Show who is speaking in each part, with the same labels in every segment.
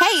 Speaker 1: Hey,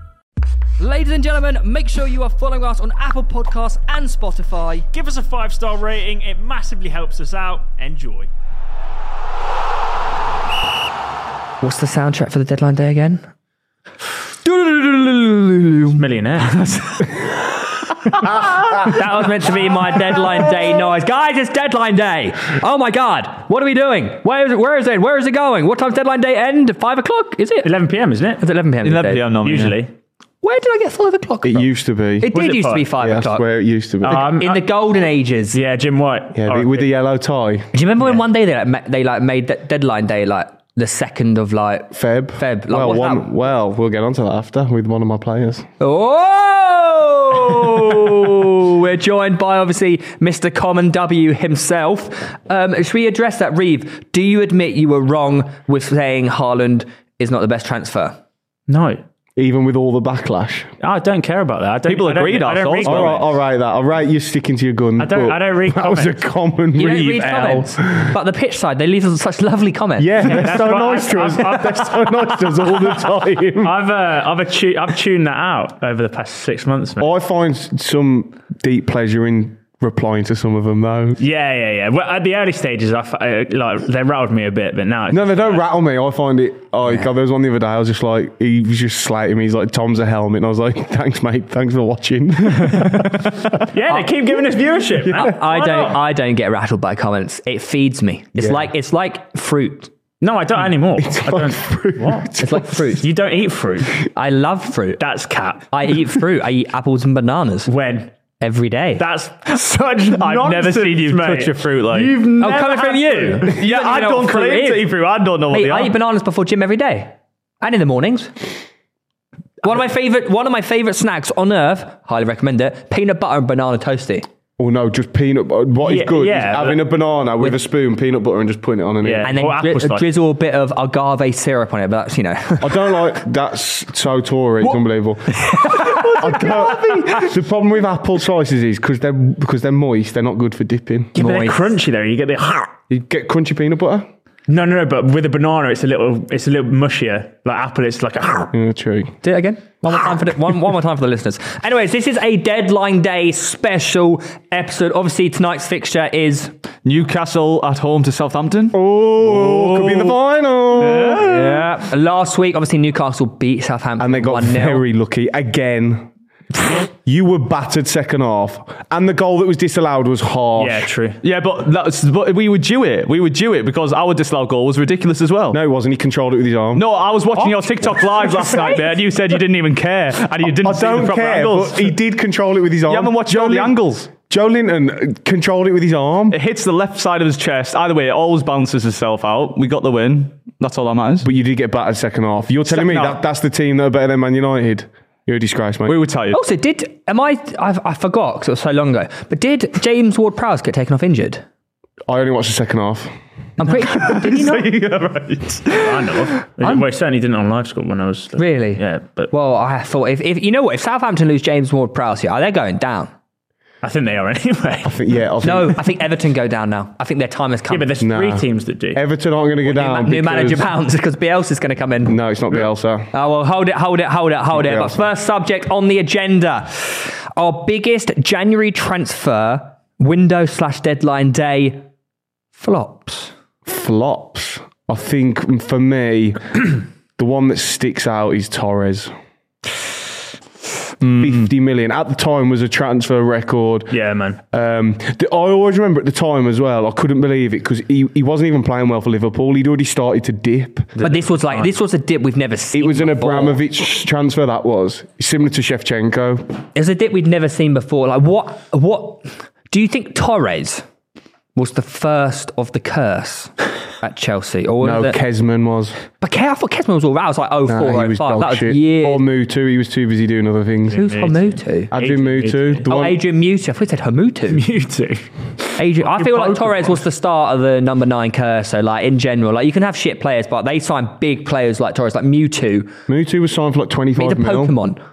Speaker 2: Ladies and gentlemen, make sure you are following us on Apple Podcasts and Spotify.
Speaker 3: Give us a five star rating, it massively helps us out. Enjoy.
Speaker 2: What's the soundtrack for the deadline day again?
Speaker 4: Millionaire. that was meant to be my deadline day noise. Guys, it's deadline day. Oh my God. What are we doing? Where is it? Where is it? Where is it going? What time's deadline day end? Five o'clock? Is it?
Speaker 3: 11 pm, isn't it?
Speaker 4: It's 11 p.m. these
Speaker 5: 11
Speaker 4: days.
Speaker 5: p.m. normally,
Speaker 3: Usually.
Speaker 5: yeah.
Speaker 4: Where did I get five o'clock?
Speaker 6: It
Speaker 4: from?
Speaker 6: used to be.
Speaker 4: it did
Speaker 3: it
Speaker 4: used to be
Speaker 3: five?
Speaker 4: five
Speaker 6: yeah, that's
Speaker 4: o'clock.
Speaker 6: where it used to be.
Speaker 3: Um,
Speaker 4: in the golden ages.
Speaker 3: yeah, Jim White.
Speaker 6: yeah,
Speaker 3: Oh,
Speaker 6: with the yellow tie.
Speaker 4: Do you remember when one day they like, ma- they like made that deadline day like the second of like
Speaker 6: Feb.
Speaker 4: Feb. Like,
Speaker 6: well,
Speaker 4: what's
Speaker 6: one,
Speaker 4: that?
Speaker 6: well, we'll get onto that after with one of my players.
Speaker 4: Oh, we're joined by obviously Mr. Common W himself. Um, should we address that, Reeve? Do you admit you were wrong with saying Haaland is not the best transfer?
Speaker 3: No.
Speaker 6: Even with all the backlash.
Speaker 3: I don't care about that. I don't,
Speaker 5: People
Speaker 3: I don't-
Speaker 5: agreed,
Speaker 3: I
Speaker 5: I
Speaker 3: don't
Speaker 5: thought.
Speaker 3: read
Speaker 6: All right,
Speaker 3: comments.
Speaker 6: all right, that. All right, you're sticking to your gun.
Speaker 3: I don't-
Speaker 6: but
Speaker 3: I don't read
Speaker 6: That was a
Speaker 3: comments.
Speaker 6: common
Speaker 4: You
Speaker 6: read, L.
Speaker 4: comments, but the pitch side they leave us such lovely comments.
Speaker 6: Yeah, they're
Speaker 3: that's
Speaker 6: so
Speaker 3: what I-
Speaker 6: nice to us.
Speaker 3: I've- I've-
Speaker 6: They're so nice to us all the time.
Speaker 3: I've uh, I've, attu- I've tuned that out over the past six months. Mate.
Speaker 6: I find some deep pleasure in replying to some of them, though.
Speaker 3: Yeah, yeah, yeah. Well, at the early stages, I, f- I, like they rattled me a bit, but now it's-
Speaker 6: No, they don't rattle me. I find it. Oh god, there was one the other day. I was just like, he was just slating me. He's like, Tom's a helmet, and I was like, thanks, mate. Thanks for watching.
Speaker 3: yeah, they keep giving us viewership. man.
Speaker 4: I, I
Speaker 3: Why
Speaker 4: don't.
Speaker 3: not?
Speaker 4: I don't get rattled by comments. It feeds me. It's
Speaker 6: Yeah.
Speaker 4: like it's like fruit.
Speaker 3: no, I don't anymore. I don't.
Speaker 6: What?
Speaker 4: It's like fruit.
Speaker 3: You don't eat fruit.
Speaker 4: I love fruit.
Speaker 3: That's cap.
Speaker 4: I eat fruit. I eat apples and bananas
Speaker 3: When
Speaker 4: every day.
Speaker 3: that's such.
Speaker 5: I've never seen you
Speaker 3: mate.
Speaker 5: touch a fruit like.
Speaker 3: You've
Speaker 4: oh,
Speaker 3: never
Speaker 4: coming from
Speaker 3: had
Speaker 4: you.
Speaker 3: fruit.
Speaker 4: You
Speaker 5: yeah,
Speaker 4: don't even
Speaker 5: I
Speaker 4: know
Speaker 5: don't
Speaker 4: what fruit
Speaker 5: claim
Speaker 4: is.
Speaker 5: to eat fruit. I don't know what
Speaker 4: Mate,
Speaker 5: they
Speaker 4: I
Speaker 5: are.
Speaker 4: eat bananas before gym every day, and in the mornings. One of my favorite, one of my favorite snacks on earth. Highly recommend it. Peanut butter and banana toasty.
Speaker 6: Oh no, just peanut. butter. What is
Speaker 3: Yeah,
Speaker 6: good
Speaker 3: yeah,
Speaker 6: is
Speaker 3: but-
Speaker 6: having a banana with, a spoon, peanut butter, and just putting it on an
Speaker 3: Yeah.
Speaker 6: ear.
Speaker 4: And then
Speaker 3: Or apple
Speaker 4: dri-
Speaker 3: slice.
Speaker 4: drizzle a bit of agave syrup on it, but that's you know.
Speaker 6: I don't like that's so Tory. It's unbelievable. I don't- the problem with apple slices is because they're because they're moist. They're not good for dipping.
Speaker 3: But they're
Speaker 4: Moist.
Speaker 3: crunchy though. You get the.
Speaker 6: You get crunchy peanut butter.
Speaker 3: No, no, no. But with a banana, it's a little. It's a little mushier. Like apple, it's like a.
Speaker 6: Yeah, true.
Speaker 4: Do it again. One more time for the, one, one more time for the listeners. Anyways, this is a deadline day special episode. Obviously, tonight's fixture is
Speaker 5: Newcastle at home to Southampton.
Speaker 6: Oh, could be in the final.
Speaker 4: yeah. Last week, obviously Newcastle beat Southampton,
Speaker 6: And they got
Speaker 4: 1-0.
Speaker 6: very lucky again. you were battered second half, and the goal that was disallowed was harsh.
Speaker 3: Yeah, true.
Speaker 5: Yeah, but that's but we would do it. We would do it because our disallowed goal was ridiculous as well.
Speaker 6: No, it wasn't. He controlled it with his arm.
Speaker 5: No, I was watching your TikTok live last night, there, and you said you didn't even care, and you didn't
Speaker 6: I
Speaker 5: see the
Speaker 6: don't
Speaker 5: proper
Speaker 6: care.
Speaker 5: angles.
Speaker 6: But he did control it with his arm.
Speaker 5: you haven't watched all the
Speaker 6: Linton-
Speaker 5: angles.
Speaker 6: Joe Linton controlled it with his arm.
Speaker 5: It hits the left side of his chest. Either way, it always balances itself out. We got the win. That's all that matters.
Speaker 6: But you did get battered second half. You're telling me
Speaker 5: Second
Speaker 6: that
Speaker 5: half.
Speaker 6: that's the team that are better than Man United. You're a disgrace, mate.
Speaker 5: We were tired.
Speaker 4: Also, did am I? I've, I forgot because it was so long ago. But did James Ward-Prowse get taken off injured?
Speaker 6: I only watched the second half.
Speaker 4: I'm pretty. did he not?
Speaker 5: Yeah, right.
Speaker 3: I know. Well, it certainly didn't on live score when I was.
Speaker 4: Really?
Speaker 3: Yeah, but
Speaker 4: Well, I thought if, if you know what, if Southampton lose James Ward-Prowse here, they're going down.
Speaker 3: I think they are anyway.
Speaker 6: I think, yeah, I think
Speaker 4: No, I think Everton go down now. I think their time has come.
Speaker 3: Yeah, but there's
Speaker 6: Nah.
Speaker 3: three teams that do.
Speaker 6: Everton aren't going to go down.
Speaker 4: new manager
Speaker 6: because-
Speaker 4: pounds because Bielsa's going to come in.
Speaker 6: No, it's not Bielsa.
Speaker 4: Oh, well, hold it, hold it, hold it, hold
Speaker 6: Okay,
Speaker 4: it. But
Speaker 6: awesome.
Speaker 4: first subject on the agenda our biggest January transfer window slash deadline day flops.
Speaker 6: Flops. I think for me, the one that sticks out is Torres.
Speaker 4: Hmm.
Speaker 6: 50 million at the time was a transfer record.
Speaker 3: Yeah, man.
Speaker 6: Um, the, I always remember at the time as well, I couldn't believe it because he, he wasn't even playing well for Liverpool. He'd already started to dip.
Speaker 4: But this was like, this was a dip we've never seen.
Speaker 6: It was an
Speaker 4: before.
Speaker 6: Abramovich transfer, that was. Similar to Shevchenko.
Speaker 4: It was a dip we'd never seen before. Like, what, what, do you think Torres was the first of the curse? at Chelsea. Or
Speaker 6: No,
Speaker 4: the,
Speaker 6: Kesman was.
Speaker 4: but Ke- I thought Kesman was all right. I was like, oh,
Speaker 6: Nah,
Speaker 4: four,
Speaker 6: he
Speaker 4: oh,
Speaker 6: was
Speaker 4: five.
Speaker 6: dog
Speaker 4: That was
Speaker 6: shit.
Speaker 4: years.
Speaker 6: Or Mutu, he was too busy doing other things.
Speaker 4: Who's Hamutu?
Speaker 6: Adrian Mutu, the
Speaker 4: Oh,
Speaker 6: one-
Speaker 4: Adrian Mutu. I thought he said Hamutu.
Speaker 3: You too.
Speaker 4: Adrian, I feel like
Speaker 3: both
Speaker 4: Torres was the start of the number nine curse. So, like in general, like you can have shit players, but they sign big players like Torres, like Mewtwo.
Speaker 6: Mutu was signed for like
Speaker 4: He's a
Speaker 6: 25 mil.
Speaker 4: Pokemon.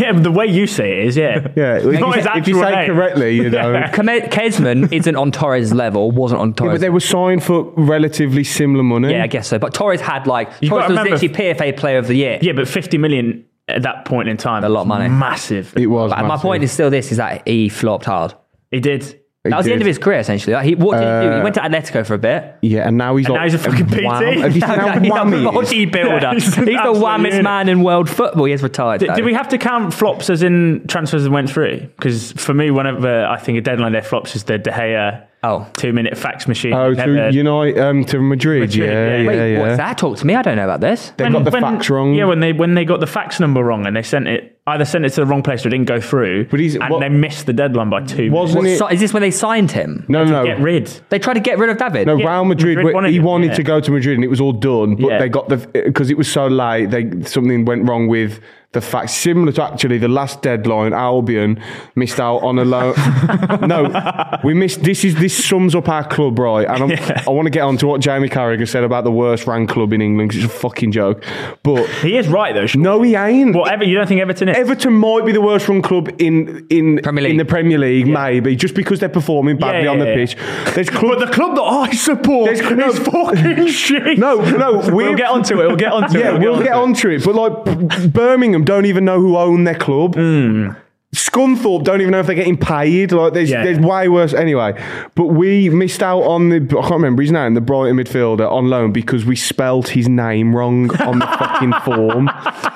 Speaker 3: Yeah, but the way you say it is, yeah.
Speaker 6: Yeah, if
Speaker 3: not
Speaker 6: you
Speaker 3: his
Speaker 6: say- if
Speaker 3: actual
Speaker 6: you say it
Speaker 3: name.
Speaker 6: correctly, you know.
Speaker 3: Yeah.
Speaker 4: Kame- Kesman isn't on Torres' level. Wasn't on
Speaker 6: Yeah,
Speaker 4: Torres.
Speaker 6: but they were signed for relatively similar money.
Speaker 4: Yeah, I guess so. But Torres had like
Speaker 3: You
Speaker 4: Torres
Speaker 3: gotta
Speaker 4: was
Speaker 3: remember-
Speaker 4: literally PFA Player of the Year.
Speaker 3: Yeah, but 50 million at that point in time.
Speaker 4: A lot of money.
Speaker 3: Massive.
Speaker 6: It was.
Speaker 4: But my
Speaker 6: massive.
Speaker 4: point is still this: is that he flopped hard.
Speaker 3: He did.
Speaker 6: He
Speaker 4: That was the end
Speaker 6: did.
Speaker 4: of his career essentially. Like, he what did he do? He
Speaker 6: Uh,
Speaker 4: went to Atletico for a bit.
Speaker 6: Yeah, and now he's
Speaker 3: And
Speaker 6: like.
Speaker 3: now he's a fucking PT.
Speaker 6: wow. Have you seen how
Speaker 4: He's a
Speaker 6: whammy he is?
Speaker 4: bodybuilder.
Speaker 3: Yeah,
Speaker 4: he's
Speaker 3: he's
Speaker 4: the
Speaker 3: an absolute
Speaker 4: whammest
Speaker 3: unit.
Speaker 4: man in world football. He has retired.
Speaker 3: Did,
Speaker 4: though.
Speaker 3: did we have to count flops as in transfers that went through? Because for me, whenever I think a deadline day flops is the De Gea
Speaker 4: Oh.
Speaker 3: two minute fax machine.
Speaker 6: Oh,
Speaker 3: Never-
Speaker 6: to Unite, um, to Madrid.
Speaker 3: Madrid,
Speaker 6: yeah,
Speaker 3: yeah.
Speaker 6: yeah,
Speaker 4: Wait,
Speaker 6: yeah.
Speaker 4: what's that? Talk to me. I don't know about this.
Speaker 6: They got the facts wrong.
Speaker 3: Yeah, when they when they got the fax number wrong and they sent it either sent it to the wrong place or it didn't go through,
Speaker 6: But he's-
Speaker 3: and
Speaker 6: what-
Speaker 3: they missed the deadline by two. minutes.
Speaker 6: Wasn't
Speaker 4: What
Speaker 6: it?
Speaker 4: si- is this when they signed him?
Speaker 6: no, no,
Speaker 3: Get rid.
Speaker 4: They tried to get rid of David.
Speaker 6: No,
Speaker 3: Yeah,
Speaker 6: Real Madrid.
Speaker 3: Madrid
Speaker 6: were-
Speaker 3: wanted
Speaker 6: he
Speaker 3: him,
Speaker 6: wanted
Speaker 3: yeah.
Speaker 6: to go to Madrid, and it was all done. But
Speaker 3: Yeah.
Speaker 6: they got the because it was so late. They something went wrong with the fact. Similar to actually the last deadline, Albion missed out on a loan. no, we missed. This is this sums up our club, right? And I'm, I want to get on to what Jamie Carragher said about the worst ranked club in England. 'cause it's a fucking joke. But
Speaker 3: He is right though. surely.
Speaker 6: no, he ain't.
Speaker 3: Whatever you don't think Everton is.
Speaker 6: Everton might be the worst run club in in
Speaker 4: Premier League.
Speaker 6: in the Premier League, maybe just because they're performing badly
Speaker 3: yeah,
Speaker 6: on the
Speaker 3: yeah.
Speaker 6: pitch. There's club,
Speaker 3: but the club that I support
Speaker 6: There's-
Speaker 3: is
Speaker 6: no.
Speaker 3: fucking shit.
Speaker 6: No, no,
Speaker 3: we'll
Speaker 6: we've-
Speaker 3: get onto it. We'll get onto it.
Speaker 6: yeah, we'll get onto it. But like Birmingham don't even know who own their club.
Speaker 4: Hmm.
Speaker 6: Scunthorpe don't even know if they're getting paid. Like there's
Speaker 3: Yeah.
Speaker 6: there's way worse anyway. But we missed out on the I can't remember his name, the Brighton midfielder on loan because we spelt his name wrong on the fucking form.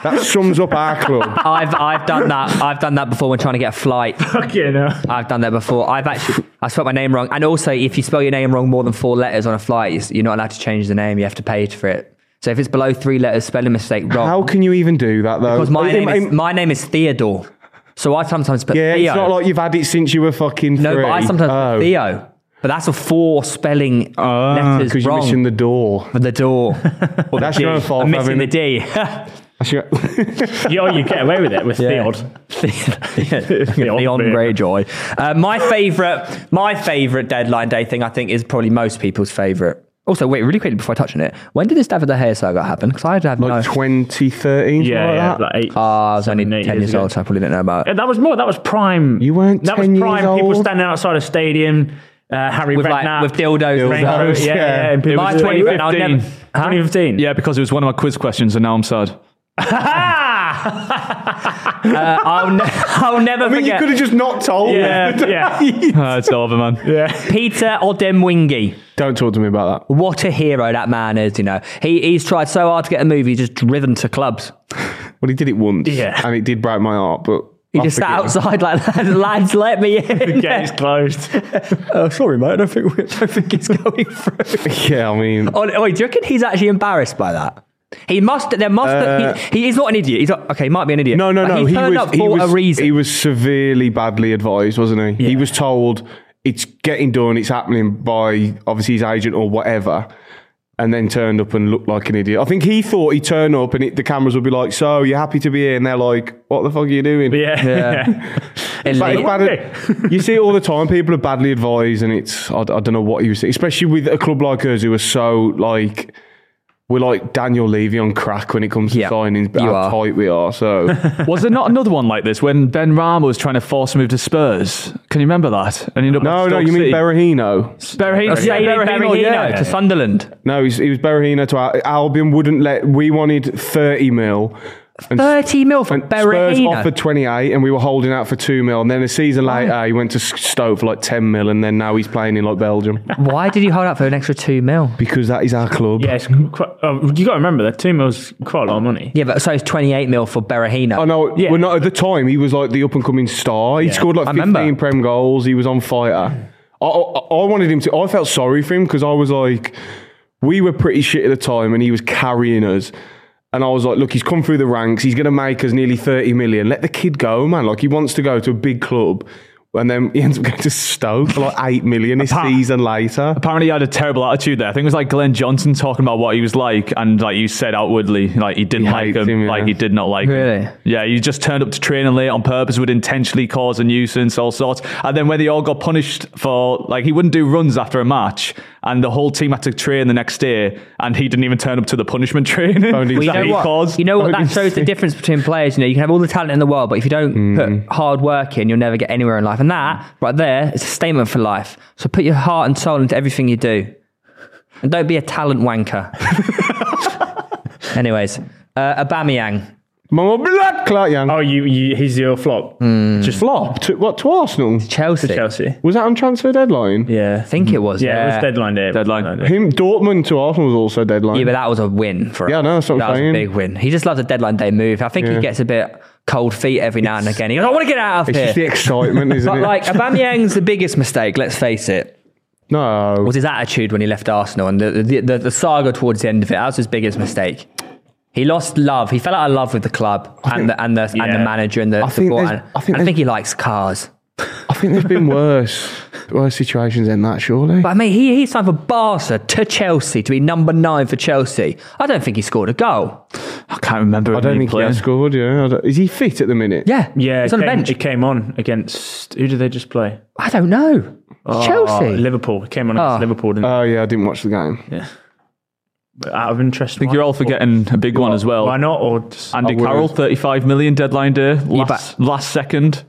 Speaker 6: That sums up our club.
Speaker 4: I've I've done that. I've done that before when trying to get a flight.
Speaker 3: Fucking hell.
Speaker 4: I've done that before. I've actually I spelled my name wrong. And also, if you spell your name wrong more than four letters on a flight, it's- you're not allowed to change the name. You have to pay for it. So if it's below three letters, spelling mistake wrong.
Speaker 6: How can you even do that though?
Speaker 4: because my
Speaker 6: It-
Speaker 4: name
Speaker 6: it-
Speaker 4: is my name is Theodore. So I sometimes put
Speaker 6: yeah,
Speaker 4: Theo.
Speaker 6: it's not like you've had it since you were fucking
Speaker 4: no,
Speaker 6: three.
Speaker 4: but I sometimes
Speaker 6: Oh.
Speaker 4: put Theo. But that's a four spelling uh, letters
Speaker 6: because you're
Speaker 4: wrong.
Speaker 6: missing the door.
Speaker 4: the door. Or
Speaker 6: That's
Speaker 4: the D.
Speaker 6: your own fault
Speaker 4: I'm
Speaker 6: for
Speaker 4: missing the
Speaker 6: having-
Speaker 4: D.
Speaker 6: That's your-
Speaker 3: Yeah, or you get away with it with
Speaker 4: Yeah.
Speaker 3: Theod.
Speaker 4: Leon Greyjoy. Uh, my favorite, my favorite deadline day thing, I think, is probably most people's favorite. Also, wait, really quickly before I touch on it, when did this David De Gea saga happen? Because I have
Speaker 6: like
Speaker 4: no. Ah,
Speaker 6: 2013,
Speaker 3: Yeah, yeah,
Speaker 6: like that. Ah.
Speaker 3: like eight.
Speaker 4: I was only
Speaker 3: seven, eight
Speaker 4: ten years
Speaker 3: ago.
Speaker 4: old, so I probably didn't know about
Speaker 3: Yeah,
Speaker 4: it.
Speaker 3: That was more. That was prime.
Speaker 6: You weren't
Speaker 3: That was
Speaker 6: 10 years
Speaker 3: prime. People
Speaker 6: old?
Speaker 3: standing outside a stadium. Uh, Harry
Speaker 4: With like
Speaker 3: Redknapp.
Speaker 4: with dildos, and
Speaker 3: Rain
Speaker 4: stuff.
Speaker 6: Dildos.
Speaker 3: coat, yeah,
Speaker 6: yeah.
Speaker 3: yeah. and
Speaker 5: It
Speaker 3: people
Speaker 4: was
Speaker 3: just-
Speaker 4: 2015. I'll never-
Speaker 3: 2015.
Speaker 5: Yeah, because it was one of my quiz questions, and now I'm sad.
Speaker 4: Uh, I'll, ne- I'll never
Speaker 6: I mean, you
Speaker 4: forget
Speaker 6: could have just not told me.
Speaker 3: yeah, yeah.
Speaker 5: Ah, it's over, man.
Speaker 4: Peter Odemwingie.
Speaker 6: Don't talk to me about that.
Speaker 4: What a hero that man is. You know, he, he's tried so hard to get a movie, he's just driven to clubs.
Speaker 6: Well, he did it once,
Speaker 3: Yeah.
Speaker 6: and it did break my heart. But
Speaker 4: He just sat outside like, lads, let me in.
Speaker 3: Gate's closed.
Speaker 4: Oh, sorry, mate. I don't think, we, don't think it's going through.
Speaker 6: Yeah, I mean,
Speaker 4: oh, no, wait, do you reckon he's actually embarrassed by that? He must. There must. he, he is not an idiot. He's not, okay. He might be an idiot.
Speaker 6: Uh, no, no,
Speaker 4: But
Speaker 6: no.
Speaker 4: He turned up for
Speaker 6: was,
Speaker 4: a reason.
Speaker 6: He was severely badly advised, wasn't he? He was told it's getting done, it's happening by obviously his agent or whatever. And then turned up and looked like an idiot. I think he thought he'd turn up and it, the cameras would be like, "So you're happy to be here?" And they're like, "What the fuck are you doing?"
Speaker 3: Yeah.
Speaker 4: Elite.
Speaker 6: But it's
Speaker 3: Why?
Speaker 6: bad- you see it all the time. People are badly advised, and it's I, I don't know what you see, especially with a club like us who are so like we're like Daniel Levy on crack when it comes to
Speaker 4: Yeah,
Speaker 6: signings. But
Speaker 4: you
Speaker 6: how
Speaker 4: are.
Speaker 6: tight we are. So
Speaker 5: Was there not another one like this when Ben Rama was trying to force a move to Spurs? Can you remember that? And he ended up
Speaker 6: no,
Speaker 5: at
Speaker 6: no,
Speaker 5: Stoke
Speaker 6: you mean
Speaker 5: City.
Speaker 6: Berahino?
Speaker 5: Berahino?
Speaker 4: Sadio Berahino to Sunderland.
Speaker 6: No, he's, he was Berahino to Al- Albion. Wouldn't let. We wanted thirty mil. And
Speaker 4: Thirty mil for
Speaker 6: And Spurs offered
Speaker 4: Berahino.
Speaker 6: 28 and we were holding out for 2 mil and then a season later he went to Stoke for like 10 mil and then now he's playing in like Belgium
Speaker 4: Why did you hold out for an extra two mil?
Speaker 6: because that is our club
Speaker 3: Yeah, it's quite, oh, you got to remember that two mil's quite a lot of money.
Speaker 4: Yeah, but so it's twenty-eight mil for Berahino.
Speaker 6: I know.
Speaker 3: Yeah.
Speaker 6: Well, not at the time. He was like the up and coming star. He
Speaker 3: Yeah.
Speaker 6: scored like
Speaker 4: I
Speaker 6: 15
Speaker 4: remember.
Speaker 6: prem goals. He was on fire. I, I, I wanted him to. I felt sorry for him because I was like, we were pretty shit at the time, and he was carrying us. And I was like, look, he's come through the ranks. He's going to make us nearly 30 million. Let the kid go, man. Like he wants to go to a big club. and then he ends up going to Stoke for like eight million a
Speaker 5: Apart-
Speaker 6: season later.
Speaker 5: Apparently, he had a terrible attitude there. I think it was like Glenn Johnson talking about what he was like, and like you said outwardly, like he didn't
Speaker 6: He
Speaker 5: like
Speaker 6: hates
Speaker 5: him,
Speaker 6: him, yeah.
Speaker 5: like he did not like
Speaker 4: Really?
Speaker 5: him. Yeah, he just turned up to training late on purpose, would intentionally cause a nuisance, all sorts. And then when they all got punished for, like, he wouldn't do runs after a match, and the whole team had to train the next day, and he didn't even turn up to the punishment training
Speaker 6: Only
Speaker 4: Well, you
Speaker 6: that
Speaker 4: know
Speaker 6: he
Speaker 4: what?
Speaker 5: caused.
Speaker 4: You know what?
Speaker 6: Only
Speaker 4: That shows the
Speaker 6: sick.
Speaker 4: difference between players. You know, you can have all the talent in the world, but if you don't
Speaker 6: Hmm.
Speaker 4: put hard work in, you'll never get anywhere in life. And that right there is a statement for life. So put your heart and soul into everything you do, and don't be a talent wanker. Anyways, uh, Aubameyang.
Speaker 6: My blood clot, young.
Speaker 3: Oh, you, you he's your flop.
Speaker 4: Hmm.
Speaker 3: Just
Speaker 6: Flop to what to Arsenal?
Speaker 4: Chelsea.
Speaker 3: Chelsea.
Speaker 6: Was that on transfer deadline?
Speaker 3: Yeah.
Speaker 4: I think it was.
Speaker 3: Yeah,
Speaker 4: Yeah,
Speaker 3: it was deadline day.
Speaker 5: Deadline.
Speaker 6: Him Dortmund to Arsenal was also deadline.
Speaker 4: Yeah, but that was a win for
Speaker 6: Yeah,
Speaker 4: us.
Speaker 6: no, that's what I'm
Speaker 4: that was a
Speaker 6: saying.
Speaker 4: big win. He just loves a deadline day move. I think he
Speaker 6: Yeah.
Speaker 4: gets a bit cold feet every now and again. He goes, I want to get out of
Speaker 6: it's
Speaker 4: here.
Speaker 6: just the excitement, isn't
Speaker 4: but
Speaker 6: it?
Speaker 4: like Aubameyang's the biggest mistake. Let's face it.
Speaker 6: no,
Speaker 4: was his attitude when he left Arsenal and the, the, the, the saga towards the end of it. That was his biggest mistake. He lost love. He fell out of love with the club and the, and the, and the
Speaker 3: Yeah.
Speaker 4: manager and the
Speaker 6: I think
Speaker 4: support.
Speaker 6: there's-
Speaker 4: And,
Speaker 6: I think
Speaker 4: and I
Speaker 6: there's-
Speaker 4: think he likes cars.
Speaker 6: I think there's been worse, worse situations than that. Surely,
Speaker 4: But I mean, he, he signed for Barca to Chelsea to be number nine for Chelsea. I don't think he scored a goal.
Speaker 5: I can't remember.
Speaker 6: I don't think he
Speaker 5: playing.
Speaker 6: has scored. Yeah, I don't- is he fit at the minute?
Speaker 4: Yeah.
Speaker 3: Yeah,
Speaker 4: He's
Speaker 3: it
Speaker 4: on the
Speaker 3: came,
Speaker 4: bench.
Speaker 3: It came on against who did they just play?
Speaker 4: I don't know.
Speaker 6: Ah,
Speaker 4: Chelsea.
Speaker 3: Oh, Liverpool. It came on against
Speaker 4: Oh.
Speaker 3: Liverpool. Didn't
Speaker 6: Oh yeah, I didn't watch the game.
Speaker 3: it? Out of interest,
Speaker 5: I think you're all forgetting a big one as well.
Speaker 3: Why not? Or just,
Speaker 5: Andy
Speaker 6: I wouldn't.
Speaker 5: Carroll, 35 million deadline day, last, last second.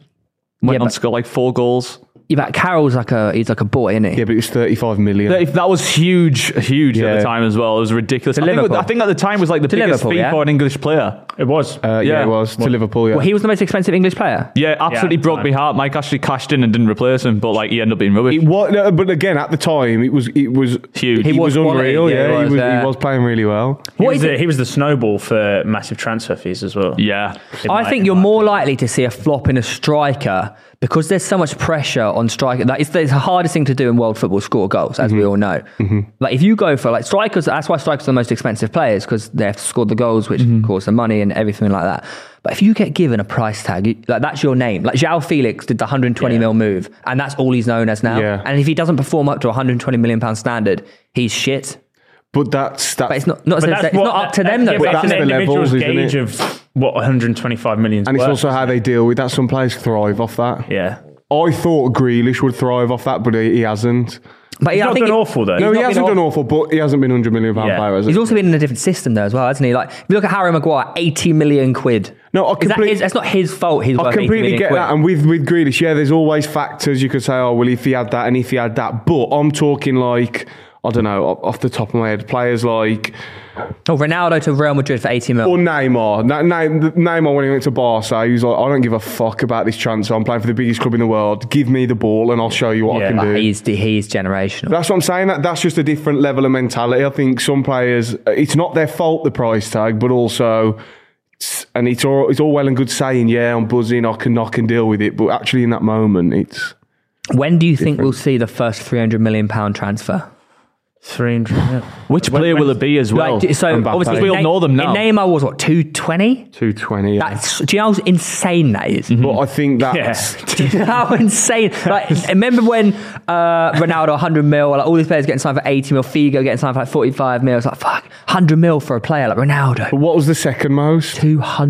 Speaker 5: Went
Speaker 4: Yeah,
Speaker 5: on
Speaker 4: but-
Speaker 5: to score like four goals.
Speaker 4: yeah, but Carroll's like a he's like a boy, isn't he?
Speaker 6: Yeah, but it was thirty-five million.
Speaker 5: That, that was huge, huge at
Speaker 6: Yeah.
Speaker 5: the time as well. It was ridiculous. I think,
Speaker 4: Liverpool.
Speaker 5: I think at the time it was like the
Speaker 4: To
Speaker 5: biggest
Speaker 4: Liverpool,
Speaker 5: fee
Speaker 4: yeah?
Speaker 5: for an English player.
Speaker 3: oh, it was.
Speaker 6: uh, yeah,
Speaker 5: yeah.
Speaker 6: it was to Liverpool. Yeah,
Speaker 4: Well, he was the most expensive English player.
Speaker 5: Yeah, absolutely
Speaker 3: at the
Speaker 5: broke
Speaker 3: time.
Speaker 5: my heart. Mike actually cashed in and didn't replace him, but like he ended up being rubbish.
Speaker 6: It wa- no, but again, at the time, it was it was
Speaker 5: Huge.
Speaker 6: He,
Speaker 4: He was
Speaker 6: was,
Speaker 4: quality,
Speaker 6: unreal.
Speaker 4: yeah,
Speaker 6: Yeah,
Speaker 4: he was,
Speaker 6: he was
Speaker 4: uh,
Speaker 6: he was playing really well.
Speaker 3: he,
Speaker 4: What
Speaker 3: was
Speaker 4: is
Speaker 3: the,
Speaker 4: it-
Speaker 3: he was the snowball for massive transfer fees as well.
Speaker 5: yeah.
Speaker 4: I think you're more likely to see a flop in a striker because there's so much pressure on striker. That is it's the hardest thing to do in world football, score goals, as
Speaker 3: Mm-hmm.
Speaker 4: we all know. Like if you go for like strikers, that's why strikers are the most expensive players because they have to score the goals, which
Speaker 3: Mm-hmm.
Speaker 4: costs the money and everything like that. But if you get given a price tag, you, like that's your name. Like João Felix did the 120 mil move, and that's all he's known as now.
Speaker 6: Yeah.
Speaker 4: And if he doesn't perform up to 120 million pound standard, he's shit.
Speaker 6: But that's that.
Speaker 4: But it's not not,
Speaker 3: But
Speaker 4: it's
Speaker 3: that's
Speaker 4: not
Speaker 3: what-
Speaker 4: up to
Speaker 3: that-
Speaker 4: them though.
Speaker 3: yeah,
Speaker 4: It's
Speaker 3: but
Speaker 4: up
Speaker 3: that's
Speaker 4: to
Speaker 3: an
Speaker 6: the
Speaker 3: individual's
Speaker 6: levels, isn't
Speaker 3: gauge
Speaker 6: it?
Speaker 3: of what 125 million.
Speaker 6: and it's also how they deal with that. Some players thrive off that.
Speaker 3: yeah.
Speaker 6: I thought Grealish would thrive off that, but he, he hasn't.
Speaker 4: But
Speaker 3: He's
Speaker 4: yeah, I
Speaker 3: not
Speaker 4: think
Speaker 3: done
Speaker 4: it-
Speaker 3: awful though.
Speaker 6: No, he
Speaker 4: not
Speaker 6: hasn't
Speaker 4: been
Speaker 6: done awful, but he hasn't been hundred million pound
Speaker 3: Yeah.
Speaker 6: player, has he?
Speaker 4: He's also been in a different system though as well, hasn't he? Like if you look at Harry Maguire, eighty million quid.
Speaker 6: No, I
Speaker 4: Is that
Speaker 6: complete-
Speaker 4: his, that's not his fault. He's
Speaker 6: I
Speaker 4: worth 80
Speaker 6: completely
Speaker 4: million
Speaker 6: get
Speaker 4: quid.
Speaker 6: that. And with, with Grealish, yeah, there's always factors you could say, oh, well, if he had that and if he had that. But I'm talking like, I don't know, off- off the top of my head, players like,
Speaker 4: oh, Ronaldo to Real Madrid for eighty mil.
Speaker 6: or Neymar. Na- Na- Neymar, when he went to Barca, he was like, I don't give a fuck about this transfer. I'm playing for the biggest club in the world. Give me the ball and I'll show you what
Speaker 3: Yeah.
Speaker 6: I can do.
Speaker 4: he's he's generational.
Speaker 6: That's what I'm saying. That that's just a different level of mentality. I think some players, uh, it's not their fault the price tag, but also, it's- and it's all it's all well and good saying, yeah, I'm buzzing, I can I can deal with it, but actually in that moment, it's
Speaker 4: when do you think we'll see the first three hundred million pound transfer?
Speaker 3: 300. yeah.
Speaker 5: Which
Speaker 3: When-
Speaker 5: player
Speaker 3: when-
Speaker 5: will it be as well?
Speaker 4: Like, so
Speaker 6: Mbappe.
Speaker 4: obviously
Speaker 5: We all
Speaker 4: Ne-
Speaker 5: know them now.
Speaker 4: Neymar was what two twenty.
Speaker 6: two twenty.
Speaker 4: That's do you know how insane that is?
Speaker 6: But I think that's
Speaker 3: Yeah.
Speaker 4: Do you know how insane? Like, remember when uh, Ronaldo 100 mil, like, all these players getting signed for 80 mil, Figo getting signed for like 45 mil. It's like, fuck, 100 mil for a player like Ronaldo.
Speaker 6: But what was the second most?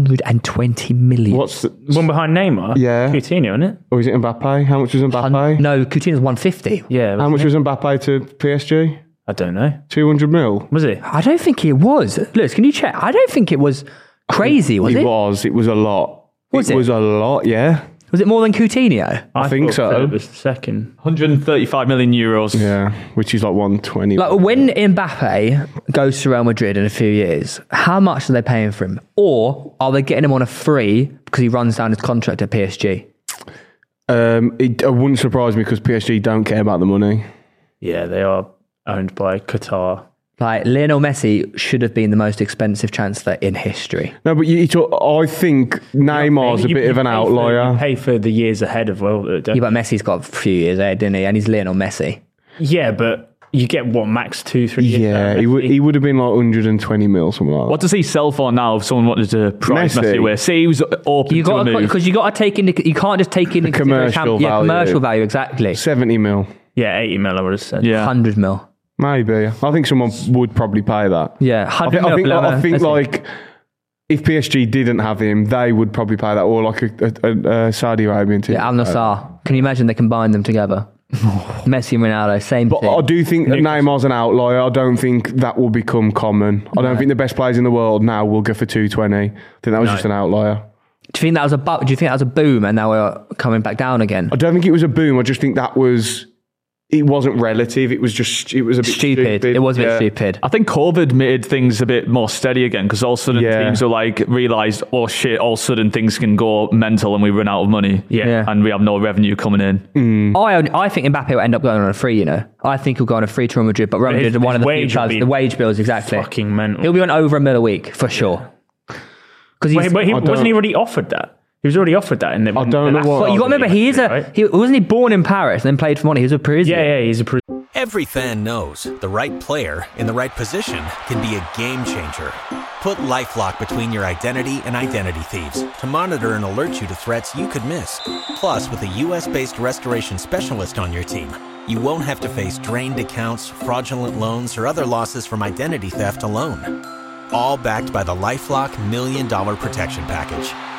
Speaker 4: 220 million.
Speaker 6: What's the,
Speaker 3: One behind Neymar.
Speaker 6: Yeah.
Speaker 3: Coutinho, isn't it?
Speaker 6: or is it Mbappe? How much was Mbappe?
Speaker 4: Hun- no, Coutinho's 150.
Speaker 3: Yeah.
Speaker 6: How
Speaker 3: wasn't
Speaker 6: much
Speaker 3: it?
Speaker 6: was Mbappe to PSG?
Speaker 3: I don't know.
Speaker 6: Two hundred mil.
Speaker 3: Was he?
Speaker 4: I don't think it was. Lewis, can you check? I don't think it was crazy, was
Speaker 6: It
Speaker 4: it? Was,
Speaker 6: was. It was a lot.
Speaker 4: Was it?
Speaker 6: was a lot. Yeah.
Speaker 4: it more than Coutinho?
Speaker 6: I think
Speaker 3: thought
Speaker 6: so.
Speaker 3: Philip was second.
Speaker 5: 135 million euros.
Speaker 6: Yeah. Which is like one twenty.
Speaker 4: Like, when Mbappe goes to Real Madrid in a few years, how much are they paying for him? Or are they getting him on a free because he runs down his contract at PSG?
Speaker 6: Um, it, it wouldn't surprise me because PSG don't care about the money.
Speaker 3: Yeah, they are owned by Qatar.
Speaker 4: Like Lionel Messi should have been the most expensive transfer in history.
Speaker 6: No, but you, you talk, I think Neymar's a
Speaker 3: You-
Speaker 6: bit
Speaker 3: you
Speaker 6: of an
Speaker 3: pay for-
Speaker 6: outlier.
Speaker 3: you pay for the years ahead of uh, well.
Speaker 4: Yeah, but Messi's got a few years ahead, didn't he? And he's Lionel Messi.
Speaker 3: Yeah, but you get what max two, three. years out
Speaker 6: Yeah,
Speaker 3: of
Speaker 6: he would
Speaker 3: Messi.
Speaker 6: he would have been like 120 mil something like that.
Speaker 5: What does he sell for now if someone wanted to price
Speaker 6: Messi.
Speaker 5: Messi away? Say he was open
Speaker 4: You
Speaker 5: to
Speaker 4: got
Speaker 5: a move.
Speaker 4: because you got to take into you can't just take into
Speaker 6: The
Speaker 4: consideration how-
Speaker 6: commercial
Speaker 4: yeah,
Speaker 6: value.
Speaker 4: commercial value exactly
Speaker 6: 70 mil,
Speaker 3: yeah, eighty mil. I would have said.
Speaker 5: Yeah.
Speaker 4: hundred mil
Speaker 6: maybe. I think someone would probably pay that.
Speaker 4: yeah
Speaker 6: I
Speaker 4: hundred
Speaker 6: think, I think,
Speaker 4: mil
Speaker 6: I think
Speaker 4: Messi.
Speaker 6: like if PSG didn't have him, they would probably pay that, or like a, a, a Saudi Arabian team.
Speaker 4: yeah, Al Nassr can you imagine they combine them together Messi and Ronaldo same
Speaker 6: But
Speaker 4: thing
Speaker 6: I do think that Neymar's an outlier. I don't think that will become common. I don't think the best players in the world now will go for 220. I think that was just an outlier.
Speaker 4: do you think that was a bu- do you think that was a boom and now we're coming back down again
Speaker 6: I don't think it was a boom. I just think that was it wasn't relative. It was just it was a bit
Speaker 4: stupid.
Speaker 6: stupid.
Speaker 4: it was a bit
Speaker 6: Yeah.
Speaker 4: stupid
Speaker 5: I think COVID made things a bit more steady again because all of a sudden
Speaker 6: Yeah.
Speaker 5: teams are like realised, oh shit, all of a sudden things can go mental and we run out of money.
Speaker 3: Yeah.
Speaker 4: Yeah.
Speaker 5: And we have no revenue coming in.
Speaker 4: I, only- I think Mbappe will end up going on a free, you know. I think he'll go on a free to Real Madrid, but Real
Speaker 3: But
Speaker 4: Madrid
Speaker 3: his-
Speaker 4: are one of
Speaker 3: his
Speaker 4: the few
Speaker 3: wage will
Speaker 4: clubs.
Speaker 3: be
Speaker 4: The wage bills, exactly.
Speaker 3: fucking mental.
Speaker 4: He'll be on over a mil a week, for sure. Because he's.
Speaker 3: Wait, but he,
Speaker 6: I
Speaker 3: wasn't he
Speaker 6: don't-
Speaker 3: already offered that? He was already offered that, and then
Speaker 6: I don't know what-
Speaker 4: but you got to remember, he is a.
Speaker 3: Right?
Speaker 4: He, wasn't he born in Paris and then played for Monty? He's a Parisian.
Speaker 3: yeah, yeah, he's a. Pro-
Speaker 7: Every fan knows the right player in the right position can be a game changer. Put LifeLock between your identity and identity thieves to monitor and alert you to threats you could miss. Plus, with a U.S.-based restoration specialist on your team, you won't have to face drained accounts, fraudulent loans, or other losses from identity theft alone. All backed by the LifeLock Million Dollar Protection Package.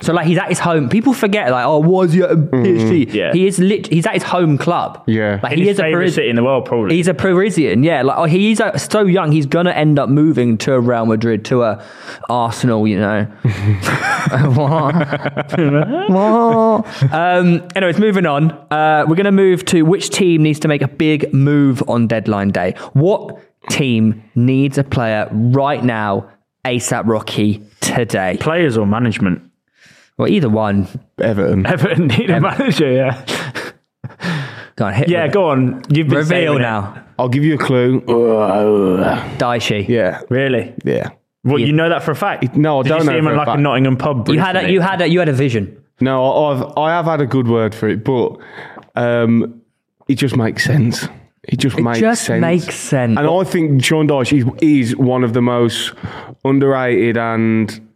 Speaker 4: So, like, he's at his home. People forget, like, oh, was he at PSG?
Speaker 3: yeah.
Speaker 4: He is lit. He's at his home club.
Speaker 6: Yeah.
Speaker 4: Like,
Speaker 3: in
Speaker 4: he
Speaker 3: his
Speaker 4: is a
Speaker 3: favorite city
Speaker 4: Parisian.
Speaker 3: in the world, probably.
Speaker 4: He's a Parisian, yeah. Like, oh, he's uh, so young. He's gonna end up moving to a Real Madrid, to a Arsenal, you know. what? what? Um, anyways, moving on. Uh, we're gonna move to which team needs to make a big move on deadline day. What team needs a player right now, ASAP Rocky today?
Speaker 3: Players or management?
Speaker 4: Well, either one.
Speaker 6: Everton.
Speaker 3: Everton need a manager. Yeah,
Speaker 4: Go on, hit.
Speaker 3: yeah. Go on. You've been
Speaker 4: Reveal
Speaker 3: saving it.
Speaker 4: now,
Speaker 6: I'll give you a clue.
Speaker 4: Daishi.
Speaker 6: Yeah,
Speaker 3: Really?
Speaker 6: yeah.
Speaker 3: Well, you know that for a fact.
Speaker 6: No, I
Speaker 3: Did
Speaker 6: don't
Speaker 3: you see
Speaker 6: know
Speaker 3: him
Speaker 6: for
Speaker 3: in
Speaker 6: a
Speaker 3: like a
Speaker 6: fact.
Speaker 3: Nottingham pub.
Speaker 4: You had a,
Speaker 3: recently?
Speaker 4: you had a, you had a vision.
Speaker 6: No, I've I have had a good word for it, but um, it just makes sense. It just makes
Speaker 4: just
Speaker 6: sense.
Speaker 4: makes sense.
Speaker 6: And I think Sean Dyche is, is one of the most underrated and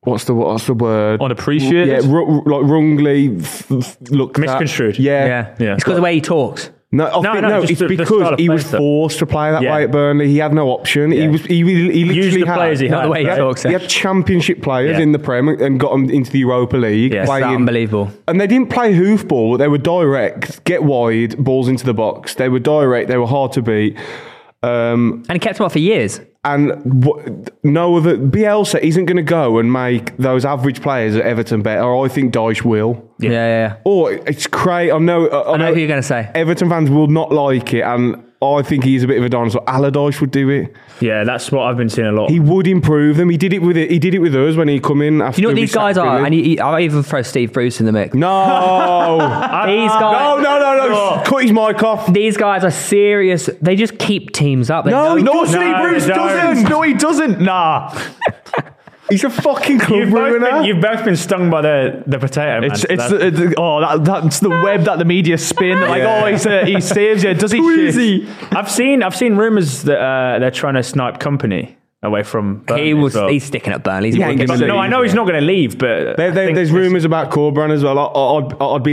Speaker 6: what's the what's the word?
Speaker 5: Unappreciated?
Speaker 6: Yeah, ru- ru- like wrongly f- f- looked at.
Speaker 3: Misconstrued.
Speaker 6: Yeah,
Speaker 4: Yeah,
Speaker 3: Yeah.
Speaker 4: It's because the way he talks.
Speaker 6: No, I
Speaker 3: No,
Speaker 6: think,
Speaker 3: no,
Speaker 6: no,
Speaker 3: just
Speaker 6: it's
Speaker 3: the- the style
Speaker 6: because
Speaker 3: of
Speaker 6: he
Speaker 3: play
Speaker 6: was
Speaker 3: stuff.
Speaker 6: forced to play that
Speaker 3: Yeah.
Speaker 6: way at Burnley. He had no option. He was he, he literally
Speaker 3: Used the
Speaker 6: had,
Speaker 3: players he
Speaker 4: Not
Speaker 3: had.
Speaker 4: the way he
Speaker 3: right?
Speaker 4: talks.
Speaker 6: He had championship players
Speaker 3: Yeah.
Speaker 6: in the Prem and got them into the Europa League.
Speaker 3: Yeah, it's
Speaker 4: It's
Speaker 6: playing-
Speaker 4: unbelievable.
Speaker 6: And they didn't play hoofball. but They were direct, get wide, balls into the box. They were direct. They were hard to beat. Um,
Speaker 4: And he kept him up for years.
Speaker 6: and wha- no other Bielsa isn't going to go and make those average players at Everton better. I think Dyche will.
Speaker 4: Yeah, yeah, yeah.
Speaker 6: Or it's crazy. I know. I,
Speaker 4: I know who you're going to say.
Speaker 6: Everton fans will not like it, and I think he's a bit of a dinosaur. Allardyce would do it.
Speaker 3: Yeah, that's what I've been seeing a lot.
Speaker 6: He would improve them. He did it with it. He did it with us when he come in. After
Speaker 4: You know what
Speaker 6: we
Speaker 4: these guys
Speaker 6: sacked
Speaker 4: are?
Speaker 6: Billy.
Speaker 4: And he, he, I'll even throw Steve Bruce in the mix.
Speaker 6: no,
Speaker 4: These
Speaker 6: no,
Speaker 4: guys,
Speaker 6: no, no, no. Cut his mic off.
Speaker 4: these guys are serious. They just keep teams up. They
Speaker 6: No,
Speaker 4: know-
Speaker 6: no, Steve
Speaker 3: No,
Speaker 6: Bruce
Speaker 3: no.
Speaker 6: doesn't.
Speaker 5: No, he doesn't. Nah.
Speaker 6: He's a fucking club
Speaker 3: You've both,
Speaker 6: ruiner.
Speaker 3: been, you've both been stung by the the potato. Man.
Speaker 5: It's,
Speaker 3: so
Speaker 5: it's,
Speaker 3: that's-
Speaker 5: it's, oh, that, that's the web that the media spin. They're like,
Speaker 6: Yeah.
Speaker 5: oh, he's a, he saves you. Does he? shit?
Speaker 3: I've seen I've seen rumors that uh, they're trying to snipe company away from. Burnley
Speaker 4: he
Speaker 3: as
Speaker 4: was.
Speaker 3: well.
Speaker 4: He's sticking at Burnley. He's
Speaker 6: Yeah,
Speaker 4: one
Speaker 6: he
Speaker 4: good-
Speaker 3: But no, I know he's not going to leave, but
Speaker 6: There,
Speaker 3: I
Speaker 6: there,
Speaker 3: think this-
Speaker 6: there's rumours about Corbran as well. I, I, I'd, I'd be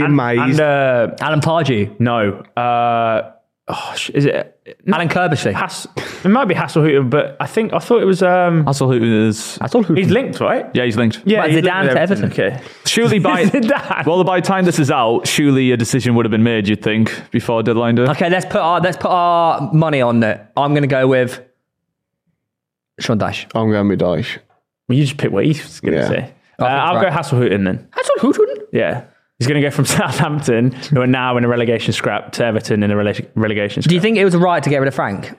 Speaker 3: And
Speaker 6: amazed.
Speaker 3: uh,
Speaker 4: Alan Pardew,
Speaker 3: no, uh, oh, sh- is it?
Speaker 4: Alan Kerbershley.
Speaker 3: Hass- it might be Hasselhooten, but I think I thought it was. Um,
Speaker 5: Hasselhoeven is.
Speaker 3: he's linked, right?
Speaker 5: Yeah, he's linked.
Speaker 3: Yeah,
Speaker 4: But
Speaker 3: he's
Speaker 4: Zidane
Speaker 3: linked with
Speaker 4: to Everton.
Speaker 3: Okay.
Speaker 5: Surely by
Speaker 3: Zidane.
Speaker 5: well, by the time this is out, surely a decision would have been made. You'd think before deadline day.
Speaker 4: Okay, let's put our let's put our money on it. I'm going to go with Sean Dyche.
Speaker 6: I'm going with Dyche.
Speaker 3: Well, you just pick what he's going to
Speaker 6: Yeah.
Speaker 3: say. Uh, I'll
Speaker 4: right.
Speaker 3: go Hasselhooten then.
Speaker 4: That's on Hooton.
Speaker 3: Yeah. He's going to go from Southampton, who are now in a relegation scrap, to Everton in a releg- relegation
Speaker 4: Do
Speaker 3: scrap.
Speaker 4: you think it was right to get rid of Frank?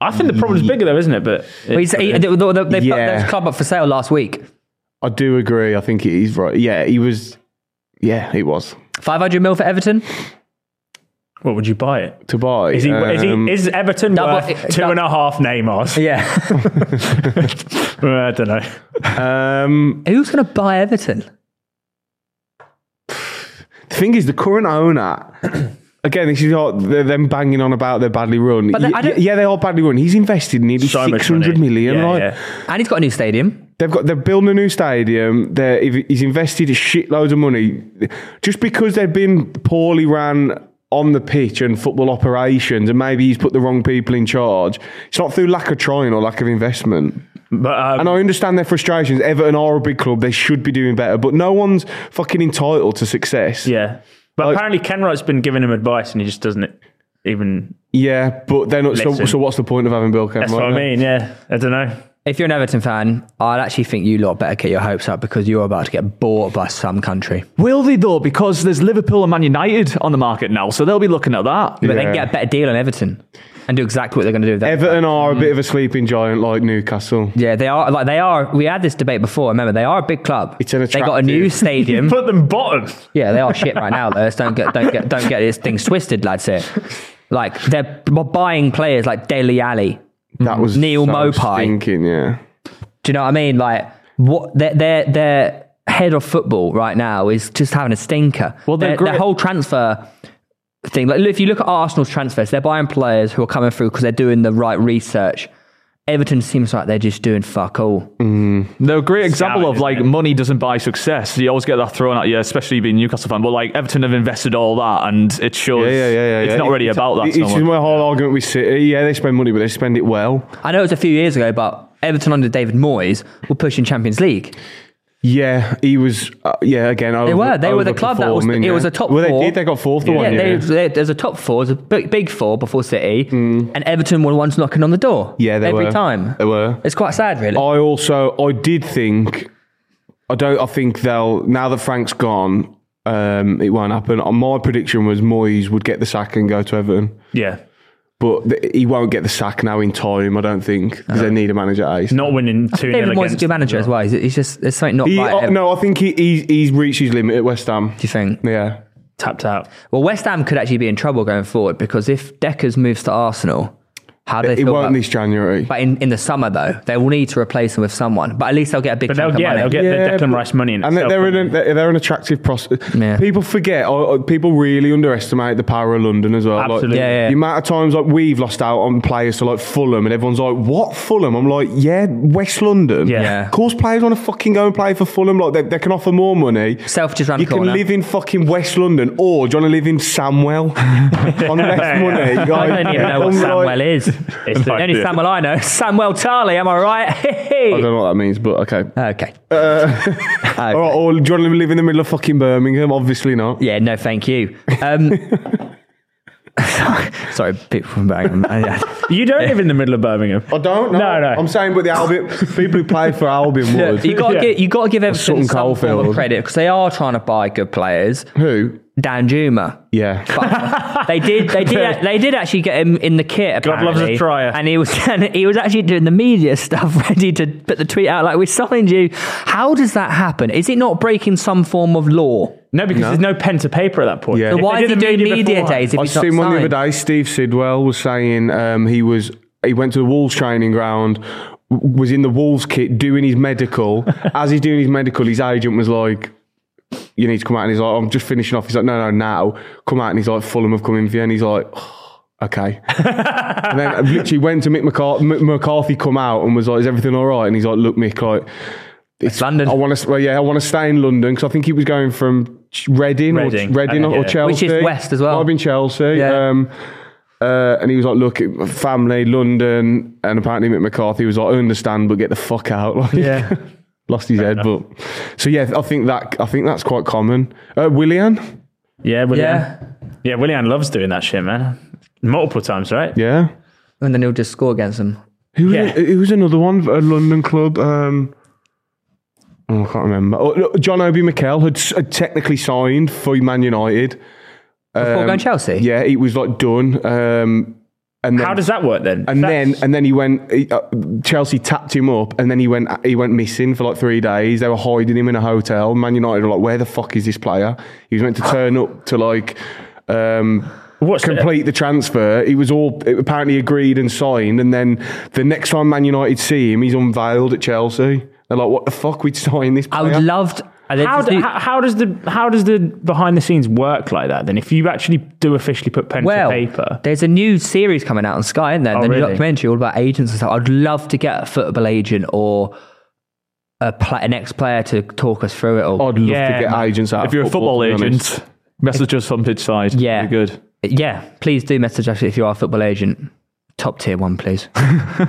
Speaker 3: I think the problem's bigger, though, isn't it? But
Speaker 4: Well, he's- he- they, they- they put
Speaker 6: Yeah.
Speaker 4: their club up for sale last week.
Speaker 6: I do agree. I think he's right. Yeah, he was. Yeah, he was.
Speaker 4: 500 mil for Everton.
Speaker 3: what would you buy it?
Speaker 6: To buy.
Speaker 3: Is, he, is,
Speaker 6: um,
Speaker 3: he, is Everton
Speaker 4: Double-
Speaker 3: worth two
Speaker 4: dou-
Speaker 3: and a half Neymars?
Speaker 4: Yeah.
Speaker 3: Uh, I don't know.
Speaker 6: um,
Speaker 4: Who's going to buy Everton?
Speaker 6: The thing is, the current owner. Again, this is all, they're them banging on about they're badly run.
Speaker 4: But they-
Speaker 6: Ye-
Speaker 4: I don't-
Speaker 6: yeah, they are badly run. He's invested nearly
Speaker 3: So much
Speaker 6: six hundred
Speaker 3: money.
Speaker 6: million.
Speaker 3: Yeah,
Speaker 6: right?
Speaker 3: yeah.
Speaker 4: And he's got a new stadium.
Speaker 6: They've got they're building a new stadium. They're, if- he's invested a shitload of money just because they've been poorly ran on the pitch and football operations, and maybe he's put the wrong people in charge. It's not through lack of trying or lack of investment.
Speaker 3: But um,
Speaker 6: And I understand their frustrations. Everton are a big club; they should be doing better, but no one's fucking entitled to success.
Speaker 3: yeah, but
Speaker 6: Like-
Speaker 3: apparently Ken Wright's been giving him advice, and he just doesn't even.
Speaker 6: yeah, but they're not. So,
Speaker 3: Listen.
Speaker 6: so, what's the point of having Bill Kemp?
Speaker 3: That's what I mean. Yeah, I don't know.
Speaker 4: If you're an Everton fan, I'd actually think you lot better get your hopes up because you're about to get bought by some country.
Speaker 5: Will they though? Because there's Liverpool and Man United on the market now, so they'll be looking at that.
Speaker 4: But
Speaker 6: Yeah.
Speaker 4: then get a better deal on Everton and do exactly what they're going to do with that.
Speaker 6: Everton are a bit of a sleeping giant, like Newcastle.
Speaker 4: yeah, they are like they are. We had this debate before. Remember, they are a big club.
Speaker 6: It's an
Speaker 4: They got a new
Speaker 6: attractive-
Speaker 4: stadium.
Speaker 3: Put them bottom.
Speaker 4: Yeah, they are shit right now. Though. Let's don't get don't get don't get these things twisted, lads. Here, like they're b- buying players like Deli Alley.
Speaker 6: That was
Speaker 4: Neil
Speaker 6: so
Speaker 4: Mopai.
Speaker 6: Stinking, yeah.
Speaker 4: Do you know what I mean? Like what their their their head of football right now is just having a stinker.
Speaker 5: Well, they're
Speaker 4: their, their
Speaker 5: great-
Speaker 4: whole transfer thing. Like if you look at Arsenal's transfers, they're buying players who are coming through because they're doing the right research. Everton seems like they're just doing fuck all.
Speaker 5: They're a great example of
Speaker 3: isn't
Speaker 5: like
Speaker 3: it?
Speaker 5: money doesn't buy success. You always get that thrown at you, especially being a Newcastle fan. But like Everton have invested all that, and it shows.
Speaker 6: Yeah, yeah, yeah, yeah.
Speaker 5: It's
Speaker 6: yeah.
Speaker 5: not really about that.
Speaker 6: It's
Speaker 5: so
Speaker 6: just
Speaker 5: much.
Speaker 6: my whole argument with City. Yeah, they spend money, but they spend it well.
Speaker 4: I know it was a few years ago, but Everton under David Moyes were pushing Champions League.
Speaker 6: Yeah, he was. Uh, yeah, again, over,
Speaker 4: They were. They were the club that was.
Speaker 6: overperforming,
Speaker 4: It
Speaker 6: yeah.
Speaker 4: was a top
Speaker 6: Well,
Speaker 4: four.
Speaker 6: they did. They got fourth the
Speaker 4: yeah,
Speaker 6: one
Speaker 4: they-
Speaker 6: year.
Speaker 4: they- there's a top four. There's a big, big four before City, and Everton were the ones knocking on the door.
Speaker 6: Mm. Yeah, they
Speaker 4: every
Speaker 6: were.
Speaker 4: time.
Speaker 6: They were.
Speaker 4: It's quite sad, really.
Speaker 6: I also, I did think. I don't. I think they'll now that Frank's gone. Um, it won't happen. Uh, My prediction was Moyes would get the sack and go to Everton,
Speaker 3: Yeah,
Speaker 6: but th- he won't get the sack now in time. I don't think because they need a manager at ace.
Speaker 3: not winning two 0
Speaker 4: David Moyes is a
Speaker 3: against.
Speaker 4: good manager as well. He's, he's just there's something not
Speaker 6: He,
Speaker 4: right.
Speaker 6: oh,
Speaker 4: there,
Speaker 6: no, I think he, he's, he's reached his limit at West Ham.
Speaker 4: Do you think?
Speaker 6: Yeah,
Speaker 3: Tapped out.
Speaker 4: Well, West Ham could actually be in trouble going forward because if Decker's moves to Arsenal, how do they
Speaker 6: it
Speaker 4: feel?
Speaker 6: won't
Speaker 4: about-
Speaker 6: this January.
Speaker 4: but in, in the summer though, they will need to replace him with someone. But at least they'll get a big
Speaker 3: But
Speaker 4: chunk
Speaker 3: they'll
Speaker 4: of
Speaker 3: yeah
Speaker 4: money.
Speaker 3: they'll get
Speaker 6: Yeah,
Speaker 3: the Declan
Speaker 6: but-
Speaker 3: Rice money in
Speaker 6: and
Speaker 3: itself,
Speaker 6: they're
Speaker 3: won't
Speaker 6: in a, they're they're an attractive prospect.
Speaker 4: Yeah.
Speaker 6: People forget, or, or people really underestimate the power of London as well. Like,
Speaker 3: Absolutely.
Speaker 4: Yeah, yeah.
Speaker 6: The amount of times like we've lost out on players to like Fulham, and everyone's like, "What Fulham?" I'm like, "Yeah, West London.
Speaker 3: Yeah.
Speaker 4: Yeah.
Speaker 6: of course players want to fucking go and play for Fulham. Like they, they can offer more money.
Speaker 4: Selfridge is round
Speaker 6: You
Speaker 4: the corner.
Speaker 6: can live in fucking West London, or do you want to live in Samwell on less money?
Speaker 4: I don't even know what
Speaker 6: I'm
Speaker 4: Samwell
Speaker 6: like-
Speaker 4: is. It's the
Speaker 5: No
Speaker 4: only
Speaker 5: idea.
Speaker 4: Samuel I know. Samuel Tarley, am I
Speaker 6: I
Speaker 4: right?
Speaker 6: don't know what that means, but okay.
Speaker 4: okay.
Speaker 6: All right, or do you want to live in the middle of fucking Birmingham? Obviously not.
Speaker 4: Yeah, no, thank you. Um, sorry, people from Birmingham. Uh, yeah.
Speaker 3: You don't live in the middle of Birmingham.
Speaker 6: I don't know.
Speaker 3: No, no.
Speaker 6: I'm saying, but the Albion people who play for Albion would.
Speaker 4: You got to
Speaker 3: Yeah.
Speaker 4: give you got to give Everton
Speaker 6: Sutton
Speaker 4: some form of
Speaker 6: Coldfield.
Speaker 4: credit because they are trying to buy good players.
Speaker 6: who?
Speaker 4: Dan Juma.
Speaker 6: Yeah.
Speaker 4: They did. They did. they did actually get him in the kit.
Speaker 3: God
Speaker 4: Apparently.
Speaker 3: loves a tryer.
Speaker 4: And he was. And he was actually doing the media stuff, ready to put the tweet out like we signed you. How does that happen? Is it not breaking some form of law?
Speaker 3: No, because there's no pen to paper at that point.
Speaker 6: Yeah.
Speaker 3: If
Speaker 6: So
Speaker 3: they
Speaker 4: Why
Speaker 3: did
Speaker 4: is he
Speaker 3: the
Speaker 4: doing media,
Speaker 3: beforehand-
Speaker 4: days if
Speaker 6: I
Speaker 4: he's not
Speaker 6: seen one the other
Speaker 4: signed?
Speaker 6: day. Steve Sidwell was saying um, he was he went to the Wolves training ground, w- was in the Wolves kit doing his medical. As he's doing his medical, his agent was like. You need to come out, and he's like, "I'm just finishing off." He's like, "No, no, now come out," and he's like, "Fulham have come in for you," and he's like, "Oh, "Okay." and then I literally went to Mick McCarthy, McCarthy come out and was like, "Is everything all right?" And he's like, "Look, Mick, like
Speaker 4: It's London.
Speaker 6: I want to, well, yeah, I want to stay in London because I think he was going from Ch- Reading,
Speaker 3: Reading.
Speaker 6: or Reading
Speaker 3: Okay,
Speaker 6: or
Speaker 3: yeah.
Speaker 6: Chelsea,
Speaker 4: Which is west as well.
Speaker 6: Might have been Chelsea.
Speaker 4: Yeah.
Speaker 6: Um, uh, and he was like, "Look, it- family, London," and apparently Mick McCarthy was like, "I understand, but get the fuck out!" Like,
Speaker 3: Yeah.
Speaker 6: lost his head, but so yeah, I think that I think that's quite common. Uh, Willian,
Speaker 3: Yeah, Willian.
Speaker 4: Yeah.
Speaker 3: Yeah. Willian loves doing that shit, man. Multiple times, right?
Speaker 6: yeah.
Speaker 4: And then he'll just score against them.
Speaker 6: Who was,
Speaker 3: Yeah.
Speaker 6: who was another one? A London club. Um, oh, I can't remember. Oh, look, John Obi Mikel had, s- had technically signed for Man United.
Speaker 4: Before
Speaker 3: Um,
Speaker 4: going Chelsea.
Speaker 6: Yeah, it was like done. Um, and then,
Speaker 3: How does that work then?
Speaker 6: and
Speaker 3: That's-
Speaker 6: then and then he went. He, uh, Chelsea tapped him up, and then he went. He went missing for like three days. They were hiding him in a hotel. Man United were like, "Where the fuck is this player?" He was meant to turn up to like. Um,
Speaker 3: What's the-
Speaker 6: complete the transfer. It was all it apparently agreed and signed, and then the next time Man United see him, he's unveiled at Chelsea. They're like, "What the fuck? We'd sign this
Speaker 4: I
Speaker 6: player."
Speaker 4: would loved. And then
Speaker 3: How,
Speaker 4: just
Speaker 3: do,
Speaker 4: need-
Speaker 3: how, how does the how does the behind the scenes work like that? Then, if you actually do officially put pen
Speaker 4: well,
Speaker 3: to paper,
Speaker 4: there's a new series coming out on Sky, isn't there?
Speaker 3: Oh,
Speaker 4: the new
Speaker 3: really?
Speaker 4: documentary all about agents and stuff. I'd love to get a football agent or a pla an ex-player to talk us through it all.
Speaker 6: I'd love
Speaker 3: Yeah,
Speaker 6: to get
Speaker 3: man.
Speaker 6: agents out. of
Speaker 5: If you're a football
Speaker 6: to be honest.
Speaker 5: agent, message us on pitch side.
Speaker 4: Yeah.
Speaker 5: Be good.
Speaker 4: Yeah, please do message us if you are a football agent. Top tier one, please.
Speaker 3: yeah,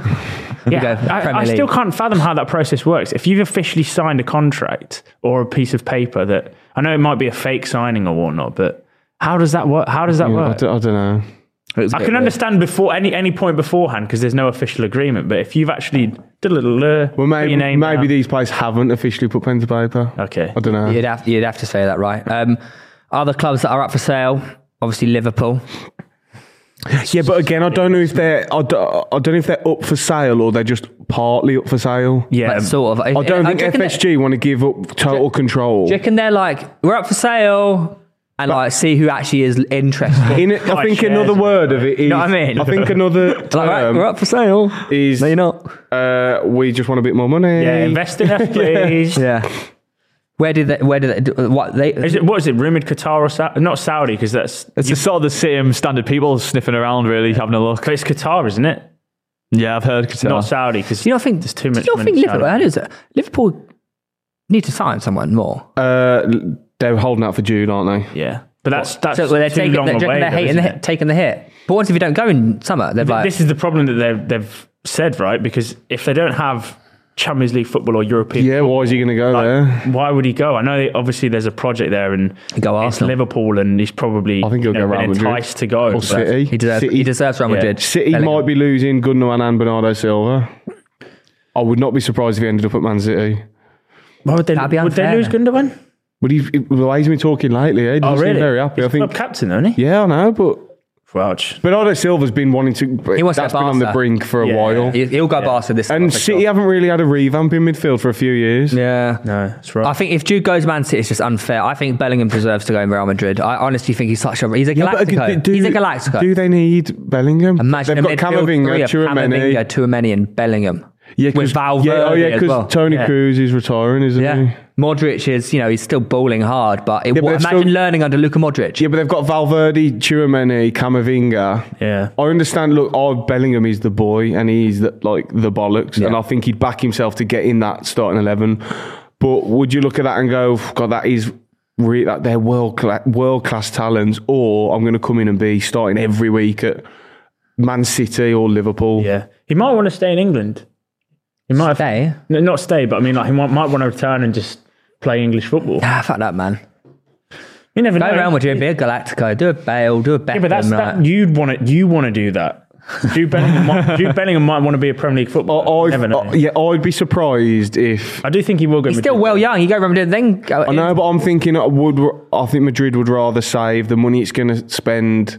Speaker 4: go,
Speaker 3: I,
Speaker 4: Premier
Speaker 3: I still
Speaker 4: League.
Speaker 3: can't fathom how that process works. If you've officially signed a contract or a piece of paper that I know it might be a fake signing or whatnot, but how does that work? How does that
Speaker 6: Yeah, I
Speaker 3: work?
Speaker 6: don't, I don't know.
Speaker 3: I can understand before any any point beforehand because there's no official agreement. But if you've actually did a little, uh,
Speaker 6: Well, maybe
Speaker 3: your name
Speaker 6: maybe
Speaker 3: down.
Speaker 6: these players haven't officially put pen to paper.
Speaker 3: Okay.
Speaker 6: I don't know.
Speaker 4: You'd have, you'd have to say that, right? Um, other clubs that are up for sale, obviously Liverpool.
Speaker 6: Yeah, but again, I don't know if they're I don't, I don't know if they're up for sale or they're just partly up for sale.
Speaker 3: yeah,
Speaker 4: But sort of.
Speaker 6: I don't think
Speaker 4: reckon that-
Speaker 6: FSG want to give up total control.
Speaker 4: Do you reckon they're like, we're up for sale, and like see who actually is interested?
Speaker 6: In, I think
Speaker 3: shares,
Speaker 6: another word of it is.
Speaker 4: what I mean?
Speaker 6: think another
Speaker 4: Like, right,
Speaker 6: term
Speaker 4: we're up for sale.
Speaker 6: is.
Speaker 4: No, you're not.
Speaker 6: Uh, we just want a bit more money.
Speaker 3: yeah, invest in us, please.
Speaker 4: Yeah. Where did they? Where did they? What they?
Speaker 3: Is it what is it? Rumored Qatar or Sa- not Saudi? Because that's
Speaker 5: It's just sort of the same standard people sniffing around, really, having a look.
Speaker 3: but it's Qatar, isn't it?
Speaker 5: Yeah, I've heard Qatar.
Speaker 3: Not Saudi. Because
Speaker 4: do you not think?
Speaker 3: there's too
Speaker 4: do
Speaker 3: much?
Speaker 4: you not
Speaker 3: money
Speaker 4: think
Speaker 3: in
Speaker 4: Liverpool?
Speaker 3: Saudi.
Speaker 4: How does it- Liverpool need to sign someone more?
Speaker 6: Uh, they're holding out for June, aren't they?
Speaker 3: Yeah, but that's that's
Speaker 4: so well, they're
Speaker 3: too
Speaker 4: taking,
Speaker 3: long
Speaker 4: they're,
Speaker 3: away.
Speaker 4: they're
Speaker 3: though,
Speaker 4: hating
Speaker 3: isn't
Speaker 4: the
Speaker 3: it?
Speaker 4: hit, taking the hit. But what if you don't go in summer? They're like,
Speaker 3: this is the problem that they've they've said right because if they don't have Champions League football or European,
Speaker 6: Yeah, why is he going to go there?
Speaker 3: why would he go? I know they, obviously there's a project there and
Speaker 4: Go
Speaker 3: it's
Speaker 4: Arsenal.
Speaker 3: Liverpool and he's probably
Speaker 6: I think he'll
Speaker 3: you know,
Speaker 6: go Real
Speaker 3: been
Speaker 6: Madrid.
Speaker 3: enticed to go.
Speaker 6: Or
Speaker 3: but-
Speaker 6: City.
Speaker 4: he deserves,
Speaker 6: City,
Speaker 4: he deserves Real
Speaker 3: Yeah.
Speaker 4: Madrid.
Speaker 6: City
Speaker 4: Bellingham.
Speaker 6: might be losing Gundogan and Bernardo Silva. I would not be surprised if he ended up at Man City.
Speaker 3: Why would they,
Speaker 4: That'd be
Speaker 3: would they
Speaker 4: unfair,
Speaker 3: lose Gundogan?
Speaker 6: But he, he- the way he's been talking lately, eh? he
Speaker 3: Oh,
Speaker 6: doesn't seem
Speaker 3: really?
Speaker 6: very happy.
Speaker 3: He's
Speaker 6: I think.
Speaker 3: club captain, isn't he?
Speaker 6: Yeah, I know, but
Speaker 3: Ouch.
Speaker 6: Bernardo Silva's been wanting to.
Speaker 4: He
Speaker 6: He
Speaker 4: wants to
Speaker 6: has
Speaker 4: get
Speaker 6: been on the
Speaker 4: Barca.
Speaker 6: brink for a
Speaker 3: Yeah.
Speaker 6: while.
Speaker 4: He- He'll go Barca this summer
Speaker 6: And
Speaker 4: for
Speaker 6: City
Speaker 4: sure.
Speaker 6: haven't really had a revamp in midfield for a few years.
Speaker 4: Yeah.
Speaker 3: No, that's right.
Speaker 4: I think if Jude goes Man City, it's just unfair. I think Bellingham deserves to go in Real Madrid. I honestly think he's such a he's a
Speaker 6: Yeah, but
Speaker 4: Galactico.
Speaker 6: do-
Speaker 4: he's a Galactico.
Speaker 6: Do they need Bellingham?
Speaker 4: Imagine
Speaker 6: They've
Speaker 4: a
Speaker 6: got
Speaker 4: midfield three
Speaker 6: Camavinga,
Speaker 4: of Camavinga,
Speaker 6: Chouameni.
Speaker 4: Tchouameni and Bellingham.
Speaker 6: Yeah, 'cause-
Speaker 4: with Valverde
Speaker 6: yeah, oh yeah,
Speaker 4: as well.
Speaker 6: Tony
Speaker 4: yeah.
Speaker 6: Cruz is retiring, isn't he?
Speaker 4: Yeah. Modric is, you know, he's still bowling hard, but, it,
Speaker 6: Mm. Yeah, but
Speaker 4: imagine
Speaker 6: it's still-
Speaker 4: learning under Luka Modric.
Speaker 6: Yeah, but they've got Valverde, Chouameni, Camavinga.
Speaker 3: Yeah.
Speaker 6: I understand. Look, oh, Bellingham is the boy, and he's the, like the bollocks, and I think he'd back himself to get in that starting eleven. But would you look at that and go, God, that is re- that they're world cla- world class talents, or I'm going to come in and be starting every week at Man City or Liverpool?
Speaker 3: Yeah, he might want to stay in England. He might have-
Speaker 4: Stay?
Speaker 3: No, not stay, but I mean, like he might, might want to return and just play English football.
Speaker 4: Ah, fuck that, man.
Speaker 3: You never
Speaker 4: Go
Speaker 3: know.
Speaker 4: Real Madrid, be a Galactico, do a Bale, do a Beckham.
Speaker 3: Yeah, but that's
Speaker 4: like-
Speaker 3: that, you'd want to you want to do that. Jude Bellingham, might, Jude Bellingham might want to be a Premier League footballer.
Speaker 6: I,
Speaker 3: never
Speaker 6: Oh, I've,
Speaker 3: know.
Speaker 6: I, yeah, I'd be surprised if.
Speaker 3: I do think he will go.
Speaker 4: He's
Speaker 3: Madrid.
Speaker 4: still well young. You go Real Madrid, then go.
Speaker 6: I know, but I'm thinking I would. I think Madrid would rather save the money it's going to spend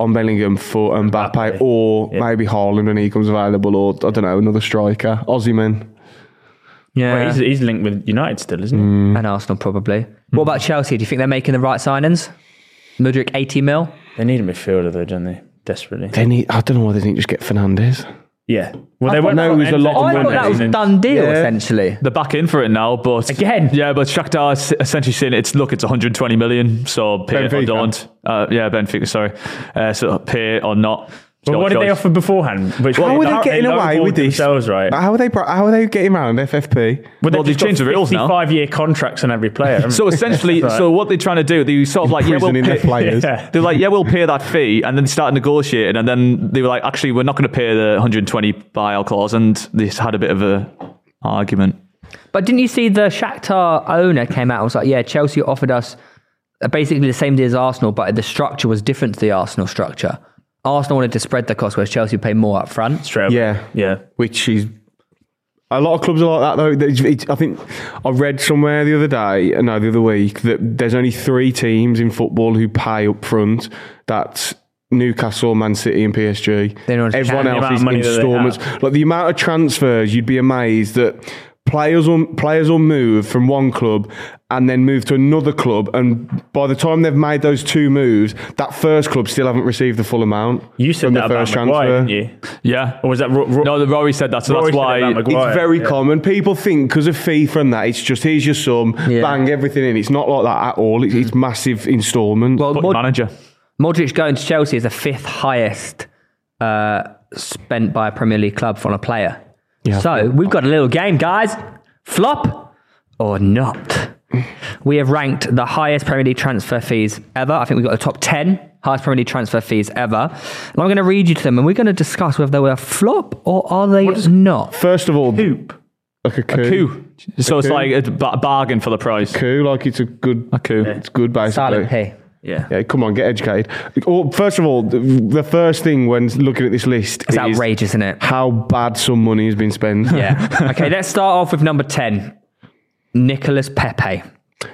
Speaker 6: on Bellingham for Mbappe, or maybe Haaland when he comes available, or I don't know, another striker, Ozyman.
Speaker 3: Well,
Speaker 4: Yeah.
Speaker 3: he's, he's linked with United still, isn't he?
Speaker 6: Mm.
Speaker 4: and Arsenal probably. What about Chelsea? Do you think they're making the right signings? Mudrik 80 mil.
Speaker 3: They need a midfielder though, don't they? Desperately.
Speaker 6: They need. I don't know why they didn't just get Fernandez.
Speaker 3: Yeah. Well, they
Speaker 4: thought
Speaker 3: won't
Speaker 4: that
Speaker 3: know
Speaker 6: was a lot
Speaker 4: Oh,
Speaker 6: on
Speaker 4: I thought
Speaker 6: Wouldn't
Speaker 4: that was
Speaker 6: it?
Speaker 4: done deal
Speaker 6: Yeah.
Speaker 4: essentially.
Speaker 5: They're back in for it now, but
Speaker 3: Again?
Speaker 5: yeah. But Shakhtar is essentially saying it's look, it's 120 million, so pay it or
Speaker 6: Benfica.
Speaker 5: don't. Uh, yeah, Benfica, sorry. Uh, so pay it or not. It's
Speaker 3: But
Speaker 5: your
Speaker 3: what did they
Speaker 5: choice.
Speaker 3: offer beforehand? Which
Speaker 6: How were they getting away
Speaker 3: lowballed
Speaker 6: with this?
Speaker 3: Themselves, right?
Speaker 6: How are they? bro- How are they getting around FFP?
Speaker 3: Well,
Speaker 5: they've changed the rules now.
Speaker 3: Five-year contracts on every player. haven't
Speaker 5: So
Speaker 3: they?
Speaker 5: essentially,
Speaker 3: Right.
Speaker 5: so what they're trying to do, they sort of like yeah, we'll
Speaker 6: Imprisoning
Speaker 5: pay,
Speaker 6: their players.
Speaker 3: Yeah.
Speaker 5: They're like, yeah, we'll pay that fee, and then start negotiating, and then they were like, actually, we're not going to pay the 120 buyout clause, and this had a bit of a argument.
Speaker 4: But didn't you see the Shakhtar owner came out and was like, yeah, Chelsea offered us basically the same deal as Arsenal, but the structure was different to the Arsenal structure. Arsenal wanted to spread the cost, whereas Chelsea pay more up front.
Speaker 3: Straight up.
Speaker 6: Yeah.
Speaker 3: yeah.
Speaker 6: which is a lot of clubs are like that though. That it's- it's- I think I read somewhere the other day, uh, no, the other week, that there's only three teams in football who pay up front. That's Newcastle, Man City, and PSG.
Speaker 4: They don't
Speaker 6: Everyone
Speaker 4: count the
Speaker 6: else
Speaker 3: amount
Speaker 6: is
Speaker 3: of money that they
Speaker 6: instalments. Like the amount of transfers, you'd be amazed that players will players will move from one club and then move to another club, and by the time they've made those two moves, that first club still haven't received the full amount.
Speaker 3: You said
Speaker 6: from
Speaker 3: that
Speaker 6: the
Speaker 3: about
Speaker 6: first
Speaker 3: Maguire,
Speaker 6: transfer.
Speaker 3: didn't you?
Speaker 5: Yeah.
Speaker 3: Or was that Ro- Ro-
Speaker 5: No, the Rory said that, so
Speaker 3: Rory
Speaker 5: that's
Speaker 3: said
Speaker 5: why.
Speaker 3: about Maguire.
Speaker 6: It's very common. People think because of FIFA and that, it's just here's your sum,
Speaker 4: Yeah.
Speaker 6: bang everything in. It's not like that at all. It's, it's massive instalments.
Speaker 4: Well,
Speaker 5: But
Speaker 4: Mod-
Speaker 5: manager.
Speaker 4: Modric going to Chelsea is the fifth highest uh, spent by a Premier League club on a player. so we've got a little game, guys. Flop or not? We have ranked the highest Premier League transfer fees ever. I think we've got the top 10 highest Premier League transfer fees ever. And I'm going to read you to them and we're going to discuss whether they were a flop or are they not.
Speaker 6: First of all,
Speaker 3: Hoop.
Speaker 6: like a coup,
Speaker 5: Coup. So it's
Speaker 6: coup.
Speaker 5: like a ba- bargain for the price.
Speaker 6: coup, like it's a good,
Speaker 5: A coup.
Speaker 6: it's good basically.
Speaker 4: Silent P.
Speaker 3: Yeah.
Speaker 6: Yeah, come on, get educated. Or, first of all, the- the first thing when looking at this list
Speaker 4: It's
Speaker 6: is
Speaker 4: outrageous, isn't it?
Speaker 6: how bad some money has been spent.
Speaker 4: Yeah. okay, let's start off with number 10. Nicholas Pepe.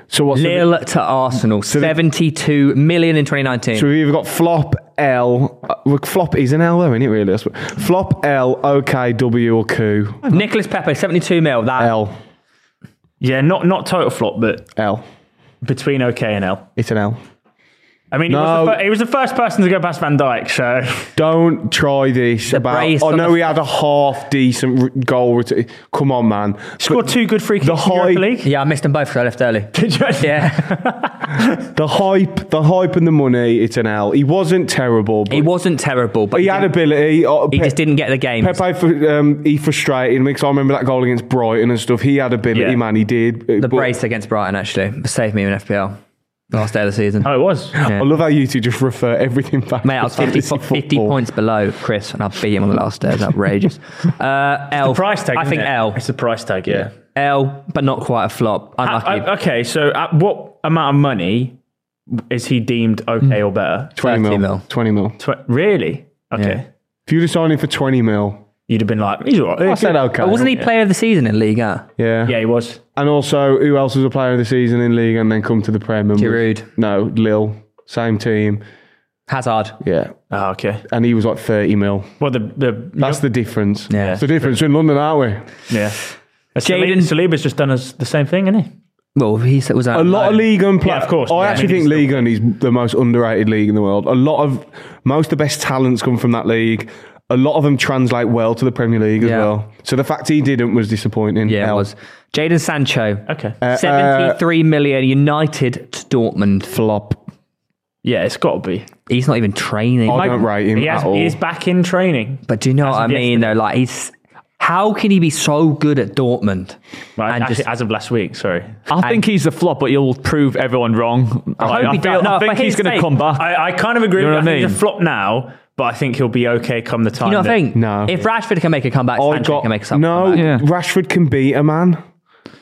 Speaker 6: So what's the,
Speaker 4: Lille to Arsenal,
Speaker 6: the-
Speaker 4: seventy-two million in 2019.
Speaker 6: So we've either got flop L. Uh, well, flop is an L, though, isn't it? Really, That's what- flop L, OK, W, or Q.
Speaker 4: Nicholas Pepe, 72 mil. That
Speaker 6: L,
Speaker 3: Yeah, not not total flop, but
Speaker 6: L.
Speaker 3: between OK and L.
Speaker 6: It's an L.
Speaker 3: I mean, he, was
Speaker 6: No.
Speaker 3: the fir- he was the first person to go past Van Dyke, so
Speaker 6: Don't try this about.
Speaker 4: brace
Speaker 6: I
Speaker 4: on
Speaker 6: know
Speaker 4: the-
Speaker 6: we had a half decent r- goal. Ret- Come on, man.
Speaker 3: scored two good free kicks
Speaker 6: the
Speaker 3: in Europa
Speaker 6: high-
Speaker 3: League.
Speaker 4: yeah, I missed them both because I left early.
Speaker 3: Did you?
Speaker 4: Yeah,
Speaker 6: The hype, the hype and the money. It's an L. He wasn't terrible, but
Speaker 4: he wasn't terrible, but
Speaker 6: he
Speaker 4: he,
Speaker 6: had
Speaker 4: didn't-
Speaker 6: ability. Uh,
Speaker 4: he
Speaker 6: Pe-
Speaker 4: just didn't get the game.
Speaker 6: Pepe, fr- um, he frustrated me because I remember that goal against Brighton and stuff. He had ability,
Speaker 3: Yeah.
Speaker 6: man. He did. Uh,
Speaker 4: the
Speaker 6: but
Speaker 4: brace against Brighton actually saved me in FPL last day of the season.
Speaker 3: Oh, it was.
Speaker 4: Yeah.
Speaker 6: I love how you two just refer everything back.
Speaker 4: Mate, I
Speaker 6: to
Speaker 4: was 50,
Speaker 6: fantasy
Speaker 4: 50
Speaker 6: football.
Speaker 4: points below Chris, and I beat him on the last day. It's outrageous. Uh, L.
Speaker 3: Price tag.
Speaker 4: I
Speaker 3: isn't
Speaker 4: think
Speaker 3: it?
Speaker 4: L.
Speaker 3: It's the price tag. Yeah.
Speaker 4: L, but not quite a flop.
Speaker 3: Uh,
Speaker 4: Unlucky.
Speaker 3: uh, okay, so at what amount of money is he deemed OK
Speaker 4: Mm.
Speaker 3: or better?
Speaker 6: 20
Speaker 4: 30
Speaker 6: mil.
Speaker 4: mil.
Speaker 6: 20 mil.
Speaker 3: Tw- really? Okay.
Speaker 4: Yeah.
Speaker 6: If you'd have signed him for 20 mil,
Speaker 3: You'd have been like, he's all right.
Speaker 6: I said okay.
Speaker 4: But wasn't he player of the season in Liga?
Speaker 6: Yeah.
Speaker 3: Yeah, he was.
Speaker 6: And also, who else was a player of the season in league and then come to the Prem? And was-
Speaker 4: Giroud.
Speaker 6: no, Lil. Same team.
Speaker 4: Hazard.
Speaker 6: Yeah.
Speaker 3: Oh, okay.
Speaker 6: And he was like 30 mil.
Speaker 3: Well, the the
Speaker 4: Uh,
Speaker 6: That's the difference.
Speaker 4: Yeah.
Speaker 6: It's the difference. We're in London, aren't we?
Speaker 3: yeah. Jaden
Speaker 4: Jaden-
Speaker 3: Saliba's just done us the same thing, isn't he?
Speaker 4: Well, he s- was
Speaker 6: A lot of league and play.
Speaker 3: Yeah, of course.
Speaker 6: I
Speaker 3: Yeah, I
Speaker 6: actually
Speaker 3: mean,
Speaker 6: think league and is the most underrated league in the world. A lot of, most of the best talents come from that league. A lot of them translate well to the Premier League as
Speaker 4: Yeah.
Speaker 6: well. So the fact he didn't was disappointing.
Speaker 4: Yeah, it
Speaker 6: Hell.
Speaker 4: was. Jaden Sancho.
Speaker 3: Okay.
Speaker 6: Uh,
Speaker 4: Uh, seventy-three million United to Dortmund.
Speaker 6: Flop.
Speaker 3: yeah, it's got to be.
Speaker 4: He's not even training.
Speaker 6: I don't rate him
Speaker 3: He, has,
Speaker 6: at all.
Speaker 3: he is back in training.
Speaker 4: but do you know what I
Speaker 3: of
Speaker 4: mean, though? Like, he's. How can he be so good at Dortmund?
Speaker 3: Right,
Speaker 4: And
Speaker 3: actually,
Speaker 4: just-
Speaker 3: as of last week, sorry.
Speaker 5: I think he's a flop, but you'll prove everyone wrong. Like, I,
Speaker 4: hope he
Speaker 5: feel-
Speaker 4: does. No,
Speaker 5: I
Speaker 4: if I
Speaker 5: think
Speaker 4: hear
Speaker 5: he's
Speaker 4: his
Speaker 5: going to
Speaker 4: name,
Speaker 5: come back.
Speaker 3: I, I kind of agree
Speaker 5: You know
Speaker 3: with
Speaker 5: what
Speaker 3: you.
Speaker 5: I
Speaker 3: I think he's
Speaker 5: mean?
Speaker 3: a flop now, but I think he'll be okay come the time.
Speaker 4: You know what
Speaker 3: that-
Speaker 4: I think?
Speaker 6: No.
Speaker 4: If Rashford can make a comeback,
Speaker 6: I
Speaker 4: Sancho
Speaker 6: got-
Speaker 4: can make a comeback.
Speaker 6: no.
Speaker 5: Yeah.
Speaker 6: Rashford can beat a man.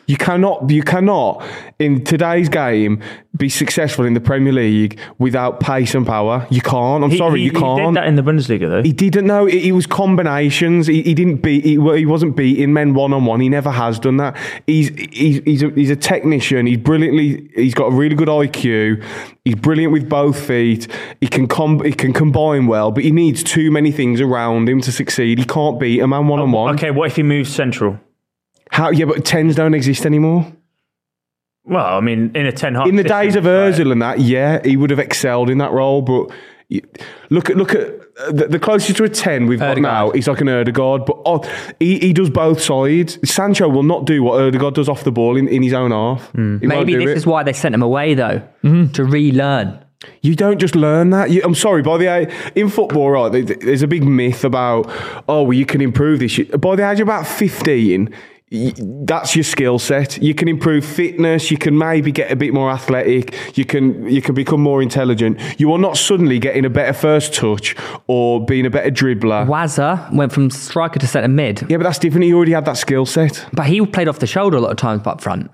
Speaker 6: You cannot, you cannot in today's game be successful in the Premier League without pace and power. You can't. I'm
Speaker 3: He-
Speaker 6: sorry,
Speaker 3: he-
Speaker 6: you can't.
Speaker 3: He did that in the Bundesliga, though.
Speaker 6: He didn't know. It, it was combinations. He, he didn't beat. He, well, he wasn't beating men one on one. He never has done that. He's he's he's a, he's a technician. He's brilliantly. He's got a really good IQ. He's brilliant with both feet. He can com- he can combine well, but he needs too many things around him to succeed. He can't beat a man one on one.
Speaker 3: Oh, okay, what if he moves central?
Speaker 6: How? Yeah, but tens don't exist anymore.
Speaker 3: Well, I mean, in a 10
Speaker 6: In the days of Özil and that, yeah, he would have excelled in that role. But y- look at look at uh, the, the closest to a ten we've got
Speaker 4: Ødegaard.
Speaker 6: now. He's like an Erdegaard, but oh, he, he does both sides. Sancho will not do what Erdegaard does off the ball in, in his own half. He won't
Speaker 4: Maybe
Speaker 6: do
Speaker 4: this
Speaker 6: it. Mm-hmm.
Speaker 4: is why they sent him away, though, to relearn.
Speaker 6: You don't just learn that. You, I'm sorry, by the age, in football, right? there- There's a big myth about oh, well, you can improve this. You- By the age of about 15, y- that's your skill set. You can improve fitness. You can maybe get a bit more athletic. You can you can become more intelligent. You are not suddenly getting a better first touch or being a better dribbler.
Speaker 4: Wazza went from striker to centre mid,
Speaker 6: Yeah, but that's different. He already had that skill set.
Speaker 4: but he played off the shoulder a lot of times up front.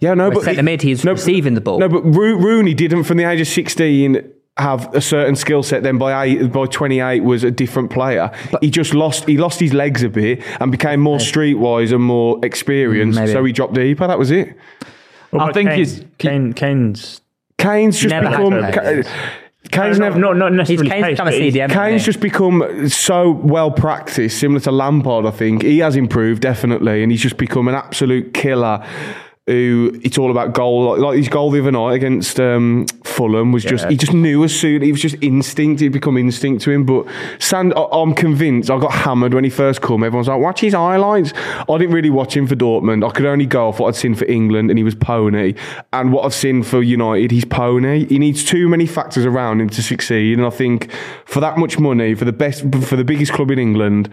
Speaker 6: Yeah, no,
Speaker 4: Whereas
Speaker 6: but
Speaker 4: centre mid, he's receiving the ball.
Speaker 6: No, but Roo- Rooney didn't from the age of sixteen have a certain skill set. Then by eight, by twenty eight was a different player. he just lost. He lost his legs a bit and became more streetwise and more experienced.
Speaker 4: Maybe.
Speaker 6: so he dropped deeper. That was it.
Speaker 5: I think
Speaker 3: Kane,
Speaker 5: he's-
Speaker 3: Kane, Kane's
Speaker 6: Kane's just
Speaker 4: Never had
Speaker 6: become.
Speaker 4: legs.
Speaker 6: Ka- Kane's
Speaker 3: no,
Speaker 6: never.
Speaker 3: not, not necessarily
Speaker 4: Kane's
Speaker 3: pace,
Speaker 4: become a
Speaker 3: but he's-
Speaker 4: CDM.
Speaker 6: Kane's just become so well practiced, similar to Lampard. I think he has improved definitely, and he's just become an absolute killer. Who it's all about goal. Like his goal the other night against um, Fulham was just he just knew as soon he was just instinct. He'd become instinct to him. But Sand, I, I'm convinced. I got hammered when he first come. Everyone's like, watch his highlights. I didn't really watch him for Dortmund. I could only go off what I'd seen for England, and he was pony. And what I've seen for United, he's pony. He needs too many factors around him to succeed. And I think for that much money, for the best, for the biggest club in England,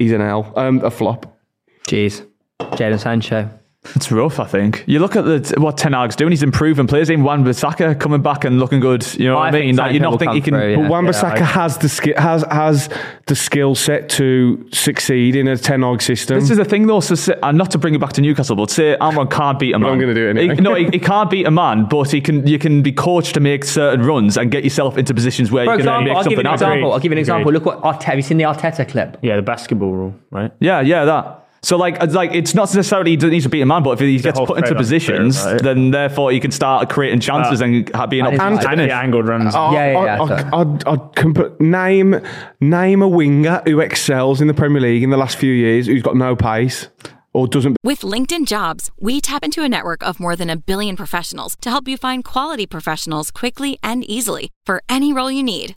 Speaker 6: he's an L, um, a flop.
Speaker 4: Jeez. Jadon Sancho.
Speaker 5: It's rough, I think. You look at the what Ten Hag's doing; he's improving players. Even Wan Bissaka coming back and looking good. You know
Speaker 4: I
Speaker 5: what I
Speaker 4: think
Speaker 5: mean? Like, you
Speaker 4: Sancho
Speaker 5: not
Speaker 4: will
Speaker 5: think
Speaker 4: come
Speaker 5: he can?
Speaker 4: through,
Speaker 5: but
Speaker 4: yeah.
Speaker 6: But Wan Bissaka
Speaker 4: I-
Speaker 6: has the skill has has the skill set to succeed in a ten hog system.
Speaker 5: This is the thing, though. So, say, and not to bring it back to Newcastle, but say Amron can't beat a man.
Speaker 6: I'm gonna do it
Speaker 5: He-
Speaker 6: anyway.
Speaker 5: no, he, he can't beat a man, but he can. You can be coached to make certain runs and get yourself into positions where
Speaker 4: For
Speaker 5: you can
Speaker 4: example,
Speaker 5: make
Speaker 4: I'll give you an
Speaker 5: something happen.
Speaker 4: example. I'll give you an example.
Speaker 3: Agreed.
Speaker 4: Look what Arteta. Have you seen the Arteta clip?
Speaker 3: Yeah, the basketball rule, right?
Speaker 5: Yeah, yeah, that. So like, it's like it's not necessarily he doesn't need to beat a man, but if he gets
Speaker 3: whole
Speaker 5: put into
Speaker 3: trade-off player,
Speaker 5: positions,
Speaker 3: right? Ah.
Speaker 5: then therefore he can start creating chances and ha- being
Speaker 4: And-
Speaker 5: up.
Speaker 4: and-
Speaker 3: Yeah, angled runs.
Speaker 6: I-
Speaker 4: Yeah, yeah, yeah,
Speaker 6: I,
Speaker 4: sorry.
Speaker 6: I, I, I can put name name a winger who excels in the Premier League in the last few years who's got no pace or doesn't
Speaker 8: With LinkedIn Jobs, we tap into a network of more than a billion professionals to help you find quality professionals quickly and easily for any role you need.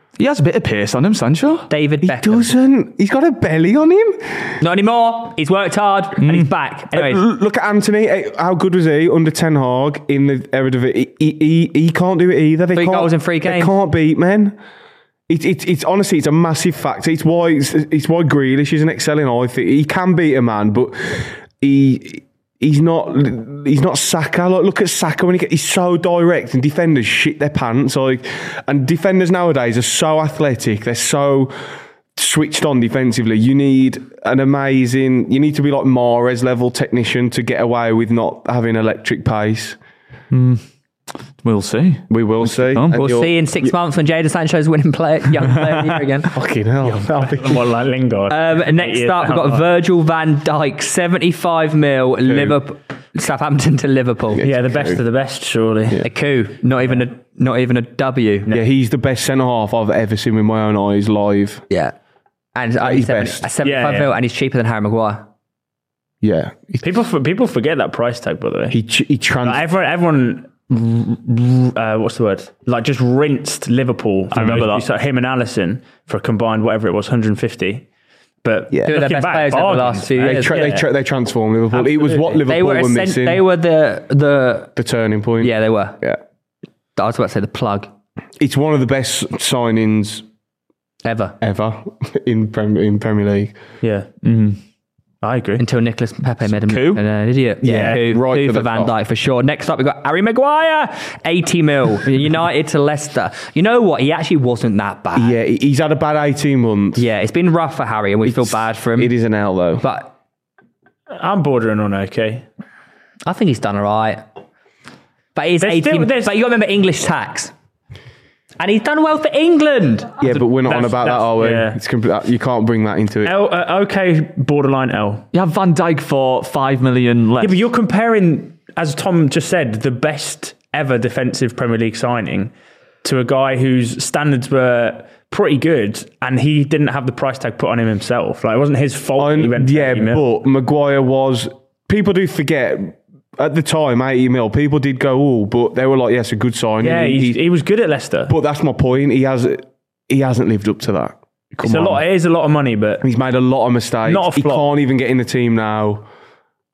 Speaker 5: He has a bit of pace on him, Sancho.
Speaker 4: David
Speaker 6: He
Speaker 4: Beckham.
Speaker 6: doesn't. He's got a belly on him.
Speaker 4: Not anymore. He's worked hard and he's back.
Speaker 6: L-
Speaker 4: Anyways,
Speaker 6: Look at Anthony. eh, How good was he under Ten Hag in the Eredivisie? He, he, he can't do it either. They
Speaker 4: Three
Speaker 6: can't,
Speaker 4: goals in three games.
Speaker 6: They can't beat men. It, it, it's honestly, it's a massive factor. It's why it's, it's why Grealish isn't excelling. I think he can beat a man, but he he's not he's not Saka. Like, look at Saka when he gets, he's so direct, and defenders shit their pants. Like, and defenders nowadays are so athletic. They're so switched on defensively. You need an amazing. You need to be like Mares level technician to get away with not having electric pace.
Speaker 5: We'll see.
Speaker 6: We will see.
Speaker 5: come.
Speaker 6: And
Speaker 4: we'll
Speaker 6: you're-
Speaker 4: see in six months when Jadon Sancho's winning player, young player of the year again.
Speaker 6: Fucking hell.
Speaker 3: More like Lingard.
Speaker 4: Um, next
Speaker 3: years
Speaker 4: up, we've got
Speaker 3: down.
Speaker 4: Virgil van Dijk, 75 mil, Liverpool, Southampton to Liverpool.
Speaker 3: yeah, the best of the best, surely.
Speaker 4: A coup. Not even a not even a W.
Speaker 6: Yeah, he's the best centre half I've ever seen with my own eyes live.
Speaker 4: Yeah. And uh,
Speaker 6: he's
Speaker 4: he's 70,
Speaker 6: best.
Speaker 4: a 75
Speaker 3: Yeah, yeah.
Speaker 4: mil, and he's cheaper than Harry Maguire.
Speaker 6: Yeah, he
Speaker 3: People for, people forget that price tag, by the way.
Speaker 6: he, ch- he trans-
Speaker 3: Like, everyone, everyone, r- r- uh, what's the word? Like just rinsed Liverpool. I
Speaker 5: remember that.
Speaker 3: So him and Allison for a combined whatever it was, 150. But
Speaker 6: Yeah.
Speaker 4: They
Speaker 6: Two
Speaker 4: were their
Speaker 3: looking
Speaker 4: best
Speaker 3: back,
Speaker 4: players over the
Speaker 3: bargains,
Speaker 4: last few
Speaker 3: right?
Speaker 6: They,
Speaker 4: years.
Speaker 6: tra- they,
Speaker 3: Yeah.
Speaker 6: tra- they transformed Liverpool. It was what
Speaker 4: They were
Speaker 6: Liverpool were,
Speaker 4: essen-
Speaker 6: missing.
Speaker 4: they were the the
Speaker 6: the turning point.
Speaker 4: yeah they were.
Speaker 6: yeah.
Speaker 4: I was about to say the plug
Speaker 6: It's one of the best signings
Speaker 4: ever
Speaker 6: ever in Prem- in Premier League.
Speaker 3: Yeah. I agree.
Speaker 4: until Nicholas Pepe made him
Speaker 5: Coup?
Speaker 4: an, an idiot.
Speaker 6: Yeah,
Speaker 4: coup,
Speaker 6: right
Speaker 4: coup for
Speaker 6: to the
Speaker 4: Van
Speaker 6: top.
Speaker 4: Dijk for sure. Next up we have got Harry Maguire, 80 mil, United to Leicester. You know what? He actually wasn't that bad.
Speaker 6: Yeah, he- he's had a bad eighteen months.
Speaker 4: Yeah, it's been rough for Harry, and we feel bad for him.
Speaker 6: It is an L though.
Speaker 4: but
Speaker 3: I'm bordering on okay.
Speaker 4: I think he's done all right. But he's
Speaker 3: There's
Speaker 4: 18.
Speaker 3: still- there's-
Speaker 4: but you got to remember English tax, and he's done well for England.
Speaker 6: yeah, but we're not on
Speaker 3: that's-
Speaker 6: about that,
Speaker 3: that's-
Speaker 6: are we?
Speaker 3: yeah.
Speaker 6: It's compl- uh, you can't bring that into it.
Speaker 3: L, uh, okay, borderline L.
Speaker 5: You have Van Dijk for five million less.
Speaker 3: Yeah, but you're comparing, as Tom just said, the best ever defensive Premier League signing to a guy whose standards were pretty good, and he didn't have the price tag put on him himself. Like it wasn't his fault.
Speaker 6: I-
Speaker 3: he went for
Speaker 6: yeah,
Speaker 3: 80 mil.
Speaker 6: but Maguire was. People do forget at the time, 80 mil. People did go all, but they were like, yes, a good sign.
Speaker 3: yeah,
Speaker 6: He-
Speaker 3: he,
Speaker 6: he-
Speaker 3: he was good at Leicester.
Speaker 6: but that's my point. He has he hasn't lived up to that. Come
Speaker 3: It's a
Speaker 6: on.
Speaker 3: lot. It is a lot of money, but
Speaker 6: He's made a lot of mistakes.
Speaker 3: Not a
Speaker 6: he
Speaker 3: flop.
Speaker 6: can't even get in the team now.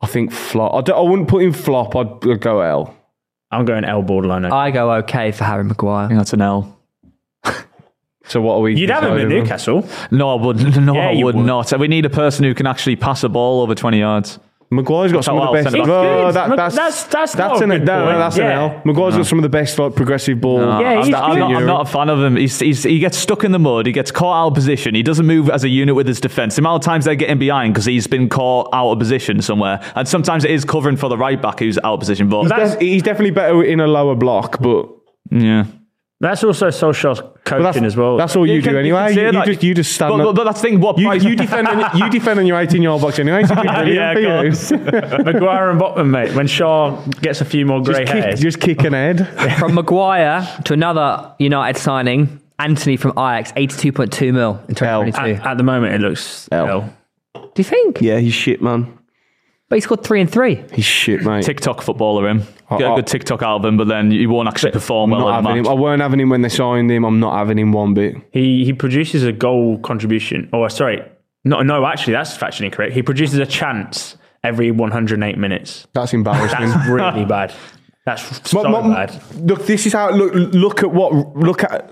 Speaker 6: I think flop. I, don't- I wouldn't put him flop. I'd, I'd go L.
Speaker 3: I'm going L borderline.
Speaker 6: Ah,
Speaker 3: O.
Speaker 4: I go okay for Harry Maguire.
Speaker 5: that's an L.
Speaker 6: So what are we?
Speaker 3: You'd have him at
Speaker 6: deciding on?
Speaker 3: Newcastle.
Speaker 5: No, I would. No,
Speaker 3: Yeah,
Speaker 5: I
Speaker 3: you
Speaker 5: would
Speaker 3: would.
Speaker 5: not. We need a person who can actually pass a ball over twenty yards.
Speaker 6: Maguire's got some of
Speaker 5: Oh,
Speaker 6: the
Speaker 5: I'll
Speaker 6: best.
Speaker 5: send it
Speaker 3: back.
Speaker 6: Oh,
Speaker 3: It's
Speaker 6: that-
Speaker 3: good.
Speaker 6: that's
Speaker 3: That's- that's
Speaker 6: that's
Speaker 3: not a
Speaker 6: an
Speaker 3: good
Speaker 6: no, no,
Speaker 3: point.
Speaker 6: that's
Speaker 3: Yeah.
Speaker 6: an L. Maguire's got some of the best like progressive ball.
Speaker 3: Yeah,
Speaker 5: I'm,
Speaker 3: he's
Speaker 5: not, I'm,
Speaker 3: good.
Speaker 5: not, I'm not a fan of him. He's, he's, he gets stuck in the mud. He gets caught out of position. He doesn't move as a unit with his defence. The amount of times they're getting behind because he's been caught out of position somewhere. And sometimes it is covering for the right back who's out of position. But
Speaker 6: He's def- he's definitely better in a lower block, but
Speaker 5: yeah.
Speaker 3: That's also Solskjaer's
Speaker 6: But
Speaker 3: coaching
Speaker 6: that's,
Speaker 3: as well.
Speaker 6: That's all you,
Speaker 5: can-
Speaker 6: do
Speaker 5: you can
Speaker 6: anyway.
Speaker 5: say
Speaker 6: You, you
Speaker 5: that.
Speaker 6: just you just stand
Speaker 5: But, but,
Speaker 6: up.
Speaker 5: but that's the thing. What
Speaker 6: you,
Speaker 5: price?
Speaker 6: you defend on, you defend on your eighteen yard box anyway. So you're
Speaker 5: Yeah,
Speaker 6: brilliant,
Speaker 5: God.
Speaker 6: for you.
Speaker 3: Uh, Maguire and Botman, mate. When Shaw gets a few more grey
Speaker 6: Just kick,
Speaker 3: hairs,
Speaker 6: just kick an head.
Speaker 4: From Maguire to another United signing, Anthony from Ajax, 82.2 mil in 2022.
Speaker 3: at, at the moment it looks
Speaker 6: L.
Speaker 3: L.
Speaker 4: Do you think?
Speaker 6: yeah, he's shit, man.
Speaker 4: But he scored three and three.
Speaker 6: He's shit, mate.
Speaker 5: TikTok footballer him. Get
Speaker 6: I-
Speaker 5: a good TikTok out of him, but then you won't actually perform
Speaker 6: I'm
Speaker 5: well
Speaker 6: not
Speaker 5: in the
Speaker 6: having him.
Speaker 5: match.
Speaker 6: I weren't having him when they signed him. I'm not having him one bit.
Speaker 3: He he produces a goal contribution. Oh, sorry, no, no. Actually, that's factually incorrect. He produces a chance every 108 minutes.
Speaker 6: That's embarrassing.
Speaker 3: That's really bad. That's so
Speaker 6: But my-
Speaker 3: bad.
Speaker 6: Look, this is how look look at what look at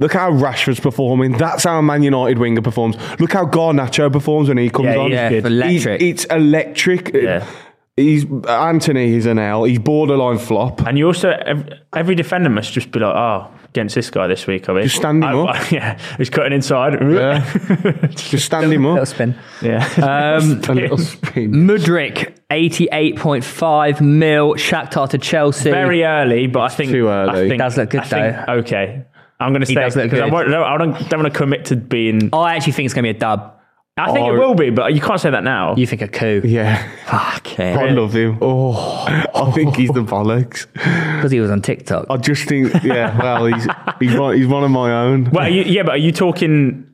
Speaker 6: look how Rashford's performing. That's how Man United winger performs. Look how Garnacho performs when he comes
Speaker 3: Yeah,
Speaker 6: on.
Speaker 3: yeah,
Speaker 4: Good. electric.
Speaker 6: He's- it's electric.
Speaker 3: Yeah.
Speaker 6: He's Anthony. He's an L. He's borderline flop.
Speaker 3: And you also every, every defender must just be like, oh, against this guy this week, are we?
Speaker 6: Just stand him
Speaker 3: I-
Speaker 6: up.
Speaker 3: I- yeah, he's cutting inside.
Speaker 6: Yeah. Just stand him
Speaker 4: Little
Speaker 6: up.
Speaker 4: spin.
Speaker 6: Um, a little spin.
Speaker 4: Mudrick, 88.5 mil. Shakhtar to Chelsea.
Speaker 3: Very early, but I think
Speaker 6: Too early.
Speaker 3: I think,
Speaker 4: Does look good,
Speaker 3: I think- okay, I'm going to say
Speaker 4: does look
Speaker 3: because I,
Speaker 4: good.
Speaker 3: won't- no, I don't, don't want to commit to being.
Speaker 4: I actually think it's going to be a dub.
Speaker 3: I think it
Speaker 6: Oh.
Speaker 3: will be, but you can't say that now.
Speaker 4: You think a coup?
Speaker 6: Yeah,
Speaker 4: Fuck it.
Speaker 6: I love him. Oh, I think he's the bollocks.
Speaker 4: Because he was on TikTok.
Speaker 6: I just think, yeah. Well, he's he's one, he's one of my own.
Speaker 3: Well, are you, yeah, but are you talking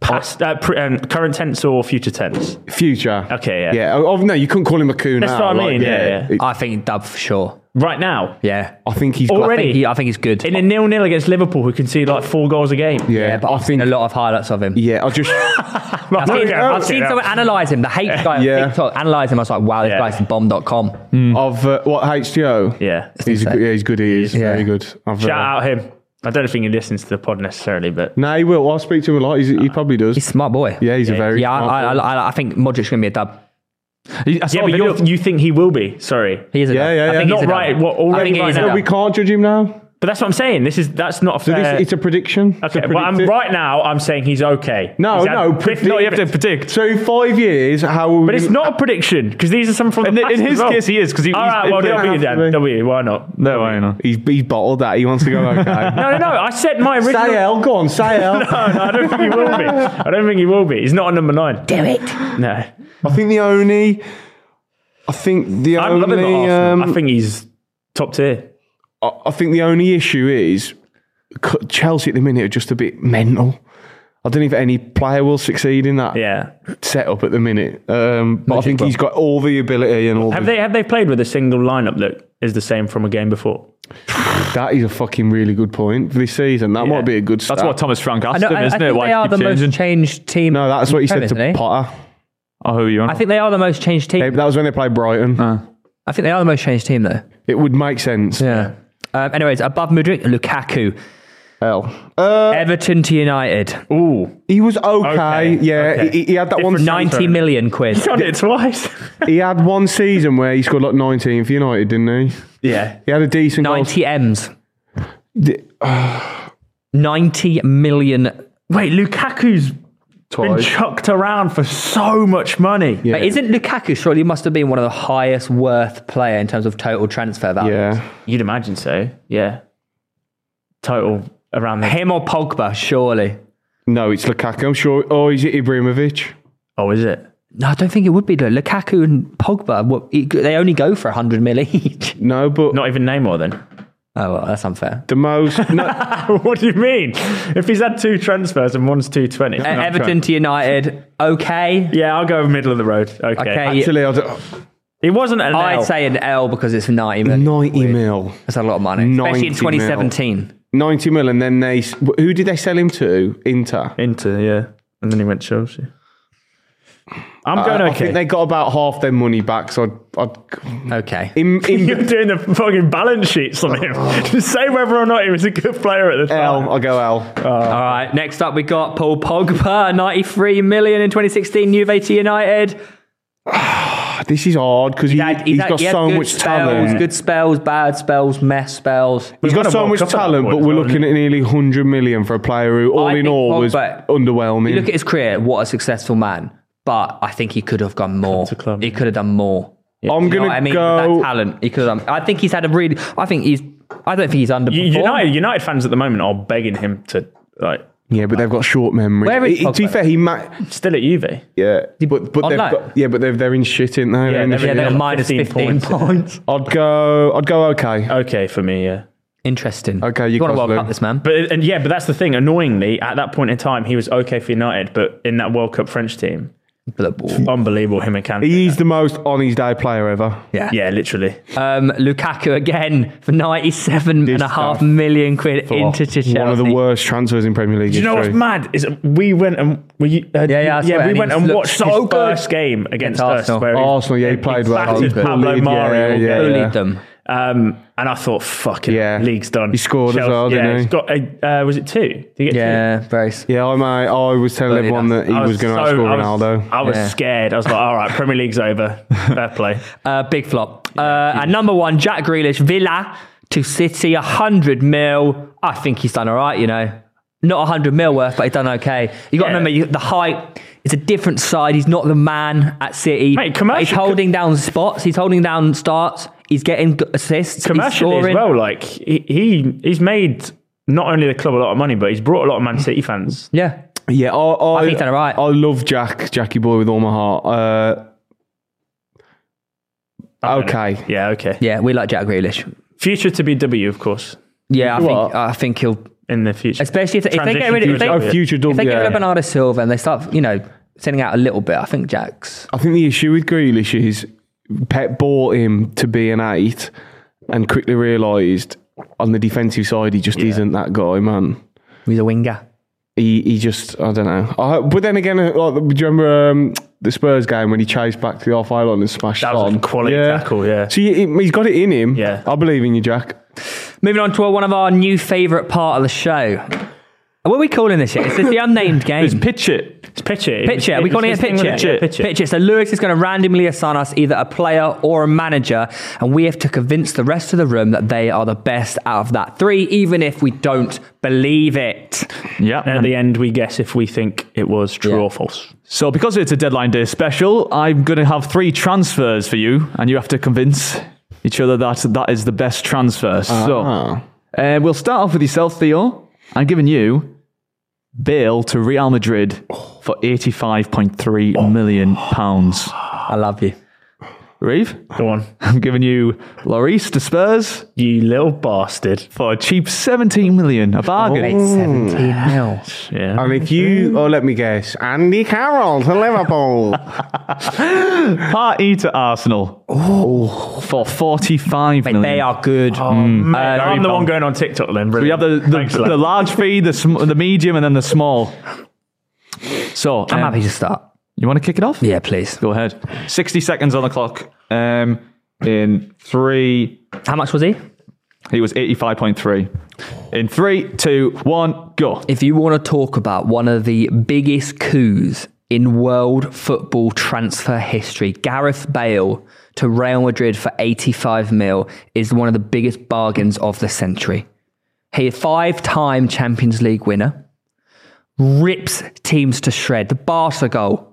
Speaker 3: past uh, pre, um, current tense or future tense?
Speaker 6: Future.
Speaker 3: Okay, yeah.
Speaker 6: Yeah. Oh, oh, no, you couldn't call him a coon.
Speaker 3: That's
Speaker 6: now,
Speaker 3: what I
Speaker 6: like,
Speaker 3: mean, yeah, yeah.
Speaker 4: I think dub for sure.
Speaker 3: Right now,
Speaker 4: Yeah.
Speaker 6: I think he's got-
Speaker 4: I
Speaker 3: Already?
Speaker 4: think, he, I think he's good.
Speaker 3: in a nil-nil against Liverpool, who can see like four goals a game.
Speaker 6: Yeah,
Speaker 4: yeah, but
Speaker 6: I
Speaker 4: I've seen
Speaker 6: think
Speaker 4: a lot of highlights of him.
Speaker 6: Yeah, I just
Speaker 3: I've seen-
Speaker 4: I've seen,
Speaker 3: I've
Speaker 4: I've
Speaker 3: seen
Speaker 4: seen
Speaker 3: that.
Speaker 4: someone analyse him. The hate guy
Speaker 6: Yeah.
Speaker 4: on TikTok analyse him. I was like, wow, this
Speaker 3: Yeah.
Speaker 4: guy's from bomb.com.
Speaker 6: of uh, what HTO.
Speaker 3: Yeah.
Speaker 6: he's good, yeah, he's good. He is
Speaker 4: Yeah.
Speaker 6: very good. I've, uh,
Speaker 3: Shout out him. I don't think he listens to the pod necessarily, but
Speaker 6: No, he will. I'll speak to him a lot. He's,
Speaker 3: Uh,
Speaker 6: he probably does.
Speaker 4: He's a smart boy.
Speaker 6: yeah, he's a very.
Speaker 4: Yeah, I, I,
Speaker 6: smart boy.
Speaker 4: I, I think Modric's going to be a dub.
Speaker 5: He- I saw
Speaker 3: yeah,
Speaker 5: a
Speaker 3: but
Speaker 5: video-
Speaker 3: you're, you think he will be? Sorry,
Speaker 4: He is a
Speaker 6: Yeah,
Speaker 4: dub.
Speaker 6: yeah,
Speaker 4: I
Speaker 6: yeah.
Speaker 4: think he's
Speaker 3: Not
Speaker 4: a dub.
Speaker 3: right, what, already
Speaker 4: I think he
Speaker 3: right
Speaker 4: is a
Speaker 3: now.
Speaker 6: No,
Speaker 4: dub.
Speaker 6: we can't judge him now.
Speaker 3: but that's what I'm saying. This is that's not a
Speaker 6: So
Speaker 3: fair.
Speaker 6: this, it's a prediction. It's a
Speaker 3: Uh, okay, but I'm
Speaker 6: predictive-
Speaker 3: right now. I'm saying he's okay.
Speaker 6: No,
Speaker 3: He's had
Speaker 6: no,
Speaker 3: fif-
Speaker 6: predict-
Speaker 5: no, you have to predict.
Speaker 6: So in five years, how will
Speaker 3: But
Speaker 6: we-
Speaker 3: it's not a prediction because these are some from the
Speaker 5: In, the- in
Speaker 3: past as
Speaker 5: his
Speaker 3: well.
Speaker 5: case, he is because he.
Speaker 3: All
Speaker 5: he's-
Speaker 3: right, well,
Speaker 6: it don't
Speaker 3: W
Speaker 6: have to
Speaker 3: then.
Speaker 6: be.
Speaker 3: W, why not?
Speaker 5: no, I know.
Speaker 6: He's, he's bottled that. He wants to go okay.
Speaker 3: No, no, no. I said my original.
Speaker 6: Say L, go on, say L.
Speaker 3: No, no, I don't think he will be. I don't think he will be. He's not a number nine.
Speaker 4: Do it.
Speaker 3: No.
Speaker 6: I think the only. I think the
Speaker 3: I'm loving
Speaker 6: only.
Speaker 3: Arsenal.
Speaker 6: um,
Speaker 3: I think he's top tier.
Speaker 6: I I think the only issue is c- Chelsea at the minute are just a bit mental. I don't know if any player will succeed in that
Speaker 3: Yeah.
Speaker 6: setup at the minute. Um, but I think he's got all the ability and all
Speaker 3: Have
Speaker 6: the,
Speaker 3: they have they played with a single lineup that is the same from a game before?
Speaker 6: that is a fucking really good point for this season. That might be a good start.
Speaker 5: That's what Thomas Frank asked
Speaker 4: I, know,
Speaker 5: him,
Speaker 4: I, I
Speaker 5: isn't
Speaker 4: think
Speaker 5: it? Why
Speaker 4: they
Speaker 5: you
Speaker 4: are
Speaker 5: keep
Speaker 4: the
Speaker 5: changing?
Speaker 4: most changed team.
Speaker 6: No, that's what he said
Speaker 4: Premise,
Speaker 6: to
Speaker 4: eh?
Speaker 6: Potter.
Speaker 5: Oh, who are you on?
Speaker 4: I think they are the most changed team.
Speaker 6: They- That was when they played Brighton.
Speaker 4: I think they are the most changed team, though.
Speaker 6: It would make sense.
Speaker 4: Yeah. Um, anyways, above Mudrik, Lukaku,
Speaker 6: Hell. Uh,
Speaker 4: Everton to United,
Speaker 3: Ooh.
Speaker 6: he was okay.
Speaker 3: Okay,
Speaker 6: Yeah,
Speaker 3: okay.
Speaker 6: He, he had that one.
Speaker 3: Different
Speaker 6: se-
Speaker 3: nine-
Speaker 4: 90 million quid.
Speaker 3: Done it twice.
Speaker 6: He had one season where he scored like 19 for United, didn't he?
Speaker 3: yeah.
Speaker 6: He had a decent. goal-
Speaker 4: 90 M's.
Speaker 6: Di-
Speaker 4: 90 million.
Speaker 3: Wait, Lukaku's been
Speaker 6: Twice.
Speaker 3: chucked around for so much money.
Speaker 6: Yeah.
Speaker 4: But Isn't Lukaku surely must have been one of the highest worth player in terms of total transfer value?
Speaker 6: Yeah.
Speaker 3: You'd imagine so. Yeah. Total around the.
Speaker 4: Him or Pogba, Uh, surely.
Speaker 6: No, it's Lukaku. I'm sure. Oh, is it Ibrahimovic?
Speaker 3: Oh, is it?
Speaker 4: No, I don't think it would be though. Lukaku and Pogba. What, it- they only go for 100 mil each.
Speaker 6: No, but
Speaker 3: Not even Neymar then.
Speaker 4: Oh, well, that's unfair.
Speaker 6: the most. No,
Speaker 3: what do you mean? If he's had two transfers and one's 220.
Speaker 4: Uh, Everton to United, okay.
Speaker 3: Yeah, I'll go middle of the road. Okay.
Speaker 4: Okay.
Speaker 6: actually, I don't-
Speaker 3: It wasn't an L.
Speaker 4: I'd say an L because it's 90 million.
Speaker 6: 90 mil.
Speaker 4: That's a lot of money, especially in
Speaker 6: 90 mil.
Speaker 4: 2017.
Speaker 6: 90 mil, and then they. Who did they sell him to? Inter.
Speaker 3: Inter, yeah. And then he went Chelsea.
Speaker 4: Uh,
Speaker 3: I'm
Speaker 6: I-
Speaker 3: going
Speaker 6: I
Speaker 3: okay.
Speaker 6: think they got about half their money back, so I'd. I'd
Speaker 4: Okay.
Speaker 6: in,
Speaker 3: You're
Speaker 6: in
Speaker 3: doing the fucking balance sheets on him. Just say whether or not he was a good player
Speaker 4: Uh,
Speaker 3: at the time.
Speaker 6: L, I'll go L.
Speaker 4: All right. Next up, we got Paul Pogba, 93 million in 2016, Juve to United.
Speaker 6: this is hard because he,
Speaker 4: had-
Speaker 6: he's
Speaker 4: had-
Speaker 6: got
Speaker 4: he had
Speaker 6: so
Speaker 4: good
Speaker 6: much
Speaker 4: spells,
Speaker 6: talent.
Speaker 4: Good spells, bad spells, mess spells.
Speaker 6: He's
Speaker 3: We've
Speaker 6: got
Speaker 3: got a
Speaker 6: so
Speaker 3: World
Speaker 6: much
Speaker 3: Cup at that
Speaker 6: talent,
Speaker 3: point
Speaker 6: but
Speaker 3: as
Speaker 6: we're
Speaker 3: well,
Speaker 6: looking at
Speaker 3: isn't
Speaker 6: nearly 100 million for a player who, all
Speaker 4: I
Speaker 6: in
Speaker 4: think
Speaker 6: all, was
Speaker 4: Pogba-
Speaker 6: underwhelming.
Speaker 4: You look at his career, what a successful man. But I think he could have gone more.
Speaker 3: to club.
Speaker 4: He could have done more. You
Speaker 6: I'm
Speaker 4: know
Speaker 6: gonna
Speaker 4: what I mean?
Speaker 6: go-
Speaker 4: With that talent. He could have done, I think he's had a really. I think he's. I don't think he's underperformed.
Speaker 3: U- United, United fans at the moment are begging him to like
Speaker 6: yeah, but they've got short memory.
Speaker 4: Where is
Speaker 6: It- it- to be
Speaker 4: Pogba?
Speaker 6: fair, he might.
Speaker 3: still at Juve.
Speaker 6: Yeah, but but
Speaker 4: I'd
Speaker 6: they've
Speaker 4: like-
Speaker 6: got, yeah, but they're, they're in shit, aren't they? They're in
Speaker 3: they're
Speaker 4: Yeah,
Speaker 6: shit.
Speaker 4: they're
Speaker 3: Yeah,
Speaker 4: minus
Speaker 3: 15
Speaker 4: 15
Speaker 3: points.
Speaker 4: points.
Speaker 6: I'd go. I'd go. Okay.
Speaker 3: Okay, for me, yeah.
Speaker 4: Interesting.
Speaker 6: Okay, you
Speaker 4: want to
Speaker 6: cross
Speaker 4: World
Speaker 6: Lou.
Speaker 4: Cup this man.
Speaker 3: But and yeah, but that's the thing. Annoyingly, at that point in time, he was okay for United, but in that World Cup French team, unbelievable him and Kante.
Speaker 6: He's the most on his day player ever.
Speaker 4: yeah.
Speaker 3: yeah, literally.
Speaker 4: Um, Lukaku again for 97 and a
Speaker 6: This
Speaker 4: half
Speaker 6: guy
Speaker 4: million quid
Speaker 6: One
Speaker 4: into Chelsea.
Speaker 6: of the worst transfers in Premier League
Speaker 3: Do you know what's
Speaker 6: history.
Speaker 3: mad is we went and we uh,
Speaker 4: Yeah, yeah, I swear,
Speaker 3: we
Speaker 4: and
Speaker 3: went
Speaker 4: he
Speaker 3: and
Speaker 4: looked
Speaker 3: watched
Speaker 4: so
Speaker 3: his
Speaker 4: good.
Speaker 3: first game against,
Speaker 4: Against
Speaker 3: us,
Speaker 4: Arsenal.
Speaker 3: where he-
Speaker 6: Arsenal, yeah, he played well.
Speaker 3: battered
Speaker 6: He
Speaker 3: Pablo
Speaker 6: bullied,
Speaker 3: Mari,
Speaker 6: yeah, yeah.
Speaker 4: Bullied
Speaker 6: Yeah.
Speaker 4: them.
Speaker 3: um, and I thought, fucking,
Speaker 6: Yeah.
Speaker 3: league's done.
Speaker 6: He scored as
Speaker 3: Chelsea-
Speaker 6: well, didn't
Speaker 3: yeah,
Speaker 6: he?
Speaker 3: has got a, uh, was it two? Did he get two?
Speaker 4: Yeah, Brace.
Speaker 6: Yeah, I, mate, I was telling
Speaker 4: Bloody
Speaker 6: everyone
Speaker 4: nuts.
Speaker 6: that he
Speaker 3: I
Speaker 6: was, going to
Speaker 3: so-
Speaker 6: outscore
Speaker 3: I was-
Speaker 6: Ronaldo.
Speaker 3: I was
Speaker 4: Yeah.
Speaker 3: scared. I was like, all right, Premier League's over. Fair play.
Speaker 4: Uh, big flop. uh, and number one, Jack Grealish, Villa to City, 100 mil. I think he's done all right, you know. Not 100 mil worth, but he's done okay. you got
Speaker 3: Yeah.
Speaker 4: to remember you, the height. It's a different side. He's not the man at City.
Speaker 3: Mate, commercial-
Speaker 4: commercial, he's holding down spots. He's holding down starts. He's getting g- assists.
Speaker 3: Commercially
Speaker 4: he's
Speaker 3: as
Speaker 4: scoring.
Speaker 3: well, like, he, he he's made not only the club a lot of money, but he's brought a lot of Man City fans.
Speaker 4: Yeah.
Speaker 6: Yeah, I, I,
Speaker 4: I think he's done all right.
Speaker 6: I love Jack, Jackie boy with all my heart. Uh, okay,
Speaker 3: Yeah, okay.
Speaker 4: Yeah, we like Jack Grealish.
Speaker 3: Future to be W, of course,
Speaker 4: Yeah, I
Speaker 6: What?
Speaker 4: think, I think he'll
Speaker 3: in the future.
Speaker 4: Especially if they- if they get
Speaker 3: Transition
Speaker 4: rid of-
Speaker 3: to
Speaker 4: if they-
Speaker 3: a
Speaker 6: a
Speaker 3: W.
Speaker 6: future double.
Speaker 4: if they
Speaker 6: yeah.
Speaker 4: get rid of Bernardo Silva and they start, you know, sending out a little bit, I think Jack's
Speaker 6: I think the issue with Grealish is Pep bought him to be an eight, and quickly realised on the defensive side he just isn't that guy, man.
Speaker 4: he's a winger.
Speaker 6: He he just I don't know. I, but then again, uh, like, do you remember um, the Spurs game when he chased back to the half island and smashed
Speaker 3: That
Speaker 6: it
Speaker 3: was a
Speaker 6: on?
Speaker 3: quality tackle, yeah.
Speaker 6: So he, he's got it in him.
Speaker 3: Yeah.
Speaker 6: I believe in you, Jack.
Speaker 4: Moving on to uh, one of our new favourite part of the show. What are we calling this yet? Is this the unnamed game?
Speaker 5: It's pitch it.
Speaker 3: It's pitch it.
Speaker 4: Pitch it. Are we calling it
Speaker 3: his thing,
Speaker 4: pitch it?
Speaker 3: wasn't Yeah, pitch it.
Speaker 4: Pitch it. So Lewis is going to randomly assign us either a player or a manager, and we have to convince the rest of the room that they are the best out of that three, even if we don't believe it.
Speaker 5: Yeah.
Speaker 3: And at the end, we guess if we think it was true
Speaker 4: Yeah.
Speaker 3: or false.
Speaker 5: So, because it's a deadline day special, I'm going to have three transfers for you, and you have to convince each other that that is the best transfer. So,
Speaker 6: Ah.
Speaker 5: uh, we'll start off with yourself, Theo. I'm giving you Bale to Real Madrid for 85.3 million pounds.
Speaker 4: I love you.
Speaker 5: Reeve,
Speaker 3: Go on,
Speaker 5: I'm giving you Lloris to Spurs
Speaker 3: you little bastard.
Speaker 5: for a cheap 17 million, a bargain.
Speaker 4: 17 mil.
Speaker 3: Yeah.
Speaker 6: And if you, oh, let me guess, Andy Carroll to Liverpool.
Speaker 5: Party to Arsenal for
Speaker 4: Mate,
Speaker 5: 45 million.
Speaker 4: Oh. they are good. Oh. Uh,
Speaker 3: Mate, I'm the one going on TikTok then.
Speaker 5: We have
Speaker 3: Brilliant.
Speaker 5: the,
Speaker 3: Thanks,
Speaker 5: the,
Speaker 3: lad.
Speaker 5: the large fee, the, sm- the medium, and then the small. So
Speaker 4: I'm
Speaker 5: um,
Speaker 4: happy to start.
Speaker 5: You want to kick it off?
Speaker 4: Yeah, please.
Speaker 5: Go ahead. 60 seconds on the clock. Um, in three,
Speaker 4: How much was he?
Speaker 5: he was 85.3. In three, two, one, go.
Speaker 4: If you want to talk about one of the biggest coups in world football transfer history, Gareth Bale to Real Madrid for 85 mil is one of the biggest bargains of the century. He a five-time Champions League winner, rips teams to shred. The Barca goal.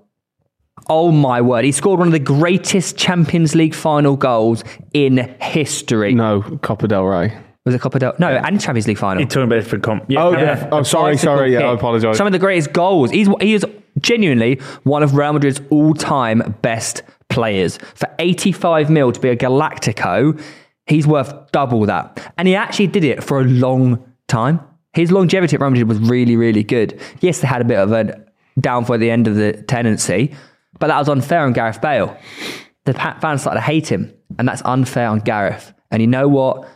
Speaker 4: Oh my word. He scored one of the greatest Champions League final goals in history.
Speaker 6: no, Copa del Rey.
Speaker 4: Was it Copa del No, and Champions League final.
Speaker 3: You're talking about different comp. Yeah.
Speaker 6: Oh,
Speaker 3: yeah.
Speaker 6: yeah. oh sorry,
Speaker 4: bicycle
Speaker 6: sorry. Yeah, I
Speaker 4: kick.
Speaker 6: apologise.
Speaker 4: Some of the greatest goals. He's he is genuinely one of Real Madrid's all-time best players. For 85 mil to be a Galactico, he's worth double that. And he actually did it for a long time. His longevity at Real Madrid was really, really good. Yes, they had a bit of a downfall at the end of the tenancy, but that was unfair on Gareth Bale. The pa- fans started to hate him, and that's unfair on Gareth. And you know what?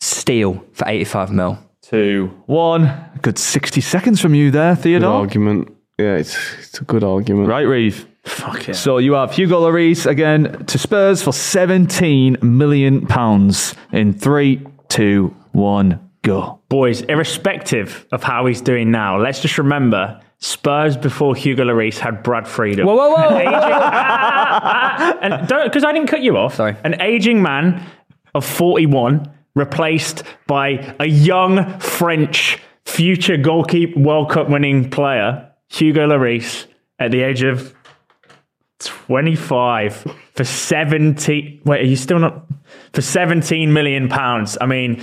Speaker 4: Steal for 85 mil.
Speaker 5: Two, one. Good 60 seconds from you there,
Speaker 6: Good
Speaker 5: Theodore.
Speaker 6: argument. Yeah, it's it's a good argument.
Speaker 5: Right, Reeve. Fuck it. So you have Hugo Lloris again to Spurs for 17 million pounds in three, two, one, go.
Speaker 3: Boys, irrespective of how he's doing now, let's just remember Spurs before Hugo Lloris had Brad Friedel.
Speaker 4: Whoa, whoa, whoa.
Speaker 3: An aging- Ah, ah, ah, and don't because I didn't cut you off.
Speaker 4: Sorry.
Speaker 3: An aging man of 41 replaced by a young French future goalkeeper, World Cup winning player Hugo Lloris at the age of 25 for 70. Wait, are you still not for 17 million pounds? I mean,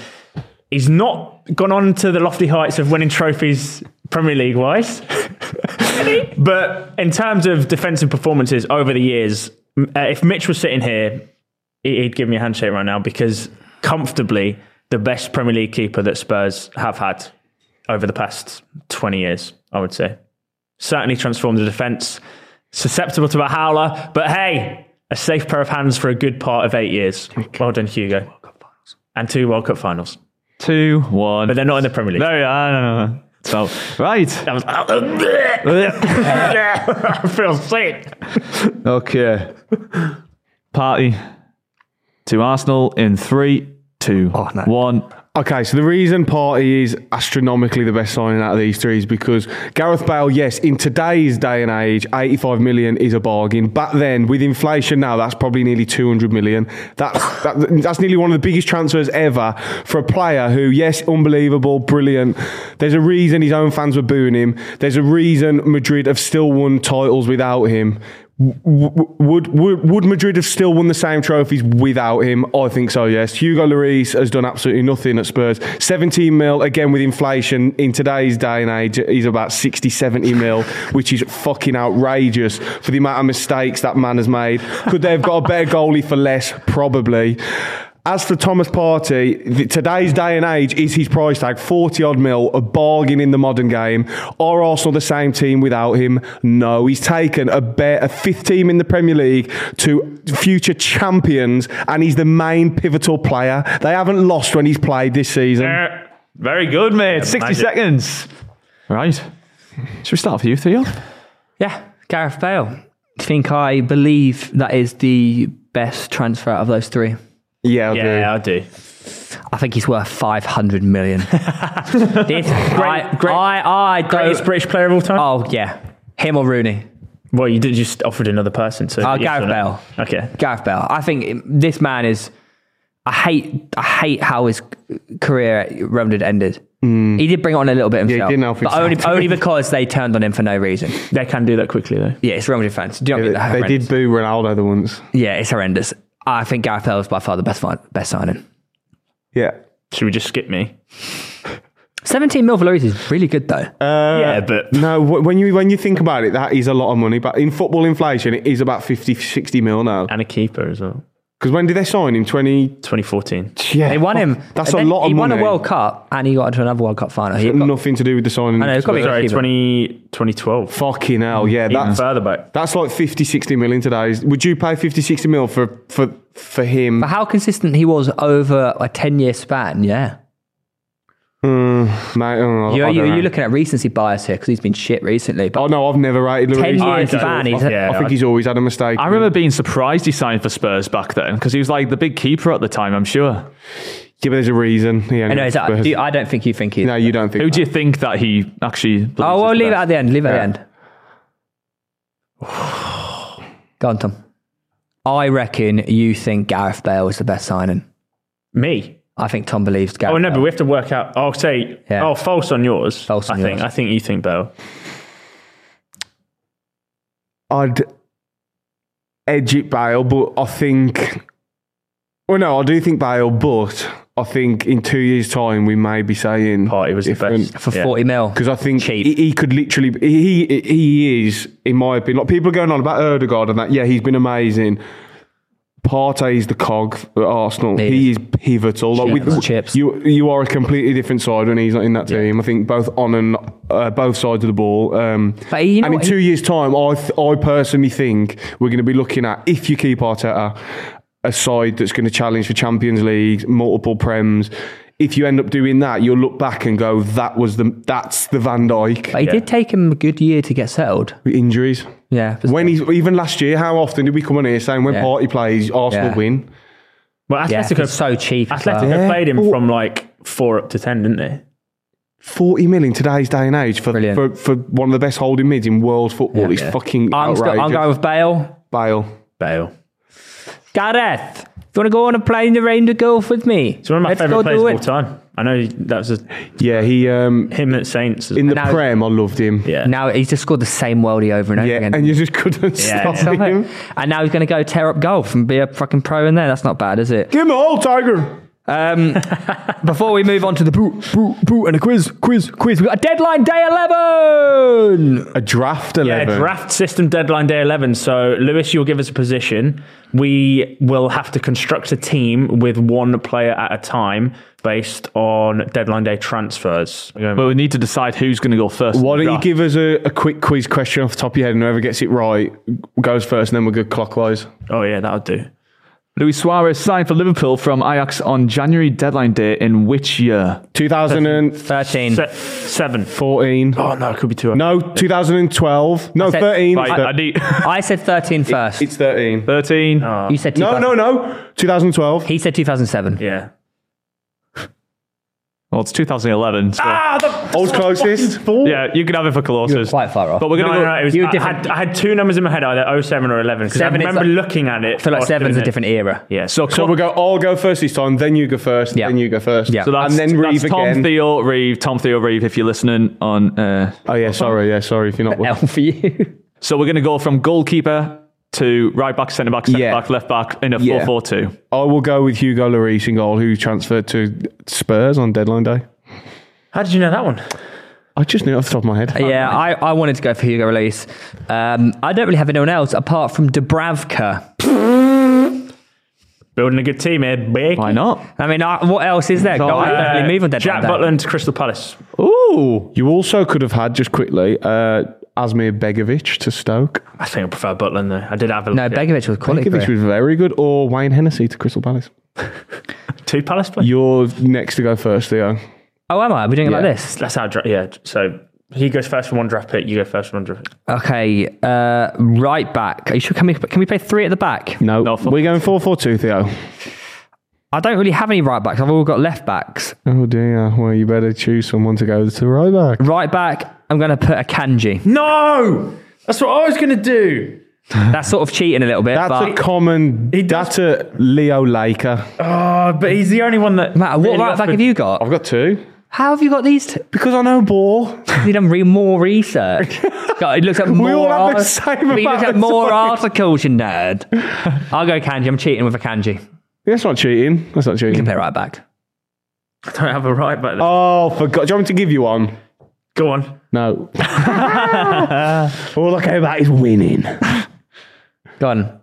Speaker 3: he's not gone on to the lofty heights of winning trophies Premier League wise. but in terms of defensive performances over the years, m- uh, if Mitch was sitting here, he- he'd give me a handshake right now because comfortably the best Premier League keeper that Spurs have had over the past 20 years, I would say. Certainly transformed the defence. Susceptible to a howler, but hey, a safe pair of hands for a good part of eight years. Well done, Hugo. And two World Cup finals.
Speaker 5: Two, one.
Speaker 3: But they're not in the Premier League.
Speaker 5: There you are. No, no, no. So, right.
Speaker 3: That was- I feel sick.
Speaker 5: Okay. Party to Arsenal in three, two, one.
Speaker 4: no.
Speaker 6: Okay, so the reason Party is astronomically the best signing out of these three is because Gareth Bale, yes, in today's day and age, 85 million is a bargain. Back then, with inflation now, that's probably nearly 200 million. That's, that, that's nearly one of the biggest transfers ever for a player who, yes, unbelievable, brilliant. There's a reason his own fans were booing him. There's a reason Madrid have still won titles without him. W- w- Would, would would Madrid have still won the same trophies without him? I think so. Yes, Hugo Lloris has done absolutely nothing at Spurs. 17 mil again with inflation in today's day and age is about 60, 70 mil, which is fucking outrageous for the amount of mistakes that man has made. Could they have got a better goalie for less? Probably. As for Thomas Partey, th- today's day and age is his price tag 40 odd mil, a bargain in the modern game. Are Arsenal the same team without him? No. He's taken a, bear, a fifth team in the Premier League to future champions, and he's the main pivotal player. They haven't lost when he's played this season.
Speaker 3: Uh,
Speaker 5: Very good, mate. 60
Speaker 3: magic.
Speaker 5: seconds. Right. Should we start with you, Theo?
Speaker 4: Yeah, Gareth Bale. Do you think I believe that is the best transfer out of those three?
Speaker 6: Yeah, I
Speaker 3: Yeah, I do.
Speaker 4: I think he's worth 500 million. this, I,
Speaker 3: great-
Speaker 4: I, I
Speaker 3: Greatest
Speaker 4: don't.
Speaker 3: British player of all time.
Speaker 4: Oh, yeah. Him or Rooney?
Speaker 3: Well, you did just offered another person. So
Speaker 4: Oh,
Speaker 3: yes
Speaker 4: Gareth
Speaker 3: or no?
Speaker 4: Bale.
Speaker 3: Okay.
Speaker 4: Gareth Bale. I think this man is. I hate. I hate how his career at Romford ended.
Speaker 3: Mm.
Speaker 4: He did bring it on a little bit himself,
Speaker 6: didn't help
Speaker 4: but only,
Speaker 6: himself.
Speaker 4: only because they turned on him for no reason.
Speaker 3: They can do that quickly though.
Speaker 4: Yeah, it's Romford fans. Do you not get that?
Speaker 6: do. They
Speaker 4: horrendous?
Speaker 6: did boo Ronaldo the once.
Speaker 4: Yeah, it's horrendous. I think Gareth Bale is by far the best fi- best signing.
Speaker 6: Yeah.
Speaker 3: Should we just skip me?
Speaker 4: 17 mil for Lloris is really good though.
Speaker 6: Uh,
Speaker 3: Uh, yeah, but
Speaker 6: No, wh- when you when you think about it, that is a lot of money. But in football inflation, it is about 50, 60 mil now.
Speaker 3: and a keeper as well.
Speaker 6: Because when did they sign him? 20.
Speaker 3: 2014.
Speaker 6: Yeah,
Speaker 4: they won him.
Speaker 6: oh, That's
Speaker 4: and
Speaker 6: a
Speaker 4: then
Speaker 6: lot of
Speaker 4: he
Speaker 6: money.
Speaker 4: won a World Cup and he got into another World Cup final. He got,
Speaker 6: Nothing to do with the signing.
Speaker 4: I know, it's got to be
Speaker 3: Sorry,
Speaker 4: keeper.
Speaker 3: 20, 2012.
Speaker 6: Fucking hell, yeah.
Speaker 3: Even
Speaker 6: That's,
Speaker 3: further back.
Speaker 6: that's like 50, 60 million today. Would you pay 50, 60 mil for, for, for him?
Speaker 4: But how consistent he was over a 10 year span, yeah.
Speaker 6: Mate, oh,
Speaker 4: You're,
Speaker 6: I
Speaker 4: you're,
Speaker 6: don't know.
Speaker 4: you're looking at recency bias here because he's been shit recently. But
Speaker 6: oh, no, I've never rated
Speaker 4: 10
Speaker 6: Lloris.
Speaker 4: years
Speaker 6: I,
Speaker 4: years span, he's
Speaker 3: Yeah,
Speaker 6: I think he's always had a mistake.
Speaker 5: I remember being surprised he signed for Spurs back then because he was like the big keeper at the time, I'm sure.
Speaker 6: Yeah, but there's a reason. He
Speaker 4: I
Speaker 6: only
Speaker 4: know, is that,
Speaker 6: Spurs.
Speaker 4: do you- I don't think you think he.
Speaker 6: no, you don't think.
Speaker 5: Who do you think that he actually. believes
Speaker 4: oh,
Speaker 5: is
Speaker 4: well,
Speaker 5: the
Speaker 4: leave it
Speaker 5: best?
Speaker 4: at the end. Leave it
Speaker 6: Yeah.
Speaker 4: at the end. Go on, Tom. I reckon you think Gareth Bale is the best signing.
Speaker 3: Me.
Speaker 4: I think Tom believes Gareth.
Speaker 3: Oh no,
Speaker 4: Bale.
Speaker 3: but we have to work out. I'll say.
Speaker 4: Yeah.
Speaker 3: Oh, false on yours.
Speaker 4: False on
Speaker 3: I think.
Speaker 4: yours.
Speaker 3: I think you think Bale.
Speaker 6: I'd edge it Bale, but I think. Well, no, I do think Bale, but I think in two years' time we may be saying
Speaker 3: Party Oh, was the best.
Speaker 4: for
Speaker 3: Yeah.
Speaker 4: 40 mil.
Speaker 6: Because I think
Speaker 4: Cheap.
Speaker 6: He, he could literally he he is in my opinion. Like people are going on about Erdegaard and that. Yeah, he's been amazing. Partey is the cog at Arsenal.
Speaker 4: He
Speaker 6: He is pivotal. Like
Speaker 4: Chips. Chips.
Speaker 6: You you are a completely different side when he's not in that team. I think both on and uh, both sides of the ball. Um,
Speaker 4: But you know
Speaker 6: and in
Speaker 4: what?
Speaker 6: two years' time, I th- I personally think we're going to be looking at if you keep Arteta a side that's going to challenge for Champions League, multiple prems. If you end up doing that, you'll look back and go, "That was the that's the Van Dijk
Speaker 4: But he did take him a good year to get settled.
Speaker 6: injuries."
Speaker 4: Yeah. but-
Speaker 6: When he's even last year, how often did we come on here saying when
Speaker 4: Yeah.
Speaker 6: Party plays, Arsenal
Speaker 4: Yeah.
Speaker 6: win?
Speaker 3: Well,
Speaker 4: yeah,
Speaker 3: Atletico.
Speaker 4: he's so cheap. as well.
Speaker 3: Atletico played him from like four up to ten, didn't they?
Speaker 6: 40 mil in today's day and age for,
Speaker 4: Brilliant.
Speaker 6: for, for one of the best holding mids in world football
Speaker 4: Yeah.
Speaker 6: is fucking
Speaker 4: I'm, still, I'm
Speaker 6: outrageous.
Speaker 4: going with Bale.
Speaker 6: Bale.
Speaker 3: Bale.
Speaker 4: Gareth, do you want to go on a plane to rain to golf with me?
Speaker 3: It's one of my
Speaker 4: Let's
Speaker 3: favourite
Speaker 4: go
Speaker 3: players
Speaker 4: do
Speaker 3: of all
Speaker 4: it.
Speaker 3: time. I know that's a,
Speaker 6: Yeah, he um,
Speaker 3: him at Saints.
Speaker 6: in the
Speaker 4: Now-
Speaker 6: Prem, I loved him.
Speaker 3: yeah.
Speaker 4: Now he's just scored the same worldie over and over
Speaker 6: Yeah,
Speaker 4: again.
Speaker 6: and you just couldn't
Speaker 3: Yeah,
Speaker 6: stop
Speaker 4: Stop it.
Speaker 6: him.
Speaker 4: And now he's going to go tear up golf and be a fucking pro in there. That's not bad, is it?
Speaker 6: Give him a hole, Tiger.
Speaker 4: Um, before we move on to the boot, boot, boot, and a quiz, quiz, quiz, we've got a deadline day 11.
Speaker 6: A draft
Speaker 3: Yeah,
Speaker 6: 11.
Speaker 3: draft system deadline day 11. So, Lewis, you'll give us a position. We will have to construct a team with one player at a time based on deadline day transfers. We're going-
Speaker 5: But we need to decide who's going to go first. in
Speaker 6: Why
Speaker 5: the
Speaker 6: don't you
Speaker 5: draft.
Speaker 6: give us a, a quick quiz question off the top of your head and whoever gets it right goes first and then we'll go clockwise.
Speaker 3: Oh, yeah, that'll do.
Speaker 5: Luis Suarez signed for Liverpool from Ajax on January deadline day in which year?
Speaker 6: 2014.
Speaker 4: 13.
Speaker 3: Se- seven. Oh, no, it could be two.
Speaker 6: No, 2012. No,
Speaker 4: said-
Speaker 6: 13.
Speaker 5: Right, I need
Speaker 4: I said 13 first.
Speaker 6: It's 13.
Speaker 5: 13.
Speaker 4: you said 2000.
Speaker 6: No, no, no. 2012.
Speaker 4: He said 2007.
Speaker 3: Yeah.
Speaker 5: Well, it's 2011. So.
Speaker 6: I was closest.
Speaker 5: Yeah, you can have it for
Speaker 4: You're
Speaker 5: Colossus.
Speaker 4: quite far off.
Speaker 5: But we're
Speaker 3: No,
Speaker 5: going to
Speaker 3: no,
Speaker 5: go.
Speaker 3: no, it was,
Speaker 4: You were
Speaker 3: I,
Speaker 4: different.
Speaker 3: had, I had two numbers in my head, either 07 or 11, because I
Speaker 4: Seven is
Speaker 3: remember
Speaker 4: like-
Speaker 3: looking at it.
Speaker 4: I feel like
Speaker 3: whilst doing
Speaker 4: seven's a
Speaker 3: it.
Speaker 4: different era.
Speaker 3: Yeah,
Speaker 5: So,
Speaker 6: So we'll go, I'll go first this time, then you go first,
Speaker 4: Yeah.
Speaker 6: then you go first.
Speaker 4: Yeah. So
Speaker 5: that's,
Speaker 6: and then
Speaker 5: that's
Speaker 6: Reeve
Speaker 5: Tom
Speaker 6: again.
Speaker 5: Theo Reeve. Tom Theo Reeve, if you're listening on. Uh,
Speaker 6: oh, yeah, sorry. Yeah, sorry if you're not.
Speaker 4: L for you.
Speaker 5: so we're going to go from goalkeeper to right back, centre back, centre
Speaker 6: Yeah.
Speaker 5: back, left back in a
Speaker 6: Yeah.
Speaker 5: 4 4 2.
Speaker 6: I will go with Hugo Lloris in goal, who transferred to Spurs on deadline day.
Speaker 3: How did you know that one?
Speaker 6: I just knew it off the top of my head.
Speaker 4: Yeah, I, I wanted to go for Hugo Release. Um, I don't really have anyone else apart from Dubravka.
Speaker 3: Building a good team here, big.
Speaker 5: Why not?
Speaker 4: I mean, I, what else is there? God, I
Speaker 3: Uh,
Speaker 4: definitely move on deadline
Speaker 3: Jack
Speaker 4: day.
Speaker 3: Butland to Crystal Palace.
Speaker 5: Ooh.
Speaker 6: You also could have had, just quickly, uh, Asmir Begovic to Stoke.
Speaker 3: I think I prefer Butland though. I did have a
Speaker 4: No,
Speaker 3: look at
Speaker 4: Begovic was quality.
Speaker 6: Begovic
Speaker 4: player.
Speaker 6: was very good, or Wayne Hennessy to Crystal Palace.
Speaker 3: two Palace players.
Speaker 6: You're next to go first, Theo.
Speaker 4: Oh, am I? Are we doing it
Speaker 6: Yeah.
Speaker 4: like this?
Speaker 3: That's how. Dra- yeah. So he goes first for one draft pick. You go first for one draft. Pick.
Speaker 4: Okay, uh, right back. Are you sure? Can we can we play three at the back?
Speaker 6: No,
Speaker 5: No, four-
Speaker 6: we're going 4 4 2, Theo.
Speaker 4: I don't really have any right backs. I've all got left backs.
Speaker 6: Oh, dear. Well, you better choose someone to go to right back.
Speaker 4: Right back, I'm going to put a kanji.
Speaker 3: No, that's what I was gonna do.
Speaker 4: That's sort of cheating a little bit,
Speaker 6: That's
Speaker 4: but
Speaker 6: a common. That's a Leo Laker.
Speaker 3: Oh, but he's the only one that.
Speaker 4: Matt, what
Speaker 3: really
Speaker 4: right
Speaker 3: got
Speaker 4: back
Speaker 3: for-
Speaker 4: have you got?
Speaker 6: I've got two
Speaker 4: How have you got these? Two?
Speaker 6: because I know ball.
Speaker 4: You've done re- um, more research. God, he looks at more.
Speaker 6: all have the
Speaker 4: art-
Speaker 6: same
Speaker 4: but you look
Speaker 6: amount
Speaker 4: at
Speaker 6: of
Speaker 4: more
Speaker 6: time.
Speaker 4: articles, you nerd. I'll go kanji. I'm cheating with a kanji.
Speaker 6: That's not cheating. That's not
Speaker 4: You
Speaker 6: cheating.
Speaker 4: play right back.
Speaker 3: I don't have a right back. there.
Speaker 6: Oh, for God. Do you want me to give you one?
Speaker 3: Go on.
Speaker 6: No. all I care about is winning.
Speaker 4: Go on.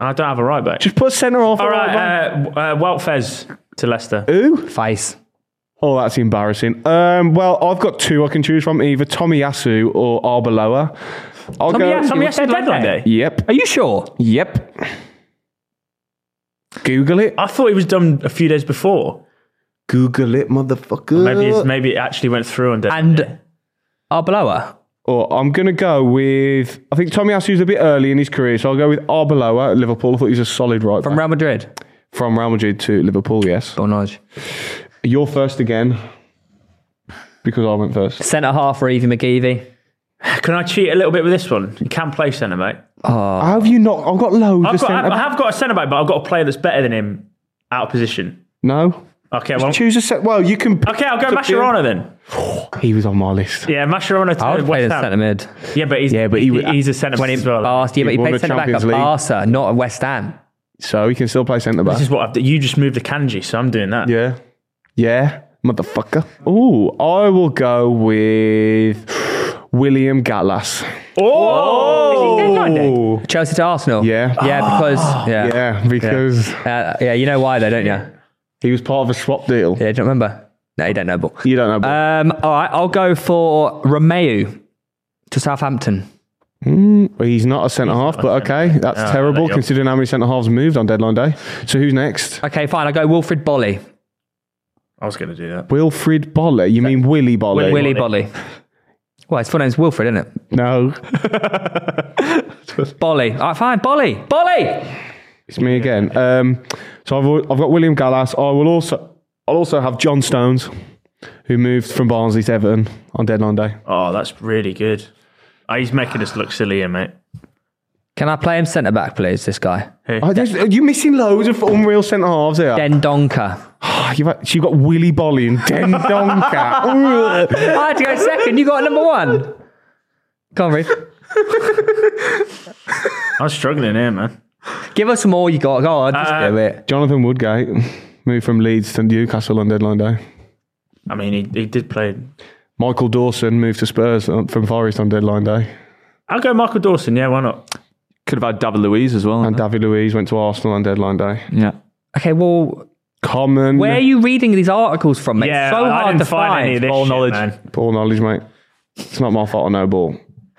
Speaker 3: I don't have a right back.
Speaker 6: Just put centre off.
Speaker 3: All
Speaker 6: or right back.
Speaker 3: right, uh, uh, Walt Fez to Leicester.
Speaker 6: Who?
Speaker 4: Face.
Speaker 6: Oh, that's embarrassing. Um, well, I've got two I can choose from either Tommy Yasu or Arbeloa. I'll
Speaker 4: Tommy
Speaker 6: go.
Speaker 4: Yasu?
Speaker 3: Tommy
Speaker 4: You
Speaker 3: Asu
Speaker 4: said
Speaker 3: deadline
Speaker 4: Monday.
Speaker 3: day.
Speaker 6: Yep.
Speaker 4: Are you sure?
Speaker 6: Yep. Google it.
Speaker 3: I thought he was done a few days before.
Speaker 6: Google it, motherfucker.
Speaker 3: Maybe it's, maybe it actually went through on deadline.
Speaker 4: And Arbeloa.
Speaker 6: Or Oh, I'm going to go with. I think Tommy Asu's a bit early in his career, so I'll go with Arbeloa at Liverpool. I thought he was a solid right
Speaker 4: From
Speaker 6: back.
Speaker 4: Real Madrid.
Speaker 6: from Real Madrid to Liverpool, yes.
Speaker 4: Bon knowledge.
Speaker 6: You're first again because I went first.
Speaker 4: Centre half for Evie McGeevy.
Speaker 3: Can I cheat a little bit with this one? You can play centre mate.
Speaker 6: How have you not? I've got loads
Speaker 3: Ah. I've
Speaker 6: of
Speaker 3: got,
Speaker 6: centre-
Speaker 3: I have got a centre back, but I've got a player that's better than him out of position.
Speaker 6: No.
Speaker 3: Okay, well,
Speaker 6: Choose a set. Well, you can.
Speaker 3: Oh. okay, I'll go
Speaker 6: to
Speaker 3: Mascherano then.
Speaker 6: field. He was on my list.
Speaker 3: Yeah, Mascherano to
Speaker 4: I would play
Speaker 3: West
Speaker 4: in
Speaker 3: Ham.
Speaker 4: centre mid.
Speaker 3: Yeah, but he's,
Speaker 6: Yeah, but he was-
Speaker 3: he's a centre back as well.
Speaker 4: Bar- yeah, but he
Speaker 6: won
Speaker 4: played
Speaker 6: the
Speaker 4: centre back at
Speaker 6: Champions League.
Speaker 4: Barca, not at West Ham.
Speaker 6: So he can still play centre back.
Speaker 3: This is what I've, d- you just moved the kanji, so I'm doing that.
Speaker 6: yeah. Yeah. Motherfucker. Oh, I will go with William Gallas.
Speaker 3: Oh,
Speaker 4: Chelsea to Arsenal.
Speaker 6: Yeah.
Speaker 4: Yeah, because yeah. Yeah.
Speaker 6: Yeah, because
Speaker 4: Uh, yeah, you know why though, don't you? Yeah,
Speaker 6: he was part of a swap deal.
Speaker 4: do you not remember? No, you don't know. But
Speaker 6: You don't know. But
Speaker 4: um, all right, I'll go for Romeo to Southampton.
Speaker 6: Well, hmm, he's not a centre half, but okay, that's
Speaker 3: No,
Speaker 6: terrible
Speaker 3: there you go.
Speaker 6: considering how many centre halves moved on deadline day. So who's next?
Speaker 4: Okay, fine. I'll go Wilfred Bolly.
Speaker 3: I was going to do that.
Speaker 6: Wilfred Bolley. You mean Willy Bolley?
Speaker 4: Willy Bolly. Well, his full name's Wilfred, isn't it?
Speaker 6: No,
Speaker 4: Bolly. All right, fine. Bolly. Bolly.
Speaker 6: it's me again. Um, so I've, al- I've got William Gallas. I will also I'll also have John Stones, who moved from Barnsley to Everton on deadline day.
Speaker 3: Oh, that's really good. Oh, he's making us look silly here, mate.
Speaker 4: Can I play him centre back, please? This guy,
Speaker 6: Oh, there's- are you missing loads of unreal centre halves here?
Speaker 4: Dendonka.
Speaker 6: Oh, you've, had- so you've got Willy Bolly and Den Donka. Ugh.
Speaker 4: I had to go second. You got number one. Come on, Reece.
Speaker 3: I'm struggling here, man.
Speaker 4: Give us some more. You got. Go on, just
Speaker 3: Uh,
Speaker 4: do it.
Speaker 6: Jonathan Woodgate moved from Leeds to Newcastle on deadline day.
Speaker 3: I mean, he, he did play.
Speaker 6: Michael Dawson moved to Spurs on- from Forest on deadline day.
Speaker 9: I'll go Michael Dawson. Yeah, why not?
Speaker 5: Could have had David Louise as well.
Speaker 6: And David Luiz went to Arsenal on deadline day.
Speaker 5: yeah.
Speaker 4: Okay, well,
Speaker 6: Common.
Speaker 4: where are you reading these articles from, mate?
Speaker 9: yeah,
Speaker 4: so
Speaker 9: I-
Speaker 4: hard
Speaker 9: I didn't
Speaker 4: to
Speaker 9: find,
Speaker 4: find.
Speaker 9: any of this
Speaker 5: All
Speaker 9: shit,
Speaker 5: knowledge.
Speaker 9: man.
Speaker 6: Poor knowledge, mate. It's not my fault I know ball.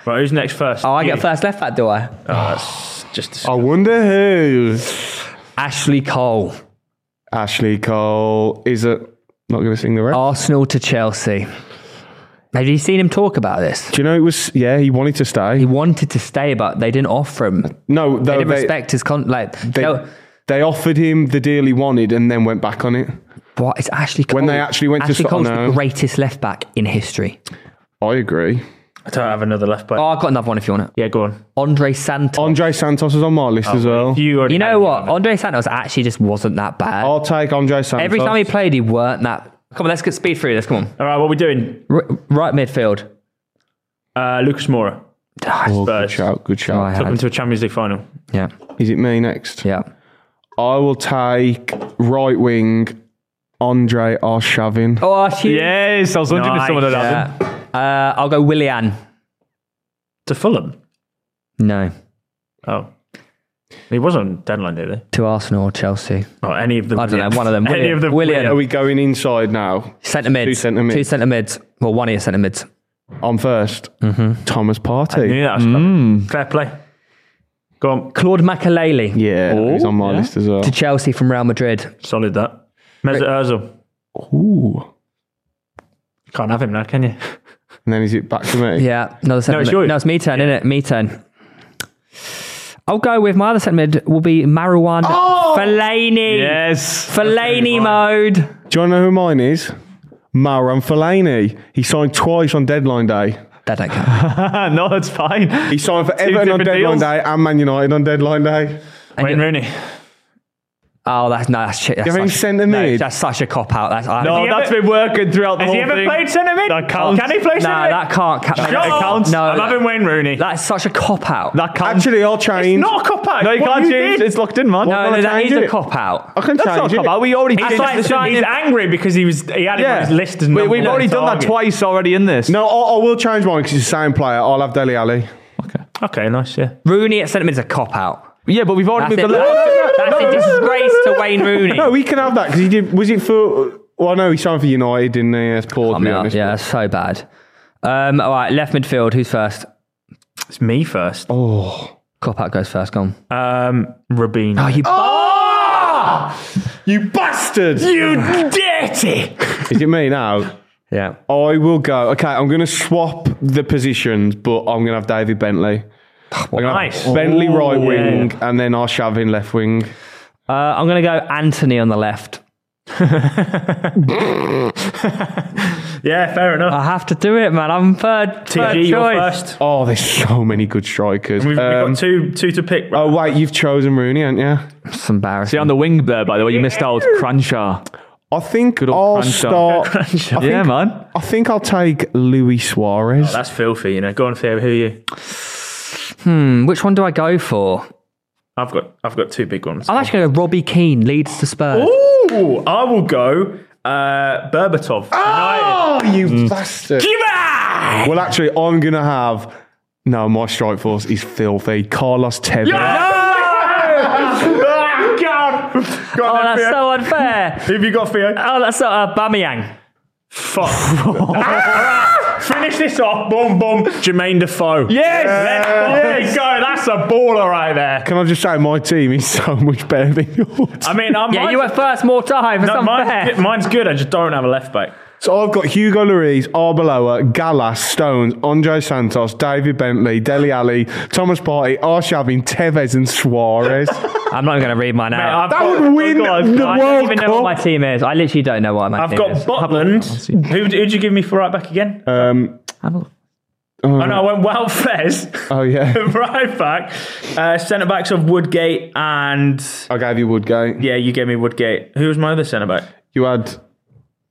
Speaker 9: Right, who's next first?
Speaker 4: Oh, I
Speaker 9: You.
Speaker 4: get first left back, do I?
Speaker 9: Oh, that's just.
Speaker 6: I wonder who.
Speaker 4: Ashley Cole,
Speaker 6: Ashley Cole is it not going to sing the rest?
Speaker 4: Arsenal to Chelsea. Have you seen him talk about this?
Speaker 6: Do you know it was? Yeah, he wanted to
Speaker 4: He
Speaker 6: stay.
Speaker 4: wanted to stay, but they didn't offer him. They
Speaker 6: No, though,
Speaker 4: didn't respect his con. Like,
Speaker 6: They,
Speaker 4: so-
Speaker 6: they offered him the deal he wanted and then went back on it.
Speaker 4: what is Ashley Cole?
Speaker 6: When they actually went to
Speaker 4: Ashley Cole's the
Speaker 6: Tottenham.
Speaker 4: greatest left back in history.
Speaker 6: I agree.
Speaker 3: I don't have another left back.
Speaker 4: Oh, I've got another one if you want it.
Speaker 3: Yeah, go on.
Speaker 4: Andre Santos.
Speaker 6: Andre Santos was on my list as well.
Speaker 3: You already.
Speaker 4: you
Speaker 3: had
Speaker 4: know
Speaker 3: him.
Speaker 4: what? Andre Santos actually just wasn't that bad.
Speaker 6: I'll take Andre Oh, Santos.
Speaker 4: Every time he played, he weren't that. Come on, let's get speed through this. Come on.
Speaker 3: All right, what are we doing?
Speaker 4: R- right midfield.
Speaker 3: Uh, Lucas Moura.
Speaker 6: Oh, good
Speaker 3: Spurs.
Speaker 6: shout, good shout.
Speaker 4: Right.
Speaker 3: Took him to a Champions League final.
Speaker 4: Yeah.
Speaker 6: Is it me next?
Speaker 4: Yeah.
Speaker 6: I will take right wing Andre Arshavin.
Speaker 4: Oh, she.
Speaker 5: Yes, I was wondering if someone had had him.
Speaker 4: Uh, I'll go Willian.
Speaker 3: To Fulham.
Speaker 4: No.
Speaker 3: Oh. He was on deadline, did he?
Speaker 4: To Arsenal or Chelsea.
Speaker 3: Oh, any of them.
Speaker 4: I don't know,
Speaker 3: Yeah.
Speaker 4: one of them.
Speaker 3: any
Speaker 4: Willian.
Speaker 3: of them.
Speaker 4: Willian.
Speaker 6: Are we going inside now?
Speaker 4: Centre mids.
Speaker 6: Two centre mids.
Speaker 4: Two centre mids. Well, one of your centre mids.
Speaker 6: On 1st
Speaker 4: Mm-hmm.
Speaker 6: Thomas Partey.
Speaker 3: Yeah, that's
Speaker 6: Mm.
Speaker 3: fair play. Go on,
Speaker 4: Claude Makaleli
Speaker 6: Yeah, he's on my list as well.
Speaker 4: to Chelsea from Real Madrid.
Speaker 3: solid that. Mesut Ozil.
Speaker 6: Ooh.
Speaker 3: Can't have him now, can you?
Speaker 6: And then is it back to me?
Speaker 4: Yeah. Another centre
Speaker 3: it's
Speaker 4: mid.
Speaker 3: you.
Speaker 4: No, it's me turn, innit? Me turn. I'll go with my other centre mid will be Marouane Fellaini.
Speaker 5: Yes.
Speaker 4: Fellaini mode.
Speaker 6: Do you want to know who mine is? Marouane Fellaini. He signed twice on deadline day.
Speaker 4: That don't count.
Speaker 5: no, that's fine.
Speaker 6: He signed for Everton on
Speaker 5: different
Speaker 6: deadline
Speaker 5: deals.
Speaker 6: day and Man United on deadline day.
Speaker 4: And
Speaker 3: Wayne
Speaker 4: you-
Speaker 3: Rooney.
Speaker 4: Oh, that's no, that's shit. That's
Speaker 6: you have any
Speaker 4: such-
Speaker 6: centre
Speaker 4: no,
Speaker 6: mid?
Speaker 4: that's such a cop out. That's I,
Speaker 3: he
Speaker 5: No, Oh, that's
Speaker 3: ever-
Speaker 5: been working throughout the
Speaker 3: Has
Speaker 5: whole
Speaker 3: he ever
Speaker 5: thing.
Speaker 3: played centre mid?
Speaker 5: That counts.
Speaker 3: Can he play
Speaker 4: no,
Speaker 3: centre mid?
Speaker 4: that can't count.
Speaker 3: Shut up.
Speaker 5: counts.
Speaker 4: No,
Speaker 3: I'm
Speaker 4: that-
Speaker 3: having Wayne Rooney.
Speaker 4: that's such a cop out.
Speaker 5: That counts.
Speaker 6: Actually, I'll change.
Speaker 3: not a cop out.
Speaker 5: no, you
Speaker 3: What
Speaker 5: can't
Speaker 3: you
Speaker 5: change.
Speaker 3: did.
Speaker 5: It's locked in, man.
Speaker 4: no, no,
Speaker 6: wanna
Speaker 4: that
Speaker 6: change
Speaker 4: is a
Speaker 6: it.
Speaker 4: cop out.
Speaker 6: I can
Speaker 5: That's not
Speaker 6: change
Speaker 5: a
Speaker 6: it.
Speaker 5: cop out. We already
Speaker 3: It's
Speaker 5: changed
Speaker 3: like
Speaker 5: the
Speaker 3: he's
Speaker 5: signing.
Speaker 3: angry because he was he had him on his list as
Speaker 5: we,
Speaker 3: number
Speaker 5: we've
Speaker 3: one
Speaker 5: already done that
Speaker 3: target.
Speaker 5: twice already in this.
Speaker 6: No, I, I will change mine because it's the same player. I'll have Deli Ali.
Speaker 3: Okay, nice. Yeah.
Speaker 4: Rooney at centre mid is a cop out.
Speaker 5: Yeah, but we've already
Speaker 4: That's, it.
Speaker 5: moved the left.
Speaker 4: that's a disgrace to Wayne Rooney.
Speaker 6: No, we can have that because he did. Was it for? Well, no, he signed for United, didn't he? That's poor.
Speaker 4: I
Speaker 6: to be
Speaker 4: mean,
Speaker 6: honest.
Speaker 4: yeah, that's so bad. Um, all right, left midfield. Who's first?
Speaker 3: It's me first.
Speaker 6: Oh.
Speaker 4: Cop out goes first. Gone.
Speaker 3: Um, Rabin.
Speaker 4: Oh, you.
Speaker 5: Ah!
Speaker 6: You bastard!
Speaker 3: you dirty.
Speaker 6: Is it me now?
Speaker 4: Yeah.
Speaker 6: I will go. Okay, I'm going to swap the positions, but I'm going to have David Bentley. I'm gonna have
Speaker 3: nice.
Speaker 6: Bentley
Speaker 3: Ooh,
Speaker 6: right
Speaker 3: yeah.
Speaker 6: wing, and then Arshavin left wing.
Speaker 4: Uh, I'm gonna go Anthony on the left.
Speaker 3: Yeah, fair enough.
Speaker 4: I have to do it, man. I'm third, third
Speaker 3: TG, you're
Speaker 4: choice.
Speaker 3: first.
Speaker 6: Oh, there's so many good strikers.
Speaker 3: We've,
Speaker 6: Um,
Speaker 3: we've got two two to pick.
Speaker 6: Oh wait, you've chosen Rooney, haven't you?
Speaker 4: It's embarrassing.
Speaker 5: See, on the wing there, by the way, you missed out Cranshaw.
Speaker 6: I think
Speaker 5: old
Speaker 6: I'll
Speaker 5: Crenshaw.
Speaker 6: start. I think,
Speaker 5: Yeah, man.
Speaker 6: I think I'll take Luis Suarez.
Speaker 3: That's filthy. You know. Go on, Theo. Who are you?
Speaker 4: Hmm, Which one do I go for?
Speaker 3: I've got I've got two big ones.
Speaker 4: I'm actually going to go Robbie Keane leads to Spurs.
Speaker 3: Ooh, I will go uh, Berbatov. United.
Speaker 6: oh, you bastard!
Speaker 3: Give it!
Speaker 6: Well, actually, I'm gonna have. No, my strike force is filthy. Carlos Tevez.
Speaker 3: Oh, God. Go
Speaker 4: Oh,
Speaker 3: on then,
Speaker 4: that's
Speaker 3: Theo.
Speaker 4: so unfair.
Speaker 3: Who have you got, Theo?
Speaker 4: Oh, that's so uh, Bamiyang.
Speaker 3: Fuck. Ah! Finish this off. Boom, boom. Jermaine Defoe.
Speaker 5: Yes!
Speaker 3: There you go. That's a baller right there.
Speaker 6: Can I just say my team is so much better than yours?
Speaker 3: I mean, I'm.
Speaker 4: Yeah, you were first more time. It's
Speaker 3: No, mine's,
Speaker 4: unfair.
Speaker 3: good- mine's good. I just don't have a left back.
Speaker 6: So I've got Hugo Lloris, Arbeloa, Gallas, Stones, Andre Santos, David Bentley, Deli Ali, Thomas Party, Arshavin, Tevez, and Suarez. Oh,
Speaker 4: I'm not even going to read mine out.
Speaker 3: I've That got- would win the
Speaker 4: I
Speaker 3: World
Speaker 4: don't even know what
Speaker 3: Cup.
Speaker 4: my team is. I literally don't know what my
Speaker 3: I've
Speaker 4: team
Speaker 3: got
Speaker 4: is.
Speaker 3: Butland. Who did you give me for right back again?
Speaker 6: Um,
Speaker 3: oh no, I went well Fez,
Speaker 6: oh yeah,
Speaker 3: right back. Uh, centre backs of Woodgate and
Speaker 6: I gave you Woodgate.
Speaker 3: yeah, you gave me Woodgate. Who was my other centre back?
Speaker 6: You had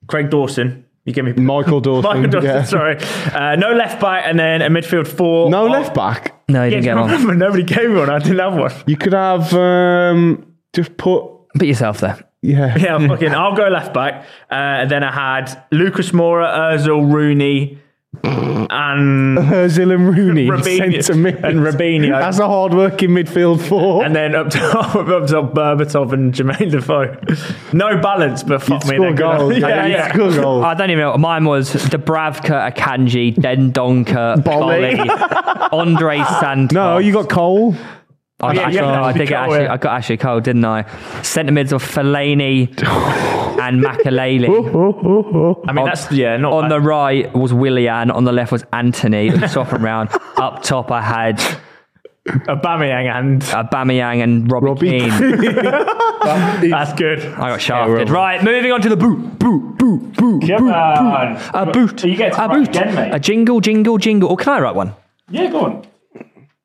Speaker 3: Craig Dawson. You gave me
Speaker 6: Michael Dawson.
Speaker 3: Michael Dawson.
Speaker 6: yeah.
Speaker 3: Sorry, uh, no left back, and then a midfield four.
Speaker 6: No
Speaker 3: of-
Speaker 6: left back.
Speaker 4: No, you
Speaker 3: Yeah,
Speaker 4: didn't get one.
Speaker 3: remember, nobody gave me one. I didn't have one.
Speaker 6: You could have um, just put
Speaker 4: Put yourself there.
Speaker 6: yeah.
Speaker 3: Yeah, I'm fucking. I'll go left back. Uh, then I had Lucas Moura, Özil, Rooney, and
Speaker 6: Özil and Rooney
Speaker 3: Rabinho.
Speaker 6: centre mid.
Speaker 3: And Rabinho.
Speaker 6: That's a hard working midfield four.
Speaker 3: and then up top, up top Berbatov and Jermaine Defoe. No balance, but fuck me,
Speaker 6: score
Speaker 3: they're good.
Speaker 6: goals.
Speaker 3: Yeah,
Speaker 6: you
Speaker 3: yeah.
Speaker 6: score goals.
Speaker 4: I don't even know. Mine was Debravka, Akanji, Dendonka,
Speaker 6: Bolly.
Speaker 4: Bolly, Andre Santos.
Speaker 6: no, you got Cole.
Speaker 4: I,
Speaker 3: Yeah,
Speaker 4: actually,
Speaker 3: yeah,
Speaker 4: I think
Speaker 3: Ashley
Speaker 4: I
Speaker 3: Cole,
Speaker 4: actually,
Speaker 3: yeah.
Speaker 4: I got Ashley Cole, didn't I? Centre mids of Fellaini and Makaleli.
Speaker 3: I mean, that's yeah, not
Speaker 4: On
Speaker 3: bad.
Speaker 4: the right was Willian. On the left was Anthony. It was swap around. Up top, I had
Speaker 3: Aubameyang and
Speaker 4: Aubameyang and Robbie,
Speaker 6: Robbie
Speaker 4: Keane.
Speaker 3: that's good.
Speaker 4: I got shafted. right, moving on to the boot, boot, boot, boot, boot, boot.
Speaker 3: on.
Speaker 4: A boot.
Speaker 3: You get to
Speaker 4: a
Speaker 3: write
Speaker 4: boot.
Speaker 3: again, mate.
Speaker 4: A jingle, jingle, jingle. Or can I write one?
Speaker 3: Yeah, go on.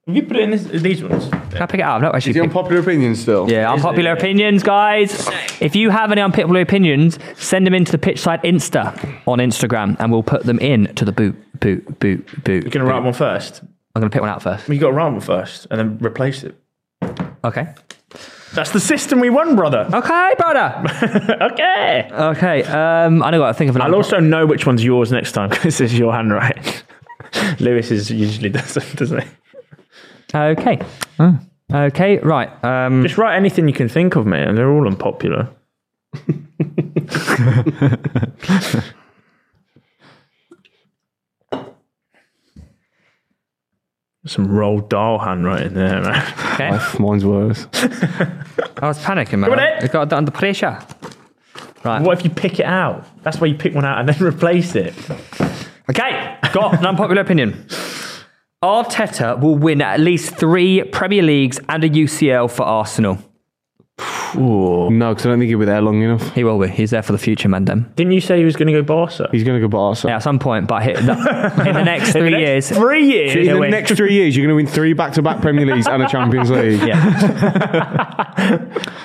Speaker 3: Have you put it in this, these ones?
Speaker 4: Can I pick it up? No, actually.
Speaker 6: The
Speaker 4: Pick,
Speaker 6: unpopular opinion still.
Speaker 4: yeah, unpopular opinions, guys. If you have any unpopular opinions, send them into the Pitchside Insta on Instagram, and we'll put them in to the boot, boot, boot, boot.
Speaker 3: You're gonna write one first.
Speaker 4: I'm gonna pick one out first.
Speaker 3: You got to write one first and then replace it.
Speaker 4: Okay.
Speaker 3: That's the system we won, brother.
Speaker 4: Okay, brother.
Speaker 3: okay.
Speaker 4: Okay. Um, I know. what I think of an.
Speaker 3: I'll also know which one's yours next time because it's your handwriting. Lewis is usually does it, doesn't he?
Speaker 4: Okay. Okay. Right. Um,
Speaker 3: Just write anything you can think of, mate, and they're all unpopular. Some Roald Dahl handwriting there, man.
Speaker 4: okay.
Speaker 6: Mine's worse.
Speaker 4: I was panicking, man.
Speaker 3: on, Ed.
Speaker 4: I got under pressure.
Speaker 3: What if you pick it out? That's why you pick one out and then replace it.
Speaker 4: Okay, got an unpopular opinion. Arteta will win at least three Premier Leagues and a UCL for Arsenal.
Speaker 6: No, because I don't think he'll be there long enough.
Speaker 4: He will be. He's there for the future, man. Them.
Speaker 3: Didn't you say he was going to go Barca?
Speaker 6: He's going to go Barca.
Speaker 4: Yeah, at some point, but hit, in the next three years.
Speaker 3: Three years.
Speaker 6: In
Speaker 3: he'll
Speaker 6: the
Speaker 3: win.
Speaker 6: next three years, you're going to win three back-to-back Premier Leagues and a Champions League.
Speaker 4: Yeah.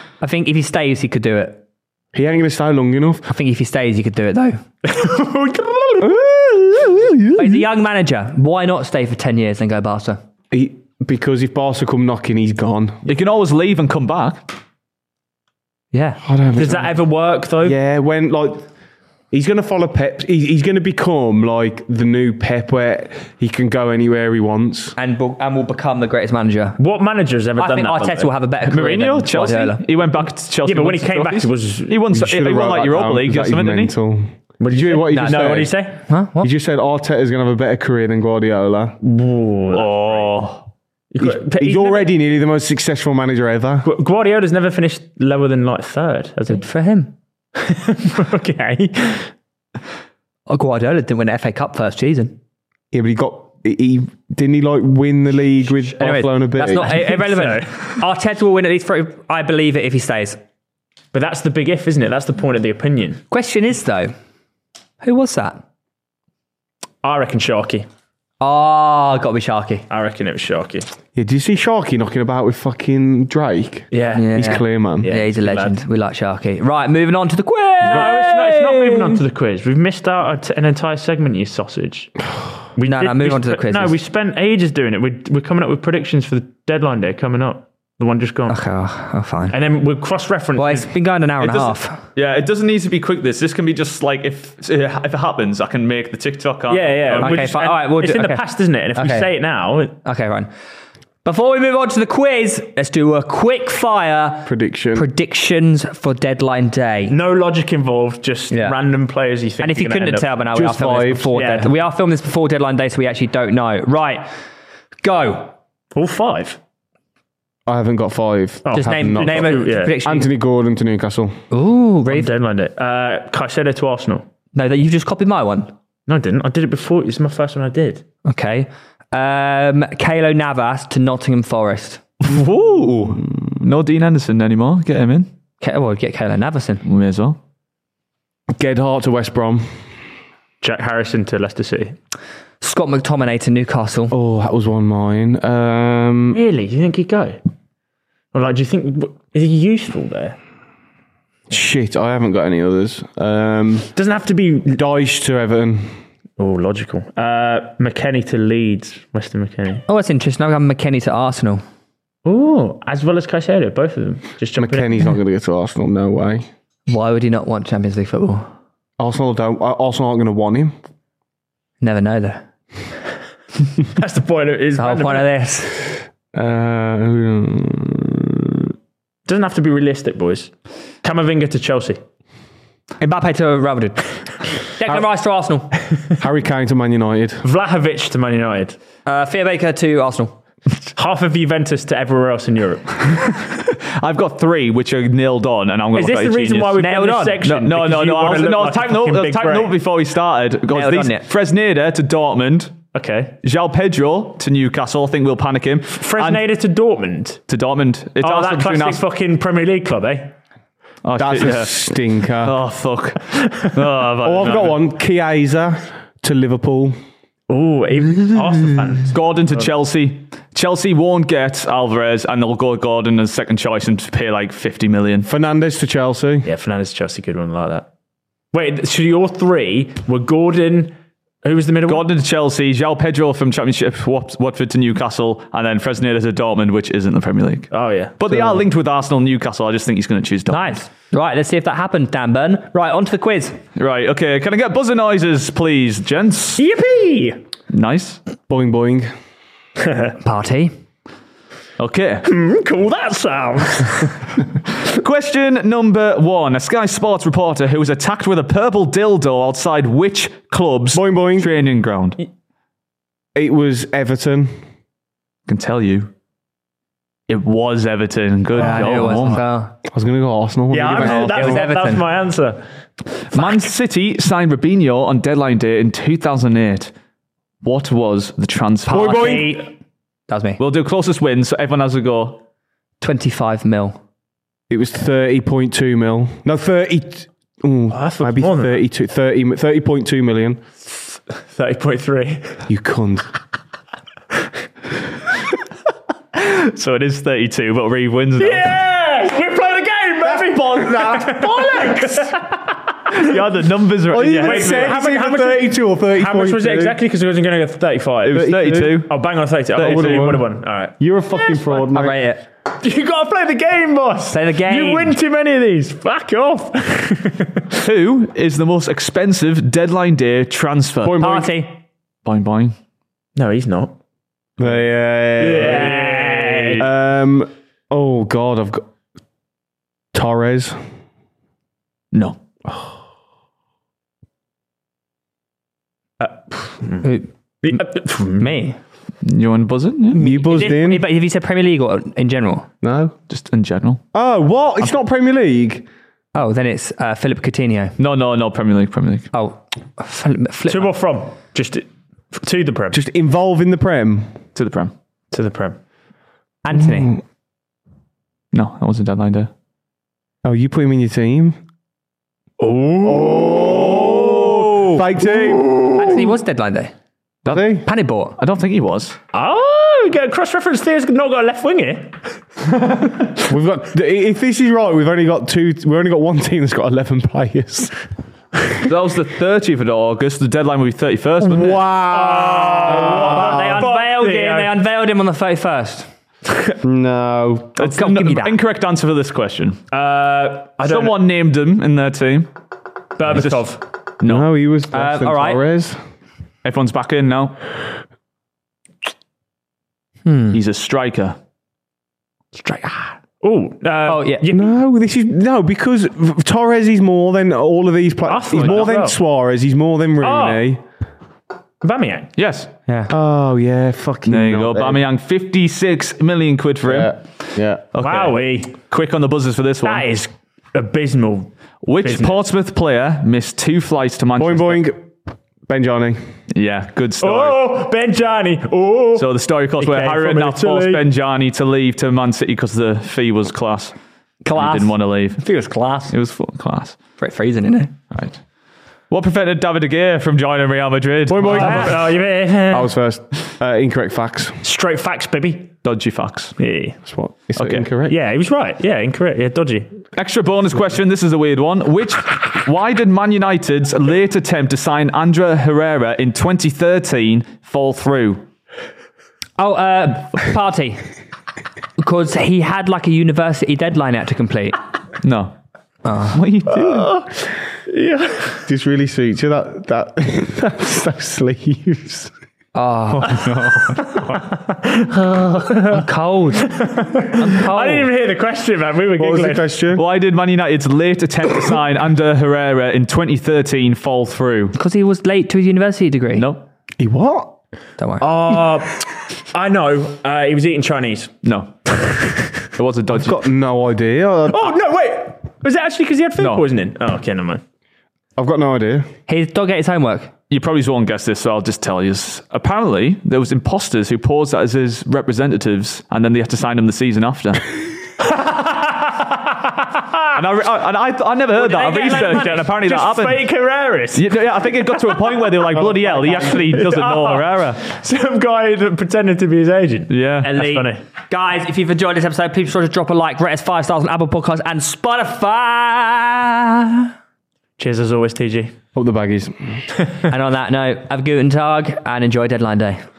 Speaker 4: I think if he stays, he could do it.
Speaker 6: He ain't going to stay long enough.
Speaker 4: I think if he stays, he could do it, though. But
Speaker 5: Mhm.
Speaker 4: he's a young manager. Why not stay for 10 years and go Barca?
Speaker 6: He, because if Barca come knocking, he's gone.
Speaker 5: You can always leave and come back. Um,
Speaker 4: Yeah.
Speaker 6: I don't
Speaker 3: Does that ever work though?
Speaker 6: Yeah, when like he's going to follow Pep. He, he's going to become like the new Pep, where he can go anywhere he wants.
Speaker 4: And, will- and will become the greatest manager.
Speaker 3: What manager has ever
Speaker 4: I
Speaker 3: done
Speaker 4: think
Speaker 3: that?
Speaker 4: Arteta will have a better career.
Speaker 5: Mourinho,
Speaker 4: than
Speaker 5: Chelsea.
Speaker 4: Guardiola.
Speaker 5: He went back to Chelsea.
Speaker 3: Yeah, but when he
Speaker 5: once,
Speaker 3: came back,
Speaker 5: trophies.
Speaker 3: it was-
Speaker 5: he won.
Speaker 6: You
Speaker 5: He,
Speaker 6: should've
Speaker 5: won
Speaker 6: wrote
Speaker 5: like
Speaker 6: that
Speaker 5: Europa
Speaker 6: down,
Speaker 5: League
Speaker 6: 'cause
Speaker 5: or
Speaker 6: that is
Speaker 5: something, didn't he?
Speaker 6: mental. What did you? What you just
Speaker 3: No,
Speaker 6: said?
Speaker 3: what do you say?
Speaker 4: Huh? What?
Speaker 6: You just said Arteta's going to have a better career than Guardiola.
Speaker 5: Oh,
Speaker 6: He's, he's already nearly the most successful manager ever.
Speaker 3: Gu- Guardiola's never finished lower than like third, has he?
Speaker 4: Good for him.
Speaker 3: okay.
Speaker 4: Oh, Guardiola didn't win the FA Cup first season.
Speaker 6: Yeah, but he got he- he didn't he like win the league with
Speaker 4: Anyway,
Speaker 6: Barcelona. B?
Speaker 4: that's not i- irrelevant. Arteta will win at least three. I believe it if he stays.
Speaker 3: But that's the big if, isn't it? That's the point of the opinion.
Speaker 4: Question is though, who was that?
Speaker 3: I reckon Sharky.
Speaker 4: Ah, got to be Sharky.
Speaker 3: I reckon it was Sharky.
Speaker 6: Yeah, did you see Sharky knocking about with fucking Drake?
Speaker 3: Yeah.
Speaker 4: Yeah.
Speaker 6: He's clear, man.
Speaker 4: Yeah, he's a
Speaker 3: good
Speaker 4: legend.
Speaker 3: lad.
Speaker 4: We like Sharky. Right, moving on to the quiz.
Speaker 3: No, it's not, it's not moving on to the quiz. We've missed out t- an entire segment, you sausage. We
Speaker 4: No,
Speaker 3: did-
Speaker 4: no, move
Speaker 3: we
Speaker 4: on to the
Speaker 3: spe-
Speaker 4: quizzes.
Speaker 3: No, we spent ages doing it. We're, we're coming up with predictions for the deadline day coming up, the one just gone.
Speaker 4: Okay, oh, oh, fine.
Speaker 3: And then we'll cross reference.
Speaker 4: Well, it's been going an hour and a
Speaker 5: doesn't-
Speaker 4: half.
Speaker 5: yeah. It doesn't need to be quick. This. This can be just like if if it happens, I can make the TikTok. can't I?
Speaker 3: yeah, yeah.
Speaker 5: Um,
Speaker 3: we're
Speaker 4: Okay, fine. All right, we'll
Speaker 3: it's
Speaker 4: do-
Speaker 3: in
Speaker 4: okay.
Speaker 3: the past, isn't it? And if we
Speaker 4: Okay.
Speaker 3: say it now, it-
Speaker 4: Okay, Ryan. Before we move on to the quiz, let's do a quick fire
Speaker 6: Prediction.
Speaker 4: predictions for deadline day.
Speaker 3: no logic involved, just
Speaker 4: Yeah.
Speaker 3: random players you think.
Speaker 4: And if
Speaker 3: are
Speaker 4: you
Speaker 3: gonna
Speaker 4: couldn't
Speaker 3: end
Speaker 4: tell
Speaker 3: up-
Speaker 4: by now, we are
Speaker 6: Just
Speaker 4: filming
Speaker 6: five.
Speaker 4: this before
Speaker 3: Yeah.
Speaker 4: dead- we are filming this before deadline day, so we actually don't know. Right, go.
Speaker 3: all five.
Speaker 6: I haven't got five.
Speaker 3: Oh,
Speaker 4: Just
Speaker 3: have
Speaker 4: name
Speaker 3: not
Speaker 4: name
Speaker 3: got-
Speaker 4: a
Speaker 3: yeah.
Speaker 4: prediction.
Speaker 6: Anthony Gordon to Newcastle.
Speaker 4: Ooh, really?
Speaker 3: Deadline day. Uh, Caicedo to Arsenal.
Speaker 4: No, that you just copied my one.
Speaker 3: No, I didn't. I did it before. It's my first one I did.
Speaker 4: Okay. Um, Kalo Navas to Nottingham Forest.
Speaker 5: Ooh. No Dean Anderson anymore. Get him in.
Speaker 4: Ke- well, get Kalen Naverson.
Speaker 5: We may as well.
Speaker 6: Get Hart to West Brom.
Speaker 3: Jack Harrison to Leicester City.
Speaker 4: Scott McTominay to Newcastle.
Speaker 6: Oh, that was one mine. Um,
Speaker 3: Really? Do you think he'd go? Or like, do you think is he useful there?
Speaker 6: shit, I haven't got any others. Um,
Speaker 3: Doesn't have to be
Speaker 6: Dyche to Everton.
Speaker 3: oh logical. Uh, McKenny to Leeds, Weston McKenny.
Speaker 4: Oh, that's interesting. I've got McKenny to Arsenal.
Speaker 3: Oh, as well as Caicedo, both of them. Just jumping. in.
Speaker 6: McKenny's not going to get to Arsenal. No way.
Speaker 4: Why would he not want Champions League football?
Speaker 6: Arsenal don't. uh, Arsenal aren't going to want him.
Speaker 4: Never know, though.
Speaker 3: That's the point. Of, is
Speaker 4: The whole point of this.
Speaker 6: Uh,
Speaker 3: Doesn't have to be realistic, boys. Camavinga to Chelsea.
Speaker 4: Mbappe to Real Madrid. Declan Rice to Arsenal.
Speaker 6: Harry Kane to Man United.
Speaker 3: Vlahovic to Man United.
Speaker 4: Uh, Fia Baker to Arsenal.
Speaker 3: Half of Juventus to everywhere else in Europe.
Speaker 5: I've got three which are nailed on, and I'm going
Speaker 3: Is
Speaker 5: to
Speaker 3: this the reason why we've done this
Speaker 5: No,
Speaker 3: section?
Speaker 5: no,
Speaker 3: Because
Speaker 5: no,
Speaker 3: you
Speaker 5: no. I
Speaker 3: wanna
Speaker 5: was,
Speaker 3: look
Speaker 5: no, I was
Speaker 3: like a
Speaker 5: typing up,
Speaker 3: fucking
Speaker 5: I was
Speaker 3: big
Speaker 5: typing
Speaker 3: brain.
Speaker 5: up before we started. Because
Speaker 4: Nailed
Speaker 5: these,
Speaker 4: on it.
Speaker 5: Fresneda to Dortmund,
Speaker 3: Okay.
Speaker 5: Jao Pedro to Newcastle. I think we'll panic him. And
Speaker 3: Fresneda to Dortmund.
Speaker 5: to Dortmund. It's
Speaker 3: Oh,
Speaker 5: Arsenal
Speaker 3: that
Speaker 5: between
Speaker 3: classic
Speaker 5: Arsenal-
Speaker 3: fucking Premier League club, eh?
Speaker 5: Oh,
Speaker 6: That's
Speaker 5: shit,
Speaker 6: a
Speaker 5: yeah.
Speaker 6: stinker.
Speaker 5: Oh fuck! oh,
Speaker 6: oh, I've got one. Chiesa to Liverpool.
Speaker 3: Ooh, even Arsenal fans.
Speaker 5: Gordon to Chelsea. Chelsea won't get Alvarez, and they'll go Gordon as second choice and pay like fifty million.
Speaker 6: Fernandez to Chelsea.
Speaker 3: Yeah, Fernandez Chelsea could one like that. Wait, so your three were Gordon. Who was the middle one?
Speaker 5: Gordon to Chelsea, João Pedro from Championship, Wat- Watford to Newcastle, and then Fresneda to Dortmund, which isn't the Premier League.
Speaker 3: Oh yeah,
Speaker 5: But they are linked with Arsenal and Newcastle. I just think he's going to choose Dortmund.
Speaker 4: Nice. Right, let's see if that happens, Dan Burn. Right, on to the quiz.
Speaker 5: Right, okay. Can I get buzzer noises, please, gents?
Speaker 3: yippee!
Speaker 5: Nice.
Speaker 6: Boing boing.
Speaker 4: Party.
Speaker 5: Okay.
Speaker 3: Cool that sound.
Speaker 5: Question number one. A Sky Sports reporter who was attacked with a purple dildo outside which club's
Speaker 6: Boing boing.
Speaker 5: training ground? I
Speaker 6: It was Everton.
Speaker 5: can tell you. It was Everton. Good
Speaker 4: I knew it
Speaker 5: goal.
Speaker 4: wasn't fair.
Speaker 6: I was going to go Arsenal.
Speaker 3: yeah,
Speaker 6: Give
Speaker 3: I'm,
Speaker 6: it a-
Speaker 3: that's,
Speaker 4: was
Speaker 3: that's
Speaker 4: Everton.
Speaker 3: my answer.
Speaker 5: Man City signed Robinho on deadline day in 2008. What was the transfer?
Speaker 4: That was me.
Speaker 5: We'll do closest win, so everyone has a go.
Speaker 4: 25 mil.
Speaker 6: It was 30.2 mil. No, 30. Ooh,
Speaker 5: Ah,
Speaker 3: that's
Speaker 6: maybe
Speaker 3: more than that.
Speaker 6: 32, 30, 30.2 million.
Speaker 3: Thirty point three.
Speaker 6: You cunt.
Speaker 5: So it is 32, but Reeve wins now.
Speaker 3: Yes, we played a game, baby.
Speaker 5: You had the numbers right.
Speaker 6: you
Speaker 5: Yeah.
Speaker 6: even
Speaker 3: Wait,
Speaker 6: said
Speaker 3: how
Speaker 6: it's
Speaker 3: much-
Speaker 6: either
Speaker 3: how much-
Speaker 6: 32 or 30.
Speaker 3: How much was it exactly? Because it wasn't going to go to thirty-five. It
Speaker 5: was 32.
Speaker 3: Oh, bang on thirty. I
Speaker 5: 32.
Speaker 3: would have won. All right.
Speaker 6: You're a fucking fraud,
Speaker 4: I
Speaker 6: mate.
Speaker 4: rate it.
Speaker 3: You got to play the game, boss.
Speaker 4: Play the game.
Speaker 3: You win too many of these. Fuck off.
Speaker 5: Who is the most expensive deadline day transfer?
Speaker 6: Boing, boing.
Speaker 4: Party.
Speaker 5: Boing, boing.
Speaker 3: no, he's not.
Speaker 6: Yeah.
Speaker 3: Uh,
Speaker 6: Um, oh, God, I've got. Torres.
Speaker 5: No.
Speaker 4: Who-
Speaker 3: uh,
Speaker 4: Me.
Speaker 5: You want to buzz it? Yeah.
Speaker 6: You buzzed in?
Speaker 4: But have you said Premier League or in general?
Speaker 6: No.
Speaker 5: Just in general.
Speaker 6: Oh, what? It's not Premier League.
Speaker 4: Oh, then it's uh, Philip Coutinho.
Speaker 5: No, no, no. Premier League, Premier League.
Speaker 4: Oh, Philip. Flip.
Speaker 3: To or from? Just to, to the prem.
Speaker 6: Just involving the Prem.
Speaker 5: To the Prem.
Speaker 3: to the prem.
Speaker 4: Anthony.
Speaker 5: No, that wasn't deadline day.
Speaker 6: Oh, you put him in your team? Oh. Fake team.
Speaker 4: Anthony was deadline day.
Speaker 6: Daddy?
Speaker 4: Panibor.
Speaker 5: I don't think he was.
Speaker 3: Oh, we got cross reference theory's not got a left wing here.
Speaker 6: We've got. If this is right, we've only got two. We've only got one team that's got eleven players.
Speaker 5: That was the 30th of August. The deadline would be 31st, wasn't it?
Speaker 4: But
Speaker 6: Wow.
Speaker 4: they unveiled him. They unveiled him on the 31st.
Speaker 6: no.
Speaker 5: It's
Speaker 4: Go on,
Speaker 5: not
Speaker 4: give me
Speaker 5: the
Speaker 4: that.
Speaker 5: incorrect answer for this question.
Speaker 3: Uh, I don't
Speaker 5: Someone named him in their team.
Speaker 3: know. Berbatov.
Speaker 6: No, he was.
Speaker 4: Uh,
Speaker 6: Uh,
Speaker 4: all right.
Speaker 6: Torres.
Speaker 5: Everyone's back in now. He's a striker.
Speaker 4: Straight. ah.
Speaker 3: Ooh, uh,
Speaker 4: Oh, yeah.
Speaker 6: No, this is no because Torres is more than all of these
Speaker 3: I
Speaker 6: players.
Speaker 3: thought
Speaker 6: He's more
Speaker 3: that
Speaker 6: than
Speaker 3: as
Speaker 6: Suarez. He's more than Rooney.
Speaker 3: Aubameyang.
Speaker 5: Yes.
Speaker 6: Oh, yeah, fucking.
Speaker 5: There you go.
Speaker 6: not then.
Speaker 5: Bamiyang, 56 million quid for him.
Speaker 6: Yeah, yeah.
Speaker 5: Okay.
Speaker 3: Wowie,
Speaker 5: Quick on the buzzers for this one.
Speaker 3: that is abysmal.
Speaker 5: Which
Speaker 3: business.
Speaker 5: Portsmouth player missed two flights to Manchester?
Speaker 6: Boing boing. Benjani.
Speaker 5: Yeah, good story.
Speaker 3: Oh, Benjani. Oh.
Speaker 5: So the story calls
Speaker 3: He
Speaker 5: where
Speaker 3: came
Speaker 5: Harry
Speaker 3: from
Speaker 5: now forced
Speaker 3: Italy.
Speaker 5: Benjani to leave to Man City because the fee was class.
Speaker 4: Class.
Speaker 5: He didn't want to leave.
Speaker 4: It was class.
Speaker 5: It was full class.
Speaker 4: Pretty freezing, isn't it?
Speaker 5: Right. What prevented David De Gea from joining Real Madrid?
Speaker 3: Oh, you there?
Speaker 6: I was first. Uh, incorrect facts.
Speaker 3: Straight facts, baby.
Speaker 5: Dodgy facts.
Speaker 3: Yeah.
Speaker 6: That's what. Is it
Speaker 5: Okay.
Speaker 6: incorrect?
Speaker 3: Yeah, he was right. Yeah, incorrect. Yeah, dodgy.
Speaker 5: Extra bonus question. This is a weird one. Which, why did Man United's late attempt to sign Andra Herrera in 2013 fall through?
Speaker 4: Oh, uh, party. Because he had like a university deadline out to complete.
Speaker 5: No. What are you doing?
Speaker 6: Yeah. This really suits you. That that that's those sleeves.
Speaker 4: I'm cold. I'm cold.
Speaker 3: I didn't even hear the question, man. We were
Speaker 6: What was the
Speaker 3: giggling.
Speaker 6: question?
Speaker 5: Why did Man United's late attempt to sign Andra Herrera in 2013 fall through?
Speaker 4: Because he was late to his university degree.
Speaker 5: No.
Speaker 6: He what?
Speaker 4: Don't worry.
Speaker 3: Uh, I know. Uh, he was eating Chinese.
Speaker 5: No. it was a dodgy.
Speaker 6: Got no idea. I-
Speaker 3: Oh, no, wait. Was it actually because he had food
Speaker 5: No.
Speaker 3: poisoning? Oh, okay, never mind.
Speaker 6: I've got no idea.
Speaker 4: His dog ate his homework.
Speaker 5: You probably won't guess this, so I'll just tell you. Apparently, there was imposters who posed as his representatives, and then they had to sign him the season after. and I, re- I, and I, I never heard that. I
Speaker 3: They get, like,
Speaker 5: researched it,
Speaker 3: money.
Speaker 5: and apparently
Speaker 3: Just
Speaker 5: that happened.
Speaker 3: fake Oh Herreras.
Speaker 5: Yeah, yeah, I think it got to a point where they were like, bloody hell, he actually doesn't know
Speaker 3: Oh.
Speaker 5: Herrera.
Speaker 3: Some guy that pretended to be his agent.
Speaker 5: Yeah.
Speaker 4: Elite.
Speaker 3: funny.
Speaker 4: Guys, if you've enjoyed this episode, please be sure to drop a like, rate us five stars on Apple Podcasts and Ah! Spotify.
Speaker 3: Cheers as always, TG.
Speaker 6: Up the baggies.
Speaker 4: and on that note, have a guten tag and enjoy Deadline Day.